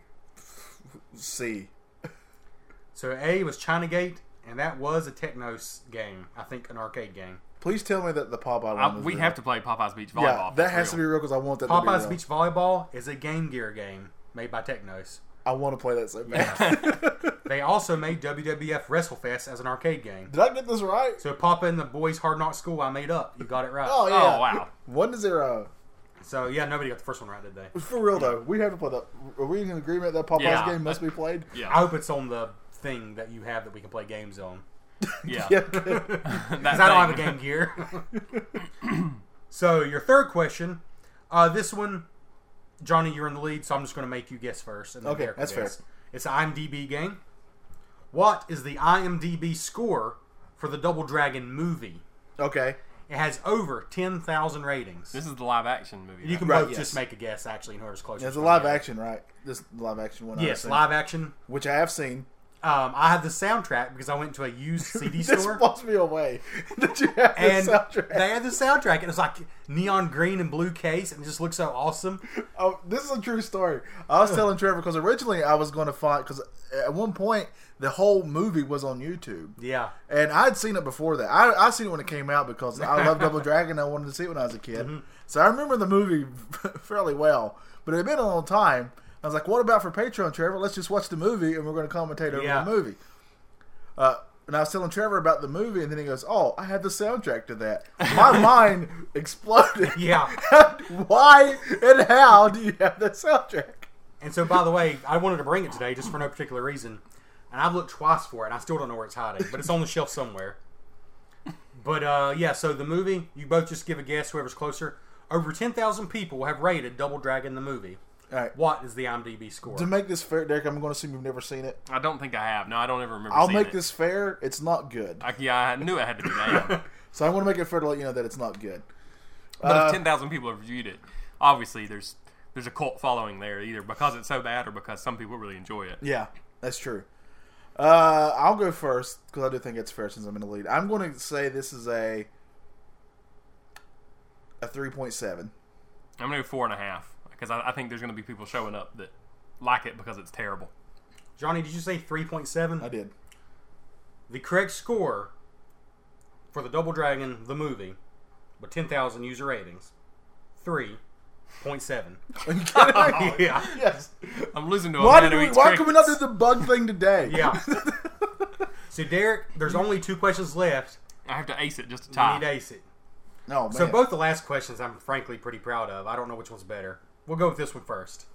[SPEAKER 3] C.
[SPEAKER 4] So A was China Gate, and that was a Technos game. I think an arcade game.
[SPEAKER 3] Please tell me that the Popeye one.
[SPEAKER 5] I,
[SPEAKER 3] was
[SPEAKER 5] Uh, we
[SPEAKER 3] real.
[SPEAKER 5] have to play Popeye's Beach Volleyball.
[SPEAKER 3] Yeah,
[SPEAKER 5] if
[SPEAKER 3] that
[SPEAKER 5] it's
[SPEAKER 3] has to be
[SPEAKER 5] real.
[SPEAKER 3] real because I want that. to be
[SPEAKER 4] Popeye's
[SPEAKER 3] real.
[SPEAKER 4] Beach Volleyball is a Game Gear game made by Technos.
[SPEAKER 3] I want to play that so bad.
[SPEAKER 4] They also made WWF WrestleFest as an arcade game.
[SPEAKER 3] *laughs* Did I get this right?
[SPEAKER 5] *laughs*
[SPEAKER 4] So Papa and the Boys Hard Knock School, I made up. You got it right.
[SPEAKER 3] Oh yeah. *laughs*
[SPEAKER 5] Oh, wow.
[SPEAKER 3] One to zero.
[SPEAKER 4] So yeah, nobody got the first one right, did they?
[SPEAKER 3] For real though, we have to play that. Are we in agreement that Popeye's
[SPEAKER 5] Yeah.
[SPEAKER 3] game must be played?
[SPEAKER 4] I hope it's on the thing that you have that we can play games on.
[SPEAKER 5] Yeah.
[SPEAKER 3] Yeah.
[SPEAKER 5] That
[SPEAKER 4] 'Cause I don't have a
[SPEAKER 5] thing.
[SPEAKER 4] Game Gear. *laughs* so your third question, uh, this one, Johnny, you're in the lead, so I'm just going to make you guess first. And then
[SPEAKER 3] Okay,
[SPEAKER 4] Derek will
[SPEAKER 3] that's fair.
[SPEAKER 4] guess. It's an IMDb game. What is the IMDb score for the Double Dragon movie?
[SPEAKER 3] okay.
[SPEAKER 4] It has over ten thousand ratings.
[SPEAKER 5] This is the live action movie.
[SPEAKER 4] you
[SPEAKER 5] right?
[SPEAKER 4] can
[SPEAKER 3] Right,
[SPEAKER 4] both
[SPEAKER 3] yes.
[SPEAKER 4] just make a guess, actually, and whoever's closest.
[SPEAKER 3] It's a
[SPEAKER 4] will
[SPEAKER 3] live
[SPEAKER 4] get it.
[SPEAKER 3] action, right? This live action one. I
[SPEAKER 4] Yes,
[SPEAKER 3] assume.
[SPEAKER 4] live action.
[SPEAKER 3] Which I have seen.
[SPEAKER 4] Um, I have the soundtrack because I went to
[SPEAKER 3] *laughs*
[SPEAKER 4] a used CD
[SPEAKER 3] This
[SPEAKER 4] store.
[SPEAKER 3] blows me away *laughs* that you have
[SPEAKER 4] and
[SPEAKER 3] this soundtrack.
[SPEAKER 4] they had the soundtrack, and it was like neon green and blue case, and it just looked so awesome.
[SPEAKER 3] Oh, this is a true story. I was telling Trevor because originally I was going to find because at one point the whole movie was on YouTube.
[SPEAKER 4] Yeah,
[SPEAKER 3] And I'd seen it before that. I I seen it when it came out because I love
[SPEAKER 4] *laughs*
[SPEAKER 3] Double Dragon. I wanted to see it when I was a kid,
[SPEAKER 4] Mm-hmm.
[SPEAKER 3] so I remember the movie *laughs* fairly well. But it had been a long time. I was like, "What about for Patreon, Trevor? Let's just watch the movie and we're going to commentate over
[SPEAKER 4] Yeah.
[SPEAKER 3] the movie." Uh, and I was telling Trevor about the movie, and then he goes, "Oh, I had the soundtrack to that."
[SPEAKER 4] *laughs*
[SPEAKER 3] My mind exploded.
[SPEAKER 4] yeah.
[SPEAKER 3] *laughs* Why and how do you have that soundtrack?
[SPEAKER 4] And so, by the way, I wanted to bring it today just for no particular reason, and I've looked twice for it, and I still don't know where it's hiding, but it's on the shelf somewhere. But uh, yeah, so the movie, you both just give a guess, whoever's closer. Over ten thousand people have rated Double Dragon the movie.
[SPEAKER 3] All right.
[SPEAKER 4] What is the IMDb score?
[SPEAKER 3] To make this fair, Derek, I'm going to assume you've never seen it.
[SPEAKER 5] I don't think I have. No, I don't ever remember.
[SPEAKER 3] I'll
[SPEAKER 5] seeing
[SPEAKER 3] make
[SPEAKER 5] it.
[SPEAKER 3] this fair. It's not good.
[SPEAKER 5] I, yeah, I knew it had to
[SPEAKER 3] *laughs*
[SPEAKER 5] be that.
[SPEAKER 3] So I want to make it fair to let you know that it's not good.
[SPEAKER 5] but
[SPEAKER 3] Uh,
[SPEAKER 5] if ten thousand people have viewed it, obviously there's there's a cult following there, either because it's so bad or because some people really enjoy it.
[SPEAKER 3] Yeah, that's true. Uh, I'll go first because I do think it's fair since I'm in the lead. I'm going to say this is a a 3.7.
[SPEAKER 5] I'm gonna go four and a half because I, I think there's gonna be people showing up that like it because it's terrible.
[SPEAKER 4] Johnny, did you say three point seven?
[SPEAKER 3] I did. *laughs*
[SPEAKER 4] The correct score for the Double Dragon, the movie, with 10,000 user ratings, 3.7.
[SPEAKER 3] Are you kidding
[SPEAKER 4] *laughs*
[SPEAKER 3] me?
[SPEAKER 4] yeah.
[SPEAKER 3] yes.
[SPEAKER 5] I'm listening to a
[SPEAKER 3] Why,
[SPEAKER 5] man
[SPEAKER 3] did
[SPEAKER 5] who
[SPEAKER 3] we,
[SPEAKER 5] eats
[SPEAKER 3] why could we not do
[SPEAKER 5] crickets.
[SPEAKER 3] the bug thing today?
[SPEAKER 4] Yeah. so, Derek, there's only two questions left.
[SPEAKER 5] I have to ace it just to
[SPEAKER 4] You
[SPEAKER 5] tie.
[SPEAKER 4] need to ace it.
[SPEAKER 3] No, Oh, man.
[SPEAKER 4] So, both the last questions I'm frankly pretty proud of. I don't know which one's better. We'll go with this one first.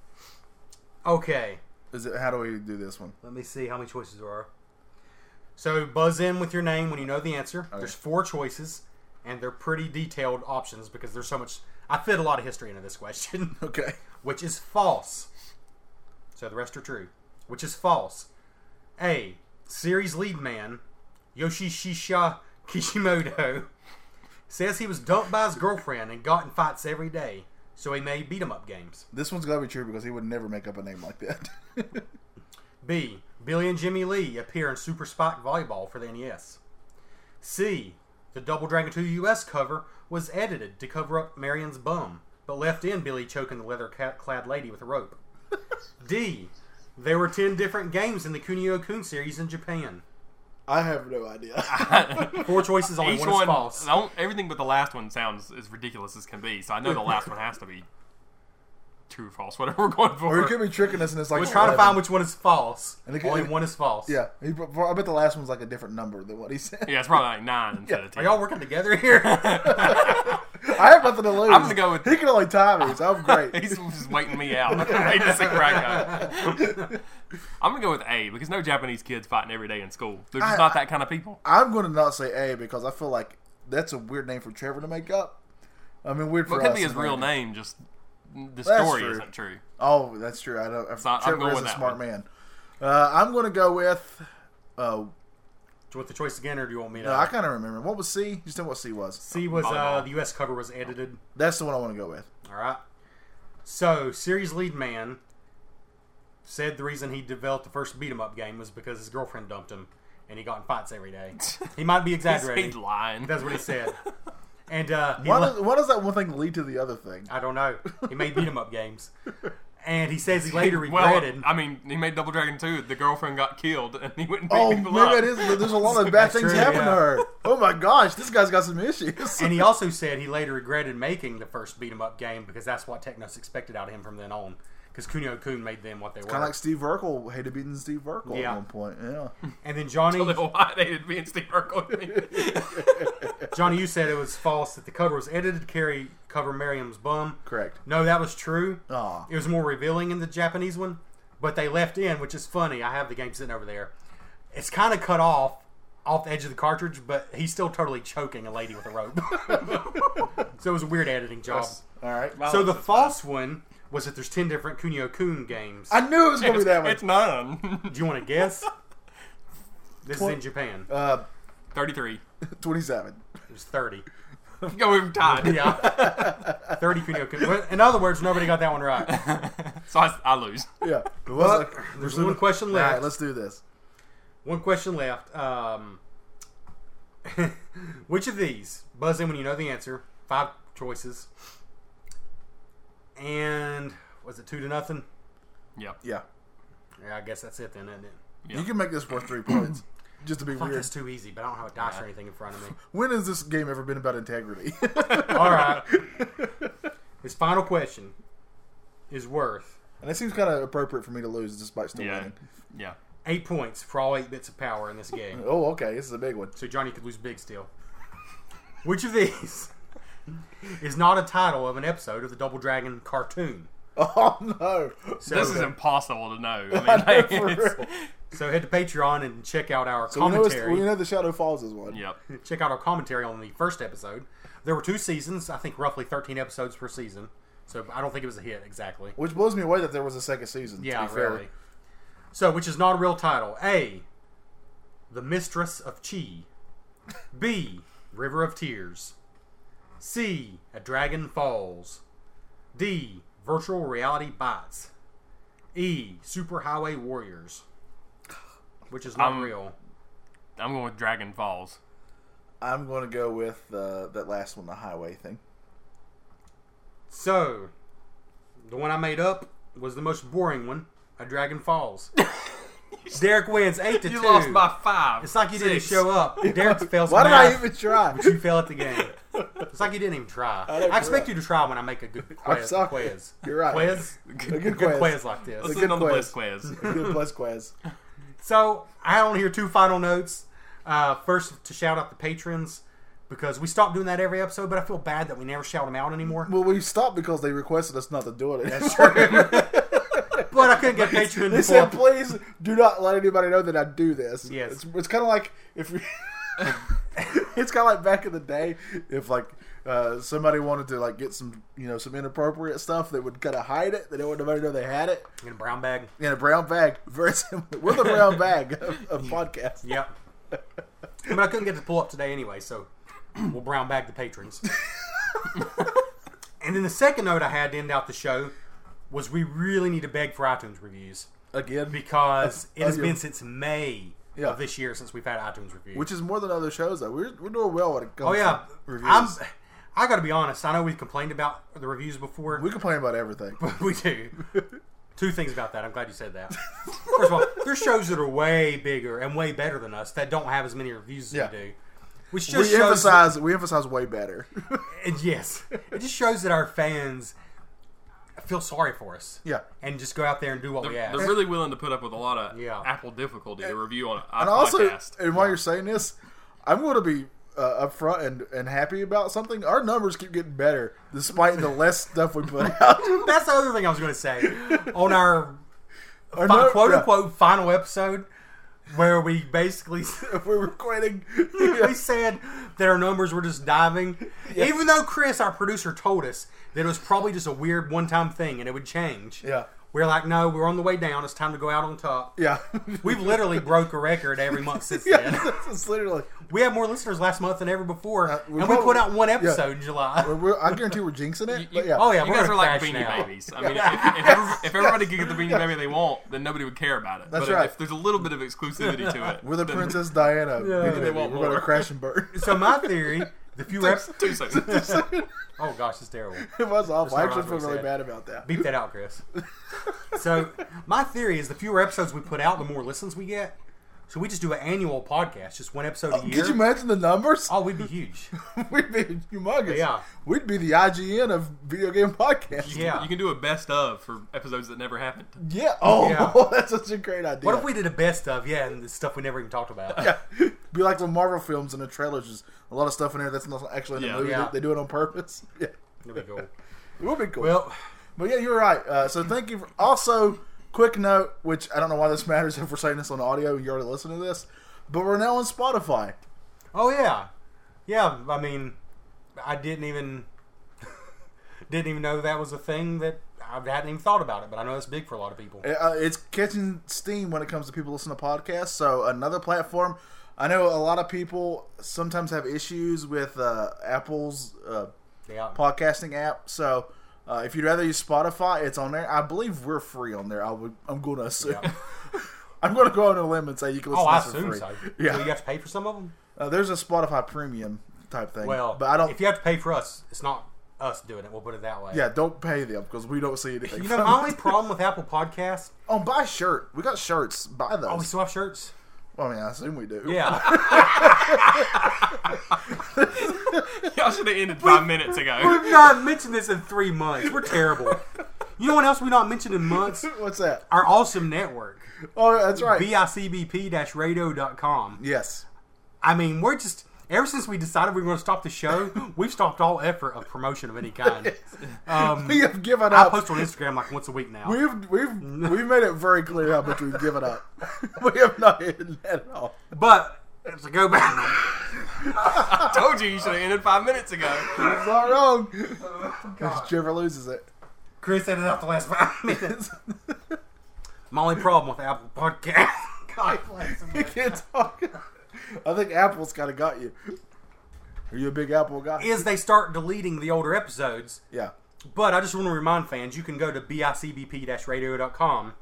[SPEAKER 4] Okay.
[SPEAKER 3] Is it, how do we do this one?
[SPEAKER 4] *laughs* Let me see how many choices there are. So buzz in with your name when you know the answer. There's four choices, and they're pretty detailed options because there's so much. I fit a lot of history into this question, *laughs*
[SPEAKER 3] Okay.
[SPEAKER 4] which is false. So the rest are true, which is false. A. Series lead man Yoshishisha Kishimoto says he was dumped by his girlfriend and got in fights every day, so he made beat 'em up games.
[SPEAKER 3] This one's gotta be true because he would never make up a name like that. *laughs*
[SPEAKER 4] B. Billy and Jimmy Lee appear in Super Spike Volleyball for the NES. C. The Double Dragon 2 US cover was edited to cover up Marion's bum, but left in Billy choking the leather ca- clad lady with a rope. D. There were 10 different games in the Kunio Kun series in Japan.
[SPEAKER 3] I have no idea.
[SPEAKER 4] Four choices, only
[SPEAKER 5] Each
[SPEAKER 4] one,
[SPEAKER 5] one,
[SPEAKER 4] is false.
[SPEAKER 5] I don't- everything but the last one sounds as ridiculous as can be. So I know the last one has to be true or false, whatever we're going for.
[SPEAKER 3] or he could be tricking us and it's like
[SPEAKER 4] We're trying to
[SPEAKER 3] 11.
[SPEAKER 4] find which one is false.
[SPEAKER 3] And it could-
[SPEAKER 4] only
[SPEAKER 3] and it-
[SPEAKER 4] one is false.
[SPEAKER 3] Yeah, he, I bet the last one's like a different number than what he said.
[SPEAKER 5] yeah, it's probably like nine instead of
[SPEAKER 4] Are
[SPEAKER 5] ten.
[SPEAKER 4] y'all working together here? *laughs*
[SPEAKER 3] I have nothing to lose.
[SPEAKER 5] I'm gonna go with-
[SPEAKER 3] he can only tie me, so I'm great.
[SPEAKER 5] *laughs* He's just waiting me out. *laughs* Waiting to see where
[SPEAKER 3] *laughs*
[SPEAKER 5] I go. I'm gonna go with A because no Japanese kids fighting every day in school. They're just
[SPEAKER 3] I-
[SPEAKER 5] not that kind of people.
[SPEAKER 3] I'm going to not say A because I feel like that's a weird name for Trevor to make up. I mean, weird for
[SPEAKER 5] What could
[SPEAKER 3] us,
[SPEAKER 5] be his
[SPEAKER 3] isn't
[SPEAKER 5] real
[SPEAKER 3] it?
[SPEAKER 5] name? Just the
[SPEAKER 3] That's
[SPEAKER 5] story
[SPEAKER 3] true.
[SPEAKER 5] isn't true. *laughs*
[SPEAKER 3] Oh, that's true. I don't.
[SPEAKER 5] I- I'm
[SPEAKER 3] Trevor
[SPEAKER 5] going
[SPEAKER 3] is
[SPEAKER 5] with
[SPEAKER 3] a
[SPEAKER 5] that
[SPEAKER 3] smart
[SPEAKER 5] one.
[SPEAKER 3] man. Uh, I'm going to go with. Uh,
[SPEAKER 4] Do you want the choice again, or do you want me to?
[SPEAKER 3] no, I kind of remember. What was C? Just tell me what C was.
[SPEAKER 4] C was uh,
[SPEAKER 5] Volleyball.
[SPEAKER 4] the US cover was edited.
[SPEAKER 3] That's the one I want to go with.
[SPEAKER 4] All right. So, series lead man said the reason he developed the first beat 'em up game was because his girlfriend dumped him and he got in fights every day.
[SPEAKER 5] *laughs*
[SPEAKER 4] He might be
[SPEAKER 5] He's,
[SPEAKER 4] exaggerating.
[SPEAKER 5] he's lying.
[SPEAKER 4] That's what he said. And uh, he
[SPEAKER 3] Why
[SPEAKER 4] le-
[SPEAKER 3] does, why does that one thing lead to the other
[SPEAKER 5] *laughs*
[SPEAKER 3] thing?
[SPEAKER 4] I don't know. He made beat 'em up games. And he says he later
[SPEAKER 5] *laughs* well,
[SPEAKER 4] regretted.
[SPEAKER 5] I mean, he made Double Dragon 2. The girlfriend got killed, and he went and beat
[SPEAKER 3] Oh,
[SPEAKER 5] people
[SPEAKER 3] maybe
[SPEAKER 5] up.
[SPEAKER 3] it is. There's a
[SPEAKER 5] *laughs*
[SPEAKER 3] lot of bad
[SPEAKER 4] That's
[SPEAKER 3] things
[SPEAKER 4] true,
[SPEAKER 3] happen to
[SPEAKER 4] yeah.
[SPEAKER 3] her. Oh my gosh, this guy's got some issues. *laughs*
[SPEAKER 4] and he also said he later regretted making the first beat 'em up game because that's what Technos expected out of him from then on. Because Kunio Kun made them what they were.
[SPEAKER 3] Kind of like Steve Urkel hated beating Steve Urkel
[SPEAKER 4] Yeah.
[SPEAKER 3] at one point.
[SPEAKER 5] *laughs*
[SPEAKER 3] Yeah.
[SPEAKER 4] and then Johnny.
[SPEAKER 5] I don't know why they did me and Steve Urkel.
[SPEAKER 4] Johnny, you said it was false that the cover was edited to carry cover Miriam's bum.
[SPEAKER 3] Correct.
[SPEAKER 4] No, that was true.
[SPEAKER 3] Aw.
[SPEAKER 4] It was more revealing in the Japanese one, but they left in, which is funny. I have the game sitting over there. It's kind of cut off off the edge of the cartridge, but he's still totally choking a lady with a rope. *laughs* so it was a weird editing job.
[SPEAKER 3] All right.
[SPEAKER 4] so the false one was that there's 10 different Kunio Kun games.
[SPEAKER 3] I knew it was gonna be
[SPEAKER 5] it's,
[SPEAKER 3] that one.
[SPEAKER 5] it's none. *laughs*
[SPEAKER 4] Do you want
[SPEAKER 3] *laughs*
[SPEAKER 4] to guess? This is in Japan.
[SPEAKER 3] Uh,
[SPEAKER 5] 33.
[SPEAKER 3] twenty-seven.
[SPEAKER 4] It was 30.
[SPEAKER 5] *laughs* Go with tied.
[SPEAKER 4] Yeah. 30 Kunio Kun. Well, In other words, nobody got that one right.
[SPEAKER 5] So I, I lose.
[SPEAKER 3] *laughs* Yeah.
[SPEAKER 4] Well, there's one question
[SPEAKER 3] All
[SPEAKER 4] left.
[SPEAKER 3] right, let's do this.
[SPEAKER 4] One question left. Um, *laughs* which of these? Buzz in when you know the answer. Five choices. And was it two to nothing?
[SPEAKER 5] Yeah.
[SPEAKER 3] Yeah.
[SPEAKER 4] Yeah, I guess that's it then, isn't it?
[SPEAKER 5] Yeah.
[SPEAKER 3] You can make this worth three
[SPEAKER 4] *clears throat*
[SPEAKER 3] points. Just to be
[SPEAKER 4] Fuck,
[SPEAKER 3] weird.
[SPEAKER 4] that's too easy, but I don't have a dice or anything in front of me.
[SPEAKER 3] When has this game ever been about integrity? *laughs*
[SPEAKER 4] All right. *laughs* His final question is worth
[SPEAKER 3] and it seems kind of appropriate for me to lose despite still
[SPEAKER 5] Yeah.
[SPEAKER 3] winning.
[SPEAKER 5] Yeah.
[SPEAKER 4] eight points for all eight bits of power in this game.
[SPEAKER 3] Oh, okay. This is a big one. *laughs*
[SPEAKER 4] So Johnny could lose big still. Which of these is not a title of an episode of the Double Dragon cartoon?
[SPEAKER 3] Oh
[SPEAKER 4] *laughs*
[SPEAKER 3] no.
[SPEAKER 4] So,
[SPEAKER 5] This is impossible
[SPEAKER 3] *laughs*
[SPEAKER 5] to know. I mean, like,
[SPEAKER 3] For
[SPEAKER 5] it's-
[SPEAKER 3] real.
[SPEAKER 4] so head to Patreon and check out our
[SPEAKER 3] So we know, it's-
[SPEAKER 4] commentary.
[SPEAKER 3] we know the Shadow Falls is one.
[SPEAKER 5] *laughs* Yep.
[SPEAKER 4] Check out our commentary on the first episode. There were two seasons, I think roughly 13 episodes per season. So I don't think it was a hit exactly.
[SPEAKER 3] Which blows me away that there was a second season. to
[SPEAKER 4] Yeah,
[SPEAKER 3] be fair.
[SPEAKER 4] really. So, which is not a real title? A. The Mistress of Chi. B. River of Tears. C. A Dragon Falls. D. Virtual Reality Bites. E. Superhighway Warriors. Which is not
[SPEAKER 5] Um,
[SPEAKER 4] real.
[SPEAKER 5] I'm going with Dragon Falls.
[SPEAKER 3] I'm going to go with uh, that last one, the highway thing.
[SPEAKER 4] So, the one I made up was the most boring one. A Dragon
[SPEAKER 5] *laughs*
[SPEAKER 4] Falls. Derek wins eight to
[SPEAKER 5] You
[SPEAKER 4] two.
[SPEAKER 5] lost by five.
[SPEAKER 4] It's like you did didn't
[SPEAKER 5] Six.
[SPEAKER 4] show up.
[SPEAKER 3] *laughs*
[SPEAKER 4] Derek fails.
[SPEAKER 3] Why did I
[SPEAKER 4] math.
[SPEAKER 3] even
[SPEAKER 4] *laughs*
[SPEAKER 3] try?
[SPEAKER 4] You fail at the game. It's like you didn't even try. I,
[SPEAKER 3] didn't
[SPEAKER 4] expect
[SPEAKER 3] try.
[SPEAKER 4] you to try when I make a good quiz.
[SPEAKER 3] sorry.
[SPEAKER 4] quiz.
[SPEAKER 3] You're right.
[SPEAKER 4] Quiz. A
[SPEAKER 3] A
[SPEAKER 4] good
[SPEAKER 3] good
[SPEAKER 4] quiz.
[SPEAKER 3] quiz.
[SPEAKER 4] like this.
[SPEAKER 5] Let's
[SPEAKER 3] good
[SPEAKER 5] end on the
[SPEAKER 3] quiz.
[SPEAKER 5] bliss quiz.
[SPEAKER 3] *laughs* A good plus
[SPEAKER 4] *laughs*
[SPEAKER 3] quiz.
[SPEAKER 4] So I don't hear two final notes. Uh, first, to shout out the patrons because we stopped doing that every episode, but I feel bad that we never shout them out anymore.
[SPEAKER 3] *laughs* Well, we stopped because they requested us not to do it. anymore.
[SPEAKER 4] but I couldn't get
[SPEAKER 3] *laughs*
[SPEAKER 4] Patreon
[SPEAKER 3] They said,
[SPEAKER 4] before.
[SPEAKER 3] "Please do not let anybody know that I do this."
[SPEAKER 4] Yes.
[SPEAKER 3] it's, it's kind of like if you, *laughs* it's kind of like back in the day, if like uh, somebody wanted to like get some you know some inappropriate stuff, they would kind of hide it. They didn't want nobody to know they had it
[SPEAKER 4] In a brown bag.
[SPEAKER 3] in a brown bag. *laughs* Very similar. We're the brown bag of,
[SPEAKER 4] *laughs*
[SPEAKER 3] of podcasts.
[SPEAKER 4] Yep. but I couldn't get to pull up today anyway, so we'll brown bag the patrons. and then the second note I had to end out the show was we really need to beg for iTunes reviews
[SPEAKER 3] Again,
[SPEAKER 4] because it
[SPEAKER 3] Oh,
[SPEAKER 4] has
[SPEAKER 3] yeah.
[SPEAKER 4] been since May
[SPEAKER 3] Yeah.
[SPEAKER 4] of this year since we've had iTunes reviews.
[SPEAKER 3] which is more than other shows though. We're, we're doing well when it comes.
[SPEAKER 4] oh yeah,
[SPEAKER 3] to reviews.
[SPEAKER 4] I'm. I got to be honest. I know we've complained about the reviews before.
[SPEAKER 3] we complain about everything.
[SPEAKER 4] *laughs* we do. Two things about that. I'm glad you said that. First of all, there's shows that are way bigger and way better than us that don't have as many reviews as
[SPEAKER 3] Yeah.
[SPEAKER 4] we do. Which just
[SPEAKER 3] We
[SPEAKER 4] shows
[SPEAKER 3] emphasize. We emphasize way better.
[SPEAKER 4] and yes, it just shows that our fans feel sorry for us.
[SPEAKER 3] *laughs* Yeah.
[SPEAKER 4] and just go out there and do what
[SPEAKER 5] They're,
[SPEAKER 4] we ask.
[SPEAKER 5] they're really willing to put up with a lot of
[SPEAKER 4] Yeah.
[SPEAKER 5] Apple difficulty to review on a
[SPEAKER 3] and also, uh,
[SPEAKER 5] podcast.
[SPEAKER 3] and while you're saying this, I'm going to be uh, upfront and, and happy about something. Our numbers keep getting better despite the less stuff we put
[SPEAKER 4] *laughs*
[SPEAKER 3] out.
[SPEAKER 4] That's the other thing I was going to say
[SPEAKER 3] *laughs*
[SPEAKER 4] on our
[SPEAKER 3] Our
[SPEAKER 4] fi-
[SPEAKER 3] num-
[SPEAKER 4] quote
[SPEAKER 3] yeah,
[SPEAKER 4] unquote final episode where we basically *laughs*
[SPEAKER 3] we're recording.
[SPEAKER 4] we said that our numbers were just diving, even though Chris, our producer, told us that it was probably just a weird one time thing and it would change.
[SPEAKER 3] Yeah.
[SPEAKER 4] We We're like, no, we're on the way down. It's time to go out on top.
[SPEAKER 3] *laughs* yeah, *laughs*
[SPEAKER 4] *laughs* We've literally broke a record every month since
[SPEAKER 3] yeah, *laughs*
[SPEAKER 4] then.
[SPEAKER 3] that's- that's literally.
[SPEAKER 4] We had more listeners last month than ever before,
[SPEAKER 3] Uh, we
[SPEAKER 4] and we
[SPEAKER 3] probably-
[SPEAKER 4] put out one episode in
[SPEAKER 3] We're,
[SPEAKER 4] July.
[SPEAKER 3] we're, I guarantee we're jinxing it. But yeah.
[SPEAKER 4] Oh yeah,
[SPEAKER 5] you
[SPEAKER 4] we're
[SPEAKER 5] guys
[SPEAKER 4] gonna
[SPEAKER 5] are like
[SPEAKER 4] crash
[SPEAKER 5] beanie
[SPEAKER 4] now.
[SPEAKER 5] babies. I mean,
[SPEAKER 3] *laughs*
[SPEAKER 5] if, if, every- if everybody could get the beanie baby they want, then nobody would care about it.
[SPEAKER 3] That's
[SPEAKER 5] but if-
[SPEAKER 3] right.
[SPEAKER 5] if there's a little bit of exclusivity to it,
[SPEAKER 3] We're the Princess Diana.
[SPEAKER 4] *laughs*
[SPEAKER 3] baby.
[SPEAKER 5] They want
[SPEAKER 3] We're going to
[SPEAKER 5] more.
[SPEAKER 3] crash and burn.
[SPEAKER 4] So my theory, the fewer ep-
[SPEAKER 5] two seconds.
[SPEAKER 4] oh gosh, it's terrible.
[SPEAKER 3] *laughs* It was awful. I actually
[SPEAKER 4] That's
[SPEAKER 3] feel
[SPEAKER 4] what I
[SPEAKER 3] really
[SPEAKER 4] said.
[SPEAKER 3] bad about that.
[SPEAKER 4] Beep that out, Chris. So my theory is the fewer episodes we put out, the more listens we get. So we just do an annual podcast, just one episode a year.
[SPEAKER 3] Oh, Could you imagine the numbers?
[SPEAKER 4] oh, we'd be huge.
[SPEAKER 3] *laughs* We'd be humongous.
[SPEAKER 4] Yeah.
[SPEAKER 3] We'd be the IGN of video game podcasts.
[SPEAKER 4] Yeah.
[SPEAKER 5] You can do a best of for episodes that never happened.
[SPEAKER 3] Yeah. Oh, *laughs*
[SPEAKER 4] Yeah.
[SPEAKER 3] that's such a great idea.
[SPEAKER 4] What if we did a best of? Yeah, and the stuff we never even talked about.
[SPEAKER 3] Be like the Marvel films and the trailers, just a lot of stuff in there that's not actually in the
[SPEAKER 5] Yeah.
[SPEAKER 3] movie.
[SPEAKER 4] Yeah.
[SPEAKER 3] They do it on purpose. *laughs* Yeah,
[SPEAKER 4] That'd be cool.
[SPEAKER 3] it would be cool.
[SPEAKER 4] Well,
[SPEAKER 3] but yeah, you're right. Uh, so thank you. For, also, quick note, which I don't know why this *laughs* matters if we're saying this on audio. You already listened to this, but we're now on Spotify.
[SPEAKER 4] oh yeah, yeah. I mean, I didn't even *laughs* didn't even know that was a thing that I hadn't even thought about it, but I know it's big for a lot of people.
[SPEAKER 3] Uh, it's catching steam when it comes to people listening to podcasts. So another platform. I know a lot of people sometimes have issues with uh, Apple's. Uh,
[SPEAKER 4] Yeah.
[SPEAKER 3] podcasting app. So uh, if you'd rather use Spotify, it's on there. I believe we're free on there. I would, I'm going to assume.
[SPEAKER 4] Yeah.
[SPEAKER 3] *laughs* I'm going to go on a limb and say you can listen
[SPEAKER 4] Oh, I
[SPEAKER 3] to this for
[SPEAKER 4] assume
[SPEAKER 3] free.
[SPEAKER 4] so.
[SPEAKER 3] Yeah,
[SPEAKER 4] So you have to pay for some of them.
[SPEAKER 3] uh, there's a Spotify Premium type thing.
[SPEAKER 4] Well,
[SPEAKER 3] but I don't.
[SPEAKER 4] If you have to pay for us, it's not us doing it. We'll put it that way.
[SPEAKER 3] yeah, don't pay them because we don't see anything.
[SPEAKER 4] You know,
[SPEAKER 3] from
[SPEAKER 4] my
[SPEAKER 3] it.
[SPEAKER 4] only problem with Apple Podcasts.
[SPEAKER 3] *laughs* oh, buy a shirt. We got shirts. Buy those.
[SPEAKER 4] Oh, we still have shirts.
[SPEAKER 3] well, I mean, I assume we do.
[SPEAKER 4] Yeah.
[SPEAKER 5] Y'all should have ended five minutes ago.
[SPEAKER 4] *laughs* We've not mentioned this in three months. We're terrible. You know what else we not mentioned in months?
[SPEAKER 3] *laughs* What's that?
[SPEAKER 4] Our awesome network,
[SPEAKER 3] Oh, that's right.
[SPEAKER 4] bicbp-radio.com.
[SPEAKER 3] yes.
[SPEAKER 4] *laughs* I mean, we're just ever since we decided we were going to stop the show, we've stopped all effort of promotion of any *laughs* kind. Um,
[SPEAKER 3] We have given
[SPEAKER 4] I
[SPEAKER 3] up.
[SPEAKER 4] post on Instagram like once a week now.
[SPEAKER 3] We've we've we've made it very clear how much we've given up. *laughs* we have not hidden that at all.
[SPEAKER 4] But to go back.
[SPEAKER 5] I *laughs* told you you should have ended five minutes ago.
[SPEAKER 3] It's not
[SPEAKER 4] *laughs*
[SPEAKER 3] wrong.
[SPEAKER 4] Oh,
[SPEAKER 3] Trevor loses it.
[SPEAKER 4] Chris ended up the last five *laughs* minutes. My only problem with Apple Podcast.
[SPEAKER 3] *laughs*
[SPEAKER 4] God bless him.
[SPEAKER 3] I can't talk. I think Apple's kind of got you. Are you a big Apple guy?
[SPEAKER 4] *laughs* Is they start deleting the older episodes.
[SPEAKER 3] yeah.
[SPEAKER 4] But I just want to remind fans you can go to bicbp radio.com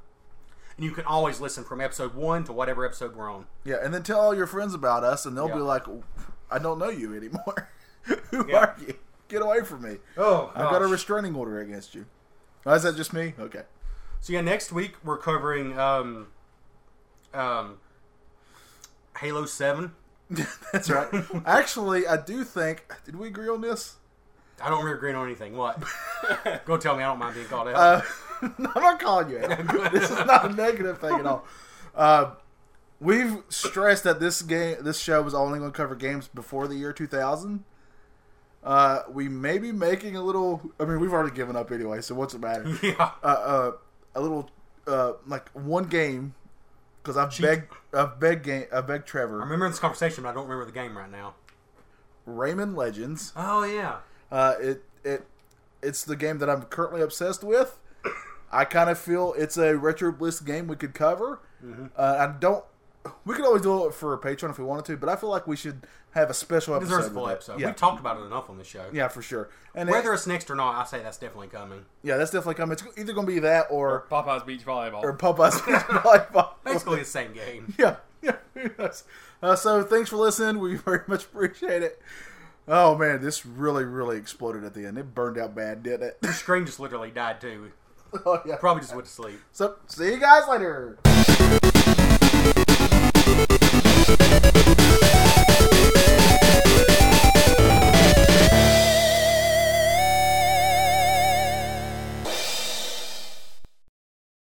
[SPEAKER 4] and you can always listen from episode one to whatever episode we're on.
[SPEAKER 3] Yeah, and then tell all your friends about us, and they'll
[SPEAKER 4] Yeah.
[SPEAKER 3] be like, I don't know you anymore. *laughs* Who
[SPEAKER 4] Yeah.
[SPEAKER 3] are you? Get away from me.
[SPEAKER 4] Oh,
[SPEAKER 3] I've got a
[SPEAKER 4] gosh.
[SPEAKER 3] restraining order against you. Oh, is that just me? Okay. *laughs*
[SPEAKER 4] So, yeah, next week we're covering um, um, Halo 7.
[SPEAKER 3] That's
[SPEAKER 4] *laughs*
[SPEAKER 3] right. Actually, I do think. Did we agree on this?
[SPEAKER 4] I don't really agree on anything. *laughs* What? go tell me. I don't mind being called out.
[SPEAKER 3] Uh, *laughs* I'm not calling you out. this is not a negative thing at all. Uh, we've stressed that this game, this show, was only going to cover games before the year 2000. Uh, we may be making a little. I mean, we've already given up anyway, so what's the matter?
[SPEAKER 4] *laughs* yeah.
[SPEAKER 3] Uh, uh, a little uh, like one game because I've begged, I've begged game, I've begged Trevor
[SPEAKER 4] I remember this conversation, but I don't remember the game right now.
[SPEAKER 3] Rayman Legends.
[SPEAKER 4] Oh yeah,
[SPEAKER 3] Uh, it it it's the game that I'm currently obsessed with. I kind of feel it's a retro bliss game we could cover.
[SPEAKER 4] Mm-hmm.
[SPEAKER 3] Uh, I don't. We could always do it for a patron if we wanted to, but I feel like we should have a special episode.
[SPEAKER 4] deserves a
[SPEAKER 3] with
[SPEAKER 4] full
[SPEAKER 3] it.
[SPEAKER 4] episode.
[SPEAKER 3] Yeah,
[SPEAKER 4] We've talked about it enough on this show.
[SPEAKER 3] yeah, for sure. And
[SPEAKER 4] Whether
[SPEAKER 3] it-
[SPEAKER 4] it's next or not, I say that's definitely coming.
[SPEAKER 3] yeah, that's definitely coming. It's either going to be that or
[SPEAKER 5] Popeye's Beach Volleyball.
[SPEAKER 3] or Popeye's *laughs* volleyball.
[SPEAKER 4] Basically, the same *laughs* game.
[SPEAKER 3] yeah, yeah. yes. Uh, so thanks for listening. We very much appreciate it. Oh man, this really, really exploded at the end. It burned out bad, didn't it? *laughs*
[SPEAKER 4] Your screen just literally died too.
[SPEAKER 3] oh yeah.
[SPEAKER 4] Probably just went to sleep.
[SPEAKER 3] So see you guys later.